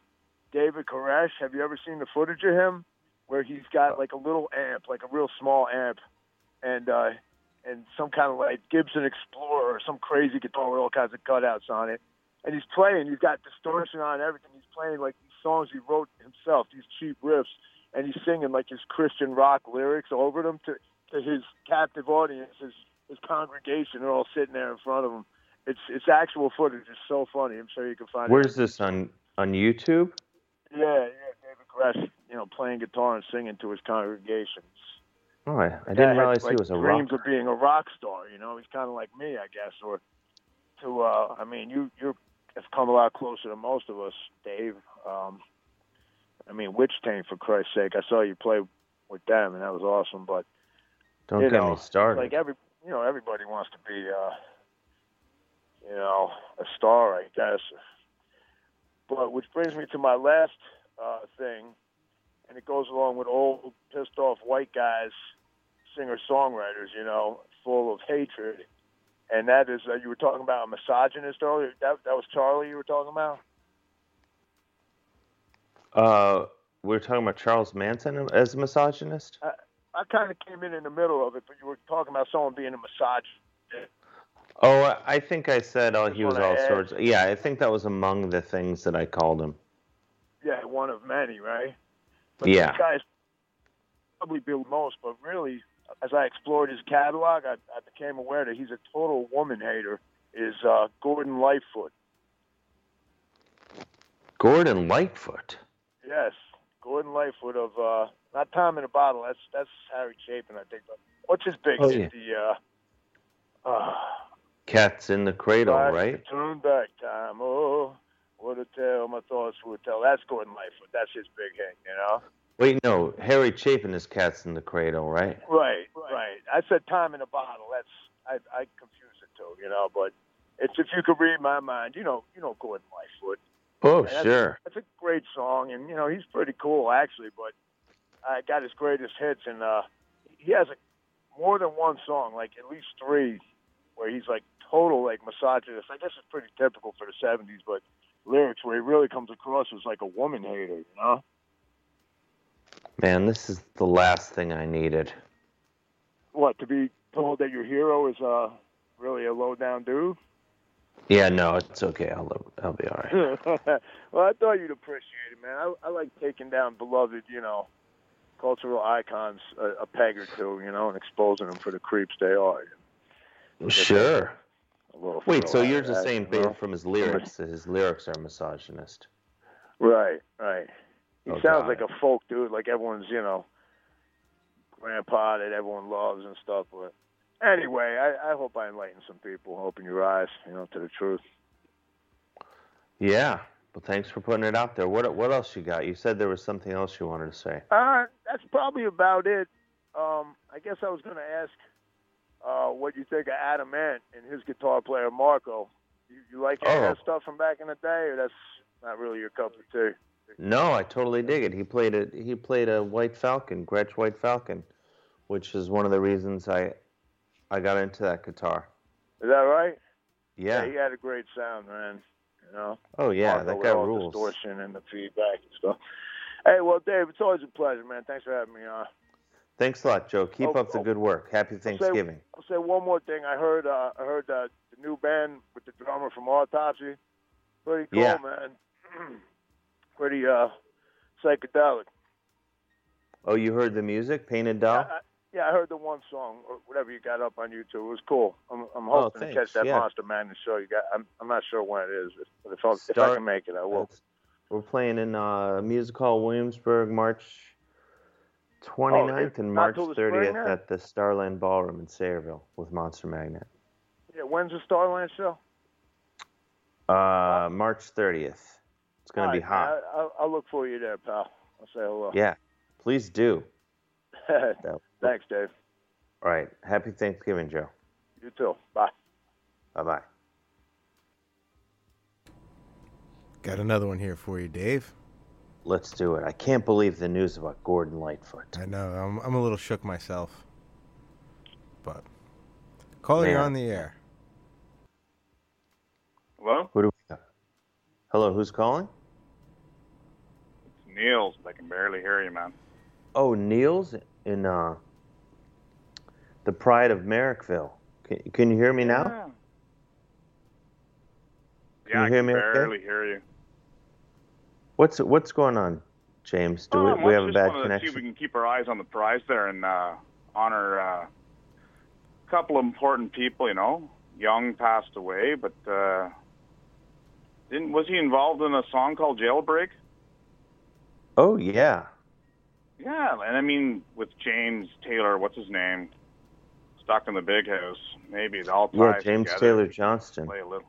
David Koresh. Have you ever seen the footage of him where he's got like a little amp, like a real small amp, and uh, and some kind of like Gibson Explorer or some crazy guitar with all kinds of cutouts on it, and he's playing. He's got distortion on everything. He's playing like these songs he wrote himself, these cheap riffs and he's singing like his Christian rock lyrics over them to, to his captive audience, his, his congregation. They're all sitting there in front of him. It's it's actual footage. It's so funny. I'm sure you can find
Where's
it.
this on on YouTube.
Yeah, yeah, David Koresh, you know, playing guitar and singing to his congregation.
Oh, I, I
Guy
didn't
had,
realize
like,
he was a rock.
dreams of being a rock star. You know, he's kind of like me, I guess, or to. Uh, I mean, you you have come a lot closer to most of us, Dave. Um, I mean, Witch Taint, for Christ's sake! I saw you play with them, and that was awesome. But
Don't
you
get
know,
me started.
Like every, you know, everybody wants to be, uh, you know, a star, I guess. But which brings me to my last uh, thing, and it goes along with old pissed off white guys, singer songwriters, you know, full of hatred. And that is, uh, you were talking about a misogynist earlier. That, that was Charlie you were talking about.
Uh, we are talking about Charles Manson as a misogynist.
I, I kind of came in in the middle of it, but you were talking about someone being a misogynist.
Oh, I- I think I said oh, he was
wanna
all
add-
sorts. Yeah, I think that was among the things that I called him.
Yeah, one of many, right?
yeah.
This guy's probably Bill most, but really, as I explored his catalog, I, I became aware that he's a total woman hater. Is uh, Gordon Lightfoot?
Gordon Lightfoot.
Yes, Gordon Lightfoot of uh, not Time in a Bottle. That's that's Harry Chapin, I think. But what's his big
Oh,
hit? The uh, uh,
Cats in the Cradle,
Flash
right?
the Turn back time. Oh, what a tale my thoughts would tell. That's Gordon Lightfoot. That's his big hit. You know.
Wait, no. Harry Chapin is Cats in the Cradle, right?
Right, right. I said time in a bottle. That's I, I confuse it too, you know. But it's if you could read my mind, you know, you know Gordon Lightfoot.
Oh,
And that's-
sure.
That's a great song, and you know he's pretty cool actually. But I got his greatest hits, and uh, he has a, more than one song, like at least three, where he's like total like misogynist. I guess it's pretty typical for the '70s, but lyrics where he really comes across as like a woman hater, you know.
Man, this is the last thing I needed.
What to be told that your hero is uh really a low down dude.
Yeah, no, it's okay. I'll I'll be all right.
Hmm. well, I thought you'd appreciate it, man. I, I like taking down beloved, you know, cultural icons uh, a, a peg or two, you know, and exposing them for the creeps they are.
Sure.
A little Uh,
Wait, so
thrill
you're
out of
just
that,
saying
you know?
based from his lyrics that his lyrics are misogynist.
Right, right. He
Oh,
sounds
God.
like a folk dude, like everyone's, you know, grandpa that everyone loves and stuff. But anyway, I, I hope I enlighten some people, open your eyes, you know, to the truth.
Yeah. Well, thanks for putting it out there. What what else you got? You said there was something else you wanted to say.
Uh, that's probably about it. Um, I guess I was going to ask uh, what you think of Adam Ant and his guitar player Marco. You, you like any of that
Oh.
stuff from back in the day, or that's not really your cup of tea?
No, I totally dig it. He played a he played a White Falcon, Gretsch White Falcon, which is one of the reasons I I got into that guitar.
Is that right?
Yeah.
he had a great sound, man. You know.
Oh yeah,
Marco
that
with
guy
all the
rules.
Distortion and the feedback and stuff. Hey, well, Dave, it's always a pleasure, man. Thanks for having me on.
Thanks a lot, Joe. Keep
Oh,
up the good work. Happy Thanksgiving.
I'll say one more thing. I heard uh, I heard uh, the new band with the drummer from Autopsy. Pretty cool,
Yeah.
man. Pretty uh, psychedelic.
Oh, you heard the music, Painted Doll?
I- I- yeah, I heard the one song or whatever you got up on YouTube. It was cool. I'm, I'm
Oh,
hoping to
thanks,
catch that
yeah.
Monster Madness show. You got? I'm, I'm not sure when it is, but if, I- if I
Start-
can make it, I will.
We're playing in uh, Music Hall Williamsburg March 29th
it's
and
Oh, not
March
till the spring
30th
now?
at the Starland Ballroom in Sayreville with Monster Magnet.
Yeah, when's the Starland show?
Uh, March 30th. It's going
All
to be
right,
hot.
man, I, I'll, I'll look for you there, pal. I'll say hello.
Yeah, please do. That-
Thanks, Dave.
All right. Happy Thanksgiving, Joe.
You too. Bye.
Bye bye.
Got another one here for you, Dave.
Let's do it. I can't believe the news about Gordon Lightfoot.
I know. I'm, I'm a little shook myself. But caller, you're
Man.
on the air.
Hello,
Who do we got? Hello, who's calling?
it's Niels. I can barely hear you, man.
Oh, Niels in uh, the Pride of Merrickville. Can, can you hear me now?
Yeah,
Can
I
you hear
can
me okay?
barely hear you.
What's what's going on, James? Do
Oh,
we,
well,
we have a
just
bad
wanted To see if we
connection?
can keep our eyes on the prize there and uh, honor uh, a couple of important people. You know, Young passed away, but uh,
Didn't was he involved in a song called Jailbreak?
Oh yeah.
Yeah, and I mean with James Taylor, what's his name? Stuck in the big house. Maybe it all ties
Yeah, James
together.
Taylor Johnston.
Play a little.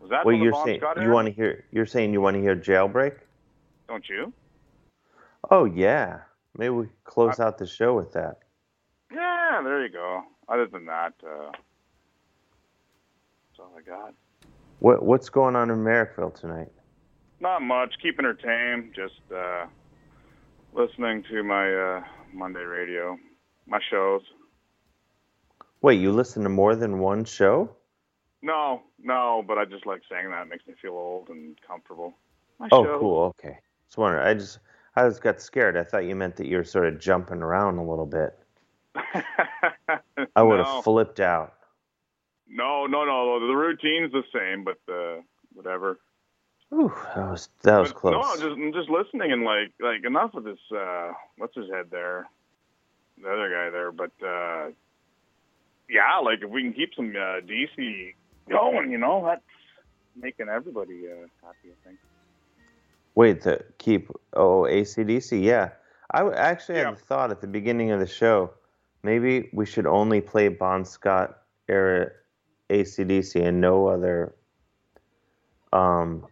Was that
well,
when
you're
the Von
saying
Scott
you
era?
want to hear you're saying you want to hear Jailbreak?
Don't you?
Oh yeah. Maybe we close out the show with that.
Yeah, there you go. Other than that, uh, that's all I got.
What what's going on in Merrickville tonight?
Not much. Keep entertained. Just uh, listening to my uh, Monday radio, my shows.
Wait, you listen to more than one show?
No, no, but I just like saying that. It makes me feel old and comfortable. My
oh,
shows.
cool. Okay. Just wondering. I just I just got scared. I thought you meant that you were sort of jumping around a little bit. I would have
No.
flipped out.
No, no, no. The routine's the same, but uh, whatever.
Ooh, that was that was close.
No, I'm just I'm just listening and like like enough of this. Uh, what's his head there? The other guy there, but uh, yeah, like if we can keep some uh, DC going, you know, that's making everybody uh, happy. I think.
Wait, the keep oh ACDC, yeah. I w- actually had a thought at the beginning of the show. Maybe we should only play Bon Scott era ACDC and no other, um,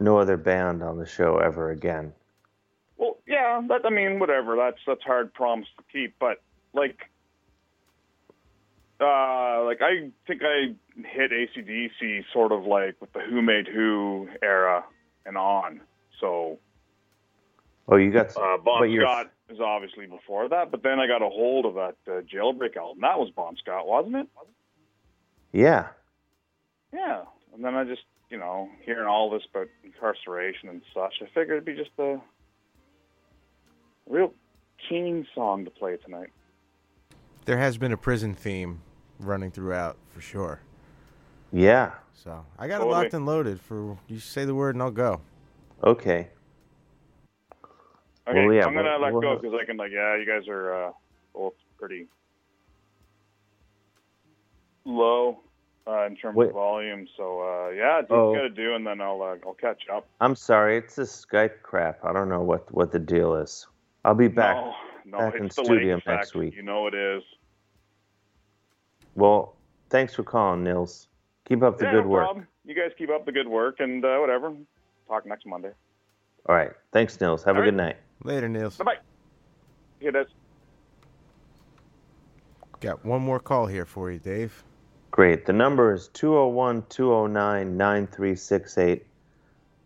no other band on the show ever again.
Well, yeah, that I mean, whatever. That's that's hard prompts to keep, but like, uh, like I think I hit ACDC sort of like with the Who Made Who era and on. So
Oh, you got
uh,
but
Bon
you're-
Scott is obviously before that, but then I got a hold of that uh, Jailbreak album. That was Bon Scott, wasn't it?
yeah.
Yeah. And then I just, you know, hearing all this about incarceration and such, I figured it'd be just a real keen song to play tonight.
There has been a prison theme running throughout for sure.
Yeah.
So I got
Totally.
it locked and loaded for you say the word and I'll go.
Okay.
Okay,
Well, yeah,
I'm gonna
we'll-
let
we'll
go
have-
because I can like, yeah, you guys are uh, both pretty low uh, in terms
Wait.
of volume. So uh, yeah, do
Oh.
what you gotta do, and then I'll uh, I'll catch up.
I'm sorry, it's this Skype crap. I don't know what what the deal is. I'll be back
No, no,
back
it's
in
the
studio
late
next week.
You know it is.
Well, thanks for calling, Nils. Keep up the
yeah,
good
no
work.
problem. You guys keep up the good work, and uh, whatever. Talk next Monday.
All right. Thanks, Nils. Have a good night.
Later, Nils.
Bye bye. Yeah, that's
Got one more call here for you, Dave.
Great. The number is 201 209 9368.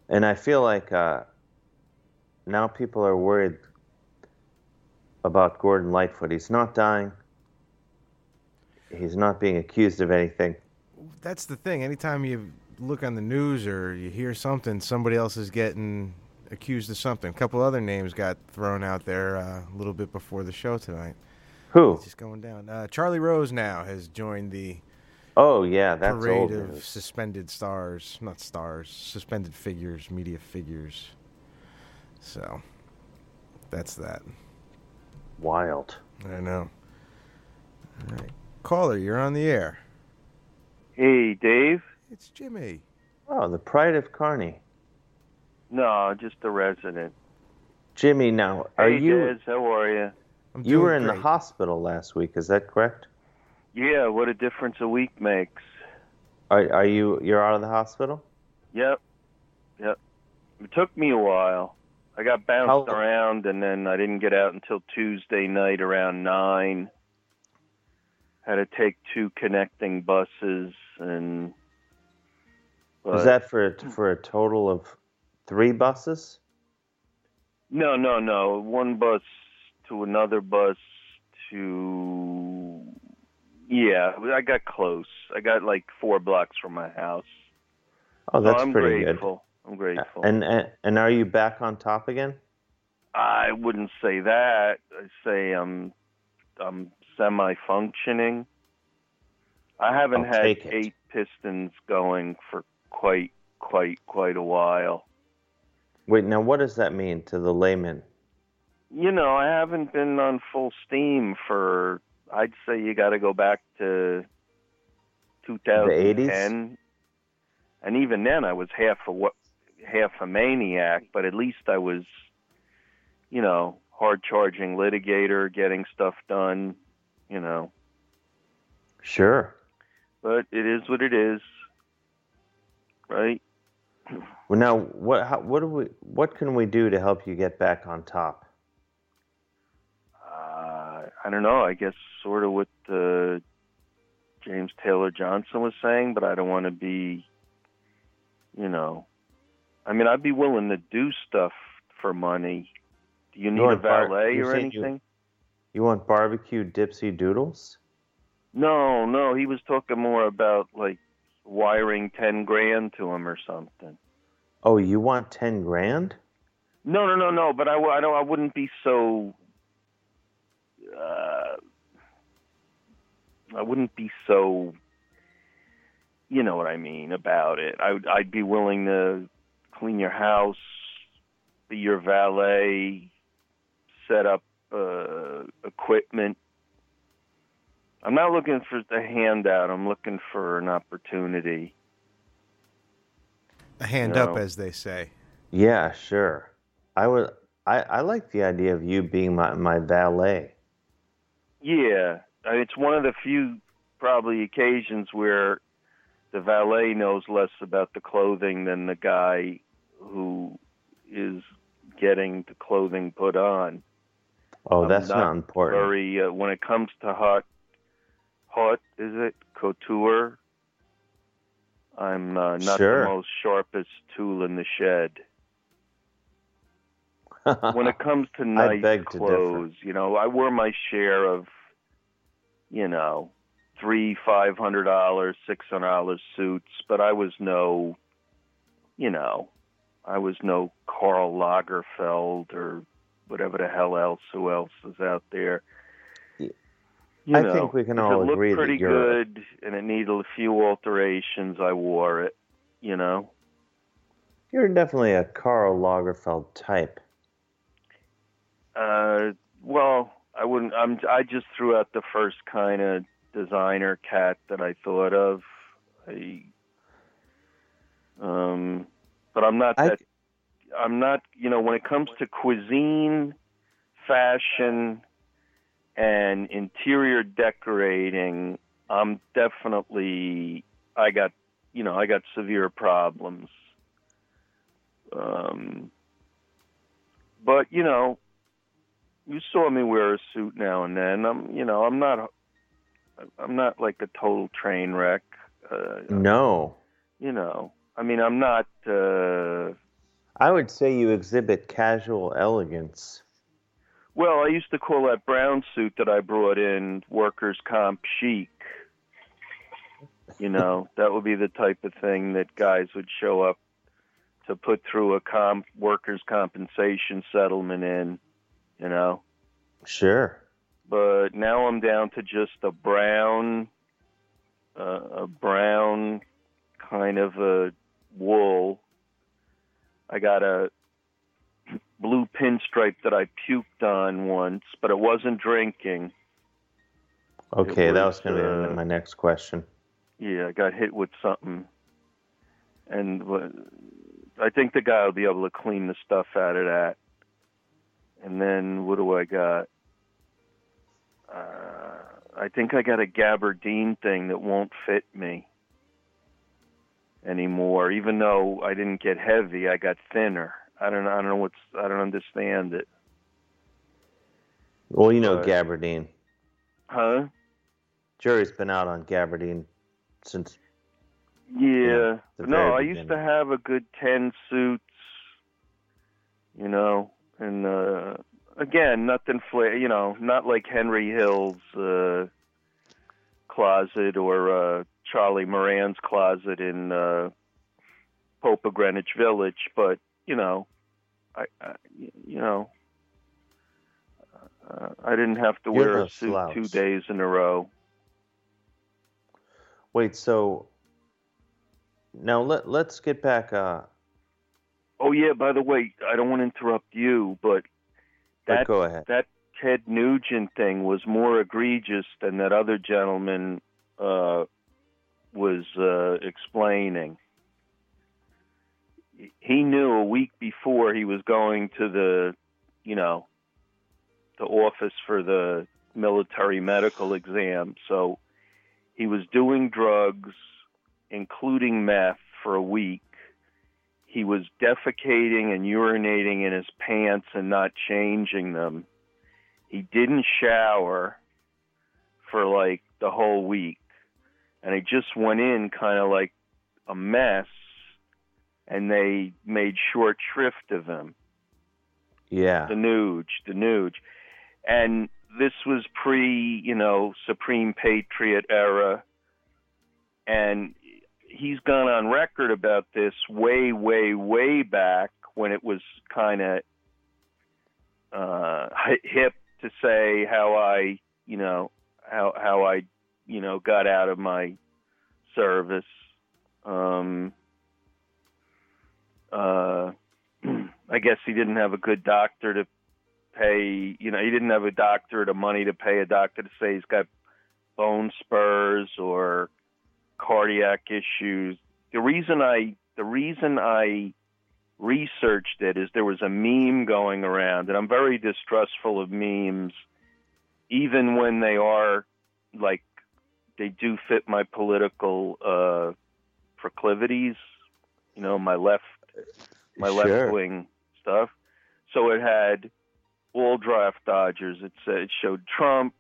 And I feel like uh, now people are worried about Gordon Lightfoot. He's not dying, he's not being accused of anything.
That's the thing. Anytime you look on the news or you hear something, somebody else is getting accused of something. A couple other names got thrown out there uh, a little bit before the show tonight.
Who?
Just going down. Uh, Charlie Rose now has joined the
Oh, yeah, that's
parade
old.
of
news.
suspended stars, not stars, suspended figures, media figures. So that's that.
Wild.
I know. All right. Caller, you're on the air.
Hey, Dave.
It's Jimmy.
Oh, the pride of Carney.
No, just a resident.
Jimmy, now, are
hey,
you.
Des, how are you?
You were in the hospital last week, is that correct?
Yeah, what a difference a week makes.
Are, are you you're out of the hospital?
Yep. Yep. It took me a while. I got bounced around and then I didn't get out until Tuesday night around 9. Had to take two connecting buses and
Was
but-
that for for a total of three buses?
No, no, no. One bus to another bus to. Yeah, I got close. I got like four blocks from my house.
Oh, that's
I'm
pretty
grateful. I'm grateful.
good. And, and and are you back on top again?
I wouldn't say that. I say I'm I'm semi-functioning. I haven't
I'll
had
take it.
eight pistons going for quite quite quite a while.
Wait, now what does that mean to the layman?
you know, I haven't been on full steam for. I'd say you got to go back to 2010,
and even then I was half a wa- half a maniac, but at least I was, you know, hard charging litigator, getting stuff done, you know.
Sure.
But it is what it is, right?
Well, now what? How, what do we? What can we do to help you get back on top?
Uh, I don't know. I guess sort of what uh, James Taylor Johnson was saying, but I don't want to be, you know, I mean, I'd be willing to do stuff for money. Do you need
You're
a
on fire.
valet
You
or
said you-
anything?
You want barbecue dipsy doodles?
No, no. He was talking more about like wiring ten grand to him or something.
Oh, you want ten grand?
No, no, no, no. But I, w- I don't. I wouldn't be so. Uh, I wouldn't be so. You know what I mean about it. I would. I'd be willing to clean your house, be your valet, set up uh, equipment. I'm not looking for the handout. I'm looking for an opportunity.
A hand up,
No.
as they say.
Yeah, sure. I would. I, I like the idea of you being my, my valet.
Yeah, I mean, it's one of the few probably occasions where the valet knows less about the clothing than the guy who is getting the clothing put on.
Oh,
I'm
that's not,
not
important.
Very uh, when it comes to hot, hot is it couture? I'm uh, not
Sure.
the most sharpest tool in the shed. when it comes to
I
nice
beg to differ.
clothes, you know, I wore my share of, you know, three, five hundred dollars, six hundred dollars suits, but I was no, you know, I was no Carl Lagerfeld or whatever the hell else who else is out there. You
I
know,
think we can
if
all
it looked
agree that
pretty
you're-
good and it needed a few alterations. I wore it, you know.
You're definitely a Karl Lagerfeld type.
Uh, well, I wouldn't. I'm. I just threw out the first kind of designer cat that I thought of. I, um, but I'm not that. I'm not. You know, when it comes to cuisine, fashion, and interior decorating, I'm definitely. I got. You know, I got severe problems. Um, but you know, you saw me wear a suit now and then. I'm, you know, I'm not, I'm not like a total train wreck. Uh,
Mm. No.
you know, I mean, I'm not. Uh,
I would say you exhibit casual elegance.
well, I used to call that brown suit that I brought in workers' comp chic. You know, that would be the type of thing that guys would show up to put through a comp workers' compensation settlement in. You know.
Sure.
but now I'm down to just a brown, uh, a brown kind of a wool. I got a blue pinstripe that I puked on once, but it wasn't drinking.
Okay, that
was,
was going to
uh,
be my next question.
Yeah, I got hit with something, and uh, I think the guy will be able to clean the stuff out of that. And then what do I got? Uh, I think I got a gabardine thing that won't fit me anymore. Even though I didn't get heavy, I got thinner. I don't. I don't know what's. I don't understand it.
Well, you know
uh,
gabardine.
Huh?
Jury's been out on gabardine since.
Yeah.
the
No,
very
I used to have a good ten suits, you know, and uh again, nothing fla you know, not like Henry Hill's uh closet or uh Charlie Moran's closet in uh Pope of Greenwich Village, but you know, I, I you know, uh, I didn't have to
You're
wear
no
a suit
slouch.
two days in a row.
Wait, so now let let's get back. Uh,
Oh yeah, by the way, I don't want to interrupt you, but
but
that
go ahead.
that Ted Nugent thing was more egregious than that other gentleman uh, was uh, explaining. he knew a week before he was going to the, you know, the office for the military medical exam. So he was doing drugs, including meth, for a week. He was defecating and urinating in his pants and not changing them. He didn't shower for like the whole week. And he just went in kind of like a mess, and they made short shrift of him.
Yeah.
The Nuge, the Nuge. And this was pre, you know, Supreme Patriot era. And he's gone on record about this way, way, way back when it was kind of uh, hi- hip to say how I, you know, how how I, you know, got out of my service. Um, uh, I guess he didn't have a good doctor to pay. You know, he didn't have a doctor the money to pay a doctor to say he's got bone spurs or cardiac issues. The reason I the reason I researched it is there was a meme going around, and I'm very distrustful of memes, even when they are like they do fit my political uh, proclivities. You know, my left my
Sure.
left wing stuff. So it had all draft dodgers. It said it showed Trump.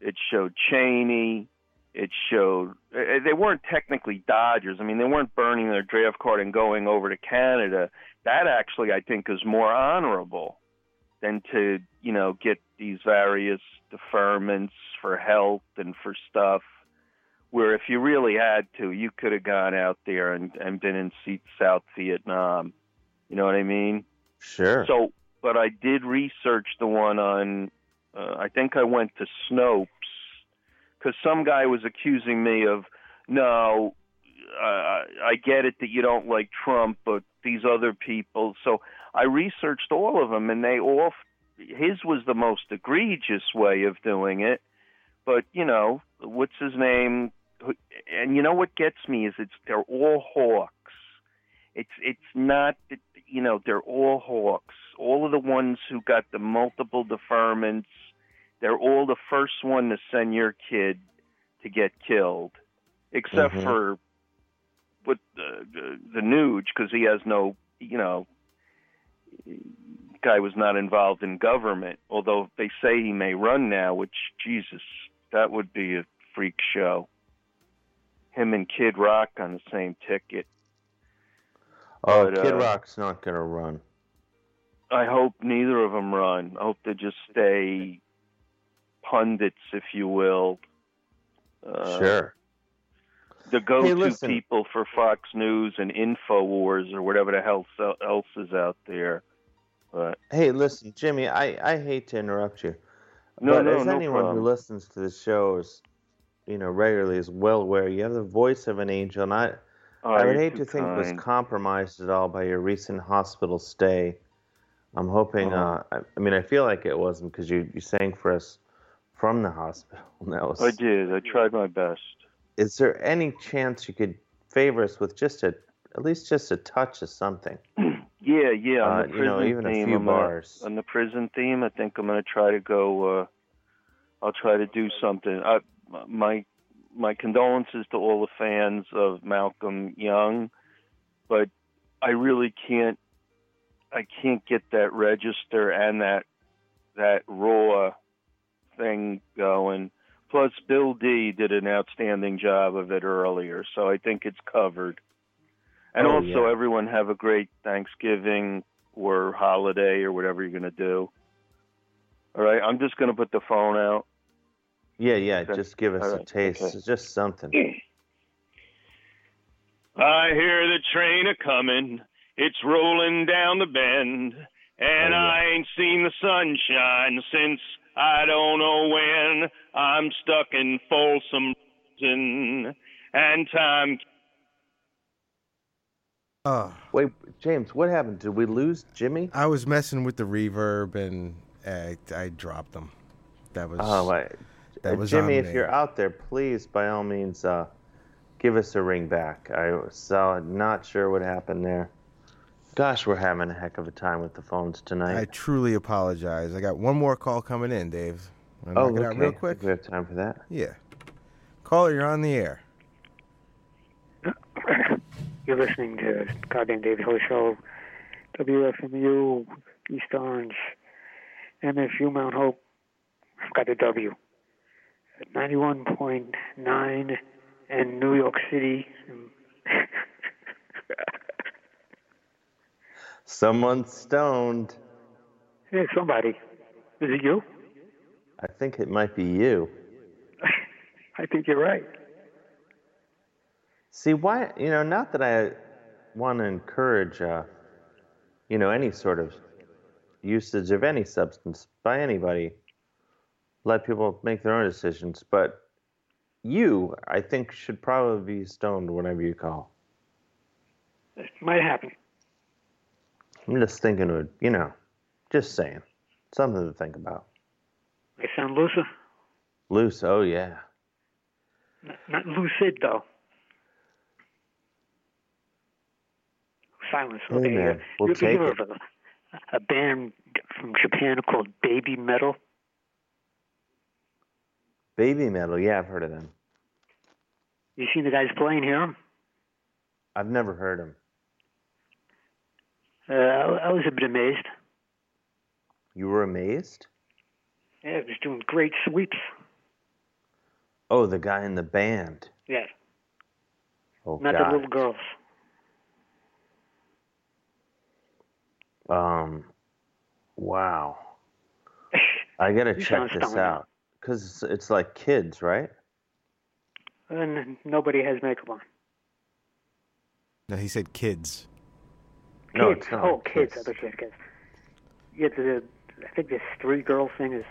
It showed Cheney it showed eh, they weren't technically Dodgers. I mean, they weren't burning their draft card and going over to Canada. That actually, I think, is more honorable than to you know get these various deferments for health and for stuff. Where if you really had to, you could have gone out there and and been in Se- South Vietnam. You know what I mean?
Sure.
So, but I did research the one on. Uh, I think I went to Snopes because some guy was accusing me of no. Uh, I get it that you don't like Trump, but these other people. So I researched all of them, and they all. His was the most egregious way of doing it, but you know what's his name? And you know what gets me is it's they're all hawks. It's it's not that you know, they're all hawks. All of the ones who got the multiple deferments, they're all the first one to send your kid to get killed, except
Mhm.
for with the the, the Nuge because he has no, you know, guy was not involved in government. Although they say he may run now, which Jesus, that would be a freak show. Him and Kid Rock on the same ticket.
Oh,
But,
Kid
uh,
Rock's not gonna run.
I hope neither of them run. I hope they just stay pundits, if you will. Uh,
Sure.
The go-to
listen.
people for Fox News and Infowars or whatever the hell so- else is out there. But
Hey, listen, Jimmy, I, I hate to interrupt you.
No,
but
no,
as
no
anyone
problem.
who listens to the show is, you know, regularly is well aware, you have the voice of an angel, and I,
Oh,
I would
you're
hate
too
to think was
kind.
compromised at all by your recent hospital stay. I'm hoping,
Uh-huh.
uh, I, I mean, I feel like it wasn't because you, you sang for us from the hospital. and That was,
I did. I tried my best.
Is there any chance you could favor us with just a, at least just a touch of something?
Yeah, yeah. On
Uh,
the
you know,
prison
even a
theme,
few
I'm gonna-
bars.
on the prison theme, I think I'm going to try to go. Uh, I'll try to do something. I, my my condolences to all the fans of Malcolm Young, but I really can't. I can't get that register and that that raw thing going. Plus, Bill D did an outstanding job of it earlier, so I think it's covered. And
Oh,
also,
yeah.
everyone have a great Thanksgiving or holiday or whatever you're going to do. All right, I'm just going to put the phone out.
Yeah, yeah, just give us
All
a
right,
taste,
okay.
just something.
I hear the train a comin', it's rolling down the bend,
Oh,
and I ain't seen the sunshine since I don't know when. I'm stuck in Folsom prison, and time.
Wait, James, what happened? Did we lose Jimmy?
Uh. I was messing with the reverb and I, I dropped them. That was.
Oh, I,
that
uh,
was
Jimmy,
on
if
me.
you're out there, please, by all means, uh, give us a ring back. I was uh, not sure what happened there. Gosh, we're having a heck of a time with the phones tonight.
I truly apologize. I got one more call coming in, Dave. I'm
oh,
knock it
okay.
out real quick.
We have time for that.
Yeah. Caller, you're on the air.
You're listening to Goddamn David Hill Show, WFMU, East Orange, MFU Mount Hope. I've got the W. At 91.9 in New York City.
Someone's stoned.
Hey, somebody. Is it you?
I think it might be you.
I think you're right.
See, why, you know, not that I want to encourage, uh, you know, any sort of usage of any substance by anybody, let people make their own decisions, but you, I think, should probably be stoned whenever you call.
It might happen.
I'm just thinking, it would, you know, just saying, something to think about.
I sound lucid.
Loose, oh yeah.
Not lucid, though. Silence.
Hey,
okay,
man,
you're-
we'll
you're
take
you're
it.
of A, a band from Japan called Baby Metal.
Baby metal, yeah, I've heard of them.
You seen the guys playing here?
I've never heard them.
Uh, I I was a bit amazed.
You were amazed?
Yeah, it was doing great sweeps.
Oh, the guy in the band.
Yeah,
Oh
not
God.
the little girls.
Um, wow. I gotta
You
check
sound
this
stoned.
out because it's, it's like kids, right?
And Uh, nobody has makeup on.
No, he said kids.
No,
kids.
it's not
oh,
like
kids.
kids.
I thought you said kids. Yeah, the, I think there's three girl singers.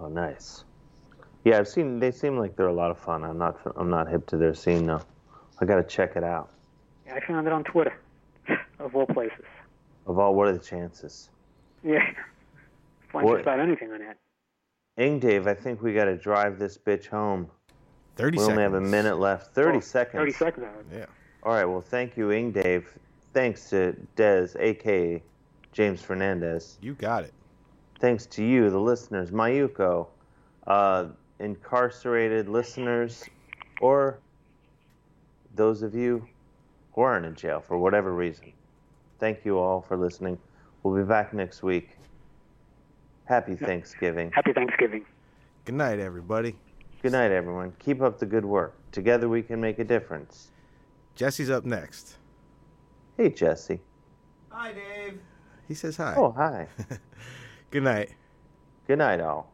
Oh, nice. Yeah, I've seen. They seem like they're a lot of fun. I'm not. I'm not hip to their scene though. I gotta check it out.
I found it on Twitter, of all places.
Of all, what are the chances?
Yeah, find
What-
just about anything on that.
Ing Dave, I think we gotta drive this bitch home.
30
we only have a
seconds.
minute left. 30
Oh,
seconds.
Thirty seconds. of it.
Yeah.
All right. Well, thank you, Ing Dave. Thanks to Dez, aka James Fernandez.
You got it.
Thanks to you, the listeners, Mayuko, uh, incarcerated listeners, or those of you who aren't in jail for whatever reason. Thank you all for listening. We'll be back next week. Happy Thanksgiving.
Happy Thanksgiving.
Good night, everybody.
Good night, everyone. Keep up the good work. Together we can make a difference.
Jesse's up next.
Hey, Jesse.
Hi, Dave. He says hi.
Oh, hi.
Good night.
Good night, all.